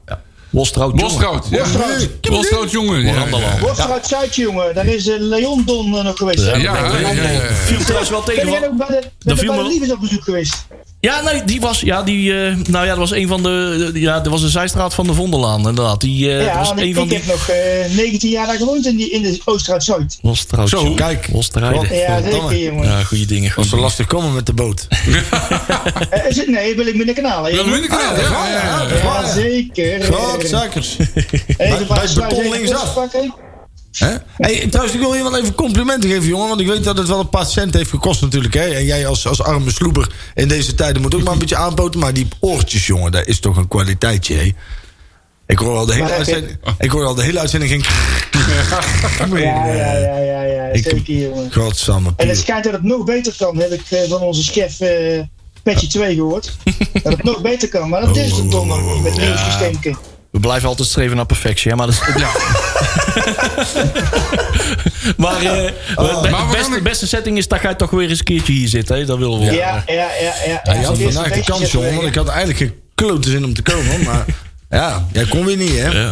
[SPEAKER 6] Bostrout.
[SPEAKER 3] Bostrood. Ja.
[SPEAKER 7] Bostrood.
[SPEAKER 3] Bostrood, jongen. Ja, ja, ja.
[SPEAKER 7] Wordt eruit Zuid, jongen. Daar is eh, Leon Don eh, nog geweest.
[SPEAKER 6] Ja,
[SPEAKER 7] Ja.
[SPEAKER 3] Ja, ja, ja, ja.
[SPEAKER 6] Viel trouwens wel
[SPEAKER 7] Ben
[SPEAKER 6] tegen.
[SPEAKER 7] jij
[SPEAKER 6] want-
[SPEAKER 7] ook bij de,
[SPEAKER 6] Dat
[SPEAKER 7] ben
[SPEAKER 6] viel
[SPEAKER 7] je bij
[SPEAKER 6] me wel-
[SPEAKER 7] de liefdes op bezoek geweest?
[SPEAKER 6] Ja, nee, die was, ja, die, eh, nou ja, dat was een van de, de- ja, dat was de zijstraat van de Vondellaan, inderdaad. Die, eh, dat
[SPEAKER 7] ja,
[SPEAKER 6] was
[SPEAKER 7] want
[SPEAKER 6] een
[SPEAKER 7] ik,
[SPEAKER 6] van
[SPEAKER 7] ik
[SPEAKER 6] die.
[SPEAKER 7] heb nog eh 19 jaar daar gewoond in, die, in de Oosterhout Zuid.
[SPEAKER 6] Bostrout.
[SPEAKER 4] Zo,
[SPEAKER 6] jongen.
[SPEAKER 4] kijk.
[SPEAKER 6] Bostrout.
[SPEAKER 4] Wat?
[SPEAKER 7] Ja,
[SPEAKER 4] Verdamme.
[SPEAKER 7] zeker, jongen.
[SPEAKER 6] Ja, goede dingen.
[SPEAKER 4] Was
[SPEAKER 6] Goede
[SPEAKER 4] zo lastig komen met de boot.
[SPEAKER 7] Eh, is het- nee, wil ik binnen kanalen.
[SPEAKER 3] Willem in de knal. Ja, ja, ja.
[SPEAKER 7] Ja, zeker.
[SPEAKER 4] Groot *laughs* zakkers.
[SPEAKER 7] Even
[SPEAKER 4] Bij-
[SPEAKER 7] bij
[SPEAKER 4] bij
[SPEAKER 7] de sluis
[SPEAKER 4] beton
[SPEAKER 7] even
[SPEAKER 4] linksaf.
[SPEAKER 7] rust pakken.
[SPEAKER 4] Hè? Hey, trouwens, ik wil je wel even complimenten geven, jongen. Want ik weet dat het wel een paar cent heeft gekost natuurlijk. Hè? En jij als, als arme sloeber in deze tijden moet ook maar een beetje aanpoten. Maar die oortjes, jongen, dat is toch een kwaliteitje, hè? Ik hoor al de hele
[SPEAKER 7] Maar heb je-
[SPEAKER 4] uitzending... Ik hoor al de hele uitzending ging...
[SPEAKER 7] *laughs* Ja, ja, ja, ja, ja
[SPEAKER 4] Ik-
[SPEAKER 7] zeker, jongen.
[SPEAKER 4] Godsamme,
[SPEAKER 7] En
[SPEAKER 4] Pier.
[SPEAKER 7] het schijnt dat het nog beter kan, heb ik eh, van onze chef eh Petje 2 gehoord. dat het nog beter kan, maar dat is het donder met nieuwsjes denken.
[SPEAKER 6] We blijven altijd streven naar perfectie, hè? maar dat is... *laughs* maar eh, het be-
[SPEAKER 3] Maar we gaan-
[SPEAKER 6] beste, beste setting is dat jij toch weer eens een keertje hier zit, hè? Dat willen we.
[SPEAKER 7] Ja,
[SPEAKER 6] wel.
[SPEAKER 7] ja, ja. ja,
[SPEAKER 4] Ja, je
[SPEAKER 7] Zo'n
[SPEAKER 4] had
[SPEAKER 7] eerste
[SPEAKER 4] vandaag de
[SPEAKER 7] beetje
[SPEAKER 4] kans,
[SPEAKER 7] zet
[SPEAKER 4] jongen. Want
[SPEAKER 7] weg.
[SPEAKER 4] ik had eigenlijk geklote zin om te komen.
[SPEAKER 7] *laughs*
[SPEAKER 4] Maar ja, jij kon weer niet, hè?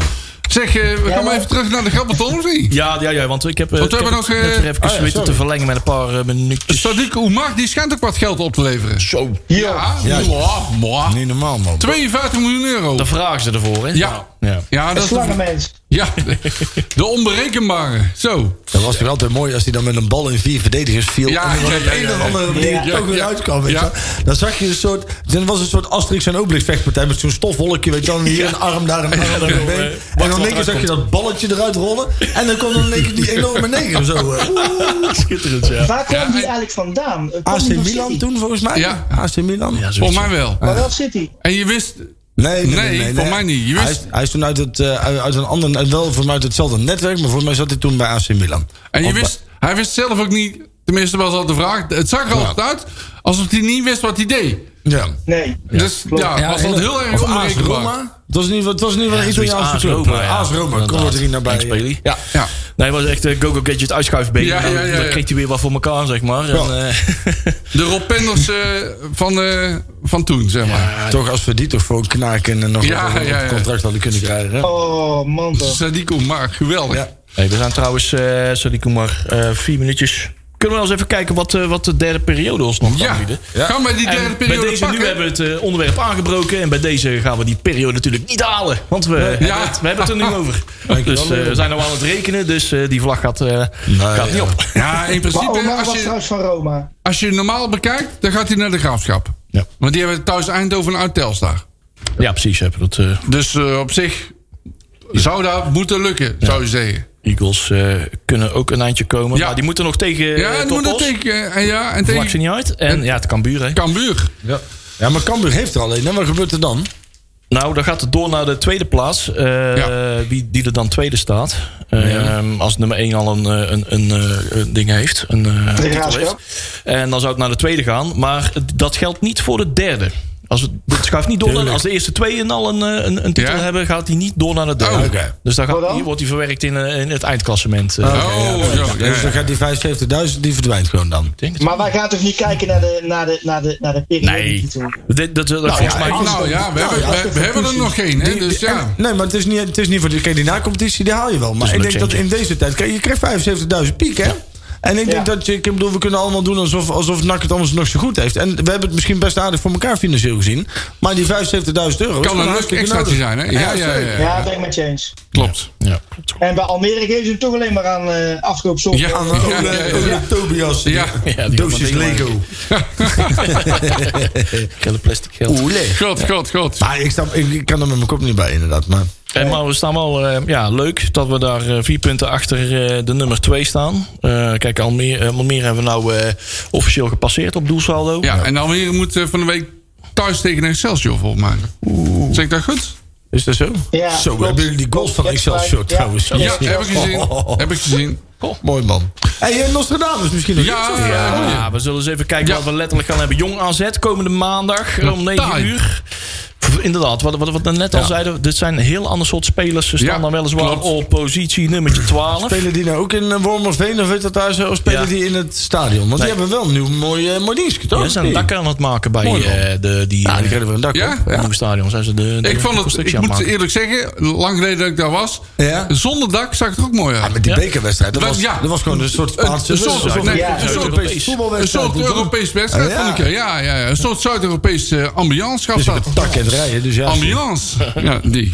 [SPEAKER 3] Zeg, eh, we gaan maar even terug naar de grappelton of niet?
[SPEAKER 6] Ja, ja, ja, want ik heb, eh,
[SPEAKER 3] Want we
[SPEAKER 6] ik heb
[SPEAKER 3] hebben nog,
[SPEAKER 6] het net
[SPEAKER 3] eh,
[SPEAKER 6] weer even
[SPEAKER 4] ah ja,
[SPEAKER 6] weten
[SPEAKER 4] sorry.
[SPEAKER 6] te verlengen met een paar eh, minuutjes.
[SPEAKER 3] Sadiq Oemar, die schijnt ook wat geld op te leveren.
[SPEAKER 6] Zo.
[SPEAKER 3] Ja,
[SPEAKER 4] Ja.
[SPEAKER 3] Mwah, mwah.
[SPEAKER 4] Niet normaal, man.
[SPEAKER 3] 52 miljoen euro.
[SPEAKER 6] Daar vragen ze ervoor, hè?
[SPEAKER 3] Ja.
[SPEAKER 6] ja.
[SPEAKER 3] Ja, dat
[SPEAKER 7] Een
[SPEAKER 3] is de,
[SPEAKER 7] slangenmens.
[SPEAKER 3] ja, de onberekenbare. Zo.
[SPEAKER 4] Dat was toch altijd mooi als hij dan met een bal in vier verdedigers viel.
[SPEAKER 3] Ja,
[SPEAKER 4] en dan
[SPEAKER 3] ja,
[SPEAKER 4] op
[SPEAKER 3] ja,
[SPEAKER 4] een
[SPEAKER 3] ja,
[SPEAKER 4] of
[SPEAKER 3] ja.
[SPEAKER 4] andere manier
[SPEAKER 7] Ja.
[SPEAKER 4] toch weer
[SPEAKER 3] Ja.
[SPEAKER 4] uitkwam. Weet je
[SPEAKER 3] Ja.
[SPEAKER 4] wel. Dan zag je een soort. Dan was een soort Asterix en Obelix vechtpartij met zo'n stofwolkje. Weet je wel, en hier een arm, daar een arm, daar een been.
[SPEAKER 6] eh,
[SPEAKER 4] En
[SPEAKER 6] wacht
[SPEAKER 4] dan
[SPEAKER 6] wat
[SPEAKER 4] in één keer zag je
[SPEAKER 6] uitkomt.
[SPEAKER 4] dat balletje eruit rollen. En dan kwam dan in één keer die enorme neger zo. eh.
[SPEAKER 3] *laughs*
[SPEAKER 6] Schitterend, ja.
[SPEAKER 7] Waar kwam
[SPEAKER 3] Ja, en-
[SPEAKER 7] die eigenlijk vandaan? Kwam
[SPEAKER 4] AC
[SPEAKER 7] die van
[SPEAKER 4] Milan
[SPEAKER 7] City?
[SPEAKER 4] toen volgens mij?
[SPEAKER 3] Ja.
[SPEAKER 4] AC Milan?
[SPEAKER 6] Ja, zoiets.
[SPEAKER 3] Voor mij wel.
[SPEAKER 7] Maar wel City.
[SPEAKER 3] En je wist...
[SPEAKER 4] Nee, nee,
[SPEAKER 3] Nee, voor mij niet. Je
[SPEAKER 4] Hij,
[SPEAKER 3] wist-
[SPEAKER 4] is, hij is toen uit, het, eh, uit uit een ander, uit- wel voor mij uit hetzelfde netwerk, maar voor mij zat hij toen bij AC Milan.
[SPEAKER 3] En je
[SPEAKER 4] Of bij-
[SPEAKER 3] wist, hij wist zelf ook niet... Tenminste, was al de vraag. Het zag er altijd uit alsof hij niet wist wat hij deed.
[SPEAKER 4] Ja.
[SPEAKER 7] Nee.
[SPEAKER 3] Dus ja, was dat heel erg
[SPEAKER 4] Of AS
[SPEAKER 3] onberekenbaar.
[SPEAKER 4] Roma. Dat is niet wat, dat is niet wat een
[SPEAKER 6] zoiets
[SPEAKER 4] Italiaanse
[SPEAKER 6] AS
[SPEAKER 4] club.
[SPEAKER 6] Dus Roma, ja.
[SPEAKER 4] AS Roma, kom er
[SPEAKER 6] Inderdaad.
[SPEAKER 4] drie naar bij.
[SPEAKER 6] Denk Speli.
[SPEAKER 4] Ja.
[SPEAKER 3] Ja.
[SPEAKER 6] Nee, hij was echt eh, go-go gadget uitschuifbeen.
[SPEAKER 3] Ja,
[SPEAKER 6] Dan-
[SPEAKER 3] ja, ja,
[SPEAKER 6] Dan
[SPEAKER 3] ja.
[SPEAKER 6] kreeg hij weer wat voor elkaar, zeg maar. En,
[SPEAKER 4] *laughs*
[SPEAKER 6] eh,
[SPEAKER 3] De Rob Penders eh, van, eh, van toen, zeg maar.
[SPEAKER 4] Toch als we die toch voor knaken en nog
[SPEAKER 3] Ja,
[SPEAKER 4] wat
[SPEAKER 3] ja,
[SPEAKER 4] op
[SPEAKER 3] ja.
[SPEAKER 4] het contract hadden kunnen krijgen. Hè?
[SPEAKER 7] Oh, man toch.
[SPEAKER 3] Sadiko, maar geweldig.
[SPEAKER 4] Ja.
[SPEAKER 6] hey, we zijn trouwens, eh sorry Koemar, eh vier minuutjes. Kunnen we wel eens even kijken wat, eh, wat de derde periode ons nog kan
[SPEAKER 3] Ja,
[SPEAKER 6] bieden?
[SPEAKER 3] ja. gaan we die
[SPEAKER 6] En
[SPEAKER 3] derde
[SPEAKER 6] bij
[SPEAKER 3] periode
[SPEAKER 6] deze,
[SPEAKER 3] pakken?
[SPEAKER 6] nu hebben we het eh, onderwerp aangebroken. En bij deze gaan we die periode natuurlijk niet halen. Want we, hebben,
[SPEAKER 3] Ja.
[SPEAKER 6] het, we hebben het
[SPEAKER 3] *laughs*
[SPEAKER 6] er nu over.
[SPEAKER 4] Dankjewel,
[SPEAKER 6] Dus eh, we
[SPEAKER 4] Leon.
[SPEAKER 6] zijn nou aan het rekenen. Dus eh, die vlag gaat, eh, gaat niet op.
[SPEAKER 3] Ja, in
[SPEAKER 7] Maar
[SPEAKER 3] principe,
[SPEAKER 7] Omar
[SPEAKER 3] als
[SPEAKER 7] was
[SPEAKER 3] je,
[SPEAKER 7] trouwens van Roma.
[SPEAKER 3] als je normaal bekijkt, dan gaat hij naar de graafschap.
[SPEAKER 6] Ja.
[SPEAKER 3] Want die hebben thuis Eindhoven en uit Telstar.
[SPEAKER 6] Ja, precies. Hebben dat, eh,
[SPEAKER 3] Dus eh, op zich zou dat moeten lukken, zou je zeggen.
[SPEAKER 6] Eagles eh, kunnen ook een eindje komen.
[SPEAKER 3] Ja.
[SPEAKER 6] Maar die moeten nog tegen
[SPEAKER 3] Ja, en moet dat
[SPEAKER 6] tegen.
[SPEAKER 3] tegen, en ja, en
[SPEAKER 6] Eh, Vlak ze
[SPEAKER 3] tegen
[SPEAKER 6] niet uit. En ja, het kan buren.
[SPEAKER 3] Cambuur.
[SPEAKER 4] Ja. ja, maar Cambuur heeft er alleen. En wat gebeurt er dan?
[SPEAKER 6] Nou, dan gaat het door naar de tweede plaats. eh,
[SPEAKER 3] Ja.
[SPEAKER 6] wie, die er dan tweede staat. Ehm, als nummer 1 al een, eh, een, een, eh, een ding heeft. Een, eh, titel
[SPEAKER 7] graafschap.
[SPEAKER 6] heeft. En dan zou het naar de tweede gaan. Maar dat geldt niet voor de derde. Als het, het schuift niet door. naar- als de eerste tweeën al een, eh, een, een titel
[SPEAKER 3] Ja.
[SPEAKER 6] hebben, gaat die niet door naar de derde.
[SPEAKER 3] Oh,
[SPEAKER 4] oké.
[SPEAKER 6] Dus dan gaat,
[SPEAKER 7] Wat dan?
[SPEAKER 6] hier wordt hij verwerkt in, eh, in het eindklassement. eh.
[SPEAKER 3] Oh, zo, ja,
[SPEAKER 4] Dus
[SPEAKER 3] ja.
[SPEAKER 4] dan gaat die 75.000, die verdwijnt gewoon dan.
[SPEAKER 7] Maar wij gaan toch niet kijken naar de, naar de, naar de, naar de
[SPEAKER 6] Nee.
[SPEAKER 7] periode-titel?
[SPEAKER 6] Dit- dat, dat, volgens mij
[SPEAKER 3] Nou ja, we hebben, we, we hebben er nog geen. Hè, dus ja.
[SPEAKER 4] Nee, maar het is niet, het is niet voor die, kijk, die na-competitie, die haal je wel. Maar
[SPEAKER 6] is
[SPEAKER 4] ik
[SPEAKER 6] een
[SPEAKER 4] denk dat in deze tijd, kijk, je krijgt 75.000 piek, hè? En ik denk
[SPEAKER 7] Ja.
[SPEAKER 4] dat, je- ik bedoel, we kunnen allemaal doen alsof, alsof NAC het anders nog zo goed heeft. En we hebben het misschien best aardig voor elkaar financieel gezien. Maar die 75.000 euro... is
[SPEAKER 3] Kan
[SPEAKER 4] gewoon
[SPEAKER 3] een leuk
[SPEAKER 4] hartstikke
[SPEAKER 3] extraatje
[SPEAKER 4] nodig.
[SPEAKER 3] zijn, hè? Ja, ja,
[SPEAKER 4] zeker.
[SPEAKER 3] ja, ja.
[SPEAKER 7] Ja, ben ik met je eens.
[SPEAKER 3] klopt.
[SPEAKER 6] Ja, klopt.
[SPEAKER 7] En bij Almere geven ze hem toch alleen maar aan eh afgelopen zondag.
[SPEAKER 3] Ja.
[SPEAKER 4] Aan de Ole-
[SPEAKER 3] ja, ja.
[SPEAKER 4] Ole Tobias.
[SPEAKER 3] Ja.
[SPEAKER 6] Ja, die
[SPEAKER 4] Doosjes
[SPEAKER 6] allemaal dingen
[SPEAKER 4] Lego.
[SPEAKER 6] *laughs* Gele plastic geld.
[SPEAKER 4] Oele.
[SPEAKER 3] God, god, god.
[SPEAKER 4] Maar ik, snap, ik, ik kan er met mijn kop niet bij, inderdaad. Maar
[SPEAKER 6] En maar we staan wel eh, ja, leuk dat we daar eh, vier punten achter eh, de nummer twee staan. Eh, kijk, Almere, eh, Almere hebben we nou eh, officieel gepasseerd op doelsaldo.
[SPEAKER 3] Ja, en dan weer moet eh, van de week thuis tegen Excelsior volgens mij. Zeg ik dat goed?
[SPEAKER 4] is dat zo?
[SPEAKER 7] Ja,
[SPEAKER 4] zo,
[SPEAKER 7] klopt.
[SPEAKER 4] hebben jullie die goals van
[SPEAKER 7] Klopt.
[SPEAKER 4] Excelsior
[SPEAKER 7] Ja.
[SPEAKER 4] trouwens?
[SPEAKER 3] Ja, heb ik gezien. Heb ik gezien.
[SPEAKER 4] *laughs* Mooi man. hey, en Nostradamus misschien nog?
[SPEAKER 3] Ja,
[SPEAKER 4] iets, of?
[SPEAKER 3] Oh, ja,
[SPEAKER 6] Ja, we zullen eens even kijken
[SPEAKER 3] Ja.
[SPEAKER 6] wat we letterlijk gaan hebben. Jong AZ komende maandag eh, om 9
[SPEAKER 3] Taai.
[SPEAKER 6] uur. Pff, Inderdaad, wat, wat, wat we net al
[SPEAKER 3] Ja.
[SPEAKER 6] zeiden, dit zijn een heel ander soort spelers. Ze staan
[SPEAKER 3] Ja,
[SPEAKER 6] dan weliswaar
[SPEAKER 3] klopt.
[SPEAKER 6] op positie nummertje 12.
[SPEAKER 4] Spelen die nou ook in eh, Wormerveen of weet dat thuis? eh, Of spelen
[SPEAKER 6] Ja.
[SPEAKER 4] die in het stadion? Want
[SPEAKER 6] Nee.
[SPEAKER 4] die hebben wel nu een mooi, eh, mooi dienstje, toch?
[SPEAKER 6] Ja, ze zijn een
[SPEAKER 4] Nee.
[SPEAKER 6] dak aan het maken bij
[SPEAKER 4] Mooi, man.
[SPEAKER 6] eh, de, die,
[SPEAKER 4] Ja, die
[SPEAKER 6] eh,
[SPEAKER 4] krijgen weer een dak
[SPEAKER 3] Ja?
[SPEAKER 4] op.
[SPEAKER 6] nieuwe stadion. Zijn ze de, de
[SPEAKER 3] Ik vond het,
[SPEAKER 6] constructie
[SPEAKER 3] ik
[SPEAKER 6] aan
[SPEAKER 3] moet
[SPEAKER 6] het maken.
[SPEAKER 3] eerlijk zeggen, lang geleden dat ik daar was.
[SPEAKER 4] Ja.
[SPEAKER 3] Zonder dak zag het er ook mooi uit.
[SPEAKER 4] Ah, maar die
[SPEAKER 6] Ja.
[SPEAKER 4] bekerwedstrijd, dat
[SPEAKER 3] Wel,
[SPEAKER 4] was,
[SPEAKER 3] ja.
[SPEAKER 4] dat was gewoon een soort Spaanse...
[SPEAKER 3] een soort-
[SPEAKER 4] alsof-
[SPEAKER 3] nee,
[SPEAKER 4] ja,
[SPEAKER 7] een
[SPEAKER 4] een
[SPEAKER 6] soort
[SPEAKER 4] soort
[SPEAKER 6] Europees.
[SPEAKER 4] voetbalwedstrijd.
[SPEAKER 3] Een soort
[SPEAKER 4] moet doen.
[SPEAKER 3] Europees wedstrijd
[SPEAKER 4] Ah, ja.
[SPEAKER 3] vond ik. eh, Ja, ja, ja. Een soort Zuid-Europees eh, ambiance gaf
[SPEAKER 4] Dus ik
[SPEAKER 3] dat.
[SPEAKER 4] heb tak en het rijden, dus ja.
[SPEAKER 3] *laughs* Ambiance. Ja, die.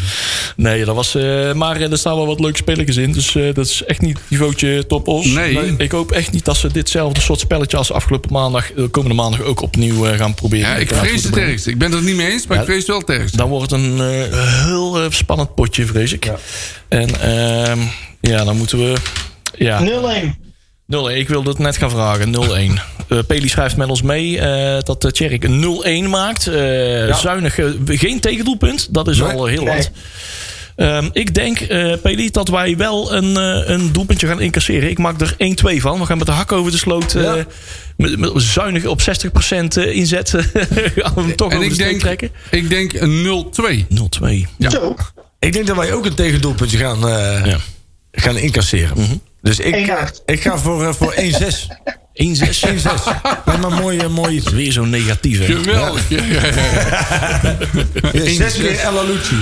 [SPEAKER 6] Nee, dat was. eh, maar eh, er staan wel wat leuke spelletjes in. Dus eh, dat is echt niet niveautje top os.
[SPEAKER 3] Nee.
[SPEAKER 6] Ik hoop echt niet dat ze ditzelfde soort spelletje als afgelopen maandag, eh, komende maandag ook opnieuw eh, gaan proberen.
[SPEAKER 3] Ja, ik
[SPEAKER 6] Uitvoer
[SPEAKER 3] vrees
[SPEAKER 6] te
[SPEAKER 3] het
[SPEAKER 6] brengen.
[SPEAKER 3] ergst. Ik ben het er niet mee eens, maar ik vrees wel het ergst.
[SPEAKER 6] Dan wordt het een eh, heel eh, spannend potje, vrees ik. En ehm, ja, dan moeten we. Ja,
[SPEAKER 7] 0-1.
[SPEAKER 6] 0-1. Ik wilde het net gaan vragen.
[SPEAKER 3] *laughs*
[SPEAKER 6] 0-1. Eh, Peli schrijft met ons mee eh, dat eh, Tjerk een 0-1 maakt. Eh, Zuinig. eh, geen tegendoelpunt. Dat is al eh, heel wat. Ehm, ik denk, eh Peli, dat wij wel een, eh, een doelpuntje gaan incasseren. Ik maak er 1-2 van. We gaan met de hak over de sloot. eh, met, met zuinig op 60% eh, inzet. *laughs* gaan we hem toch
[SPEAKER 3] En
[SPEAKER 6] over de
[SPEAKER 3] ik
[SPEAKER 6] streep
[SPEAKER 3] denk,
[SPEAKER 6] trekken.
[SPEAKER 3] ik denk een 0-2.
[SPEAKER 6] 0-2.
[SPEAKER 7] Zo,
[SPEAKER 4] Ik denk dat wij ook een tegendoelpuntje gaan, eh,
[SPEAKER 6] Ja. Mhm.
[SPEAKER 4] gaan incasseren. Dus ik, ga-
[SPEAKER 7] 1-8.
[SPEAKER 4] ik ga voor, eh, voor 1-6.
[SPEAKER 3] *laughs*
[SPEAKER 6] 1-6.
[SPEAKER 4] 1-6.
[SPEAKER 6] *laughs*
[SPEAKER 4] Lijkt me een mooi, eh, mooi iets.
[SPEAKER 6] Weer zo'n negatieve.
[SPEAKER 3] Geweldig. Ja, ja, ja.
[SPEAKER 4] Ja, Zes keer El Alucci.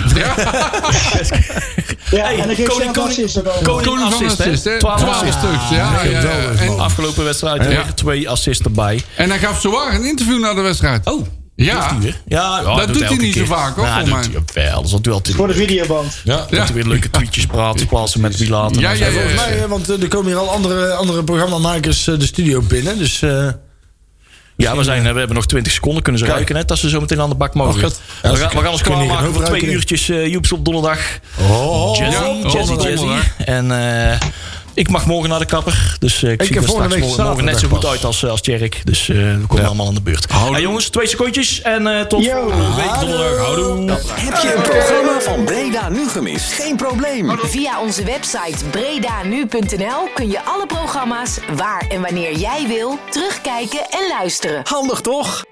[SPEAKER 7] Ja, en dan
[SPEAKER 6] koning-
[SPEAKER 7] geeft ze een
[SPEAKER 6] koning-
[SPEAKER 7] assist ook allemaal.
[SPEAKER 6] koning-
[SPEAKER 3] Koning van
[SPEAKER 6] Assist, hè?
[SPEAKER 3] assist, hè?
[SPEAKER 6] 12
[SPEAKER 3] 12 stuks. Ja, ja, ja.
[SPEAKER 4] Geweldig,
[SPEAKER 3] Eh, En,
[SPEAKER 4] man.
[SPEAKER 6] Afgelopen wedstrijd
[SPEAKER 3] Ja.
[SPEAKER 6] weer twee assists erbij.
[SPEAKER 3] en hij gaf zowaar een interview na de wedstrijd.
[SPEAKER 6] Oh,
[SPEAKER 3] Ja.
[SPEAKER 6] doet hij weer? Ja, ja,
[SPEAKER 3] doet hij
[SPEAKER 6] elke
[SPEAKER 3] niet zo vaak, hoor,
[SPEAKER 6] Ja,
[SPEAKER 3] volgens
[SPEAKER 6] doet
[SPEAKER 3] mij.
[SPEAKER 6] hij wel. Dat is natuurlijk altijd
[SPEAKER 7] Voor de videoband.
[SPEAKER 4] Ja.
[SPEAKER 6] dat hij weer leuke tweetjes praat, in plaats van met wie later.
[SPEAKER 3] Ja,
[SPEAKER 6] En
[SPEAKER 3] ja,
[SPEAKER 6] zo.
[SPEAKER 3] ja.
[SPEAKER 4] Volgens mij, eh, want eh, er komen hier al andere, andere programmamakers eh, de studio binnen. Dus eh,
[SPEAKER 6] Ja, we, zijn, eh, we hebben nog 20 seconden kunnen ze ruiken, net, dat ze zo meteen aan de bak
[SPEAKER 4] Oh,
[SPEAKER 6] mogen.
[SPEAKER 4] God. Ja,
[SPEAKER 6] we,
[SPEAKER 4] ze
[SPEAKER 6] gaan, we gaan ons
[SPEAKER 4] kunnen hier een
[SPEAKER 6] klaarmaken voor
[SPEAKER 4] hoop
[SPEAKER 6] twee
[SPEAKER 4] ruiken.
[SPEAKER 6] uurtjes eh Joeps op donderdag.
[SPEAKER 4] Oh.
[SPEAKER 6] Jazzy,
[SPEAKER 3] Ja,
[SPEAKER 6] Jazzy,
[SPEAKER 3] donderdag.
[SPEAKER 6] Jazzy. En eh, ik mag morgen naar de kapper. Dus eh, ik,
[SPEAKER 4] Ik
[SPEAKER 6] zie
[SPEAKER 4] heb
[SPEAKER 6] er
[SPEAKER 4] volgende
[SPEAKER 6] straks
[SPEAKER 4] week
[SPEAKER 6] morgen, morgen net zo
[SPEAKER 4] zaterdag
[SPEAKER 6] goed
[SPEAKER 4] pas.
[SPEAKER 6] uit als, eh, als Tjerk. Dus eh, we komen allemaal aan de beurt. Hey, jongens, twee secondjes en eh, tot
[SPEAKER 7] Yo.
[SPEAKER 6] volgende week donderdag. Houdoe.
[SPEAKER 1] Heb je een programma van Breda nu gemist? Geen probleem.
[SPEAKER 4] Oh,
[SPEAKER 8] Via onze website bredanu.nl kun je alle programma's waar en wanneer jij wil terugkijken en luisteren.
[SPEAKER 1] Handig toch?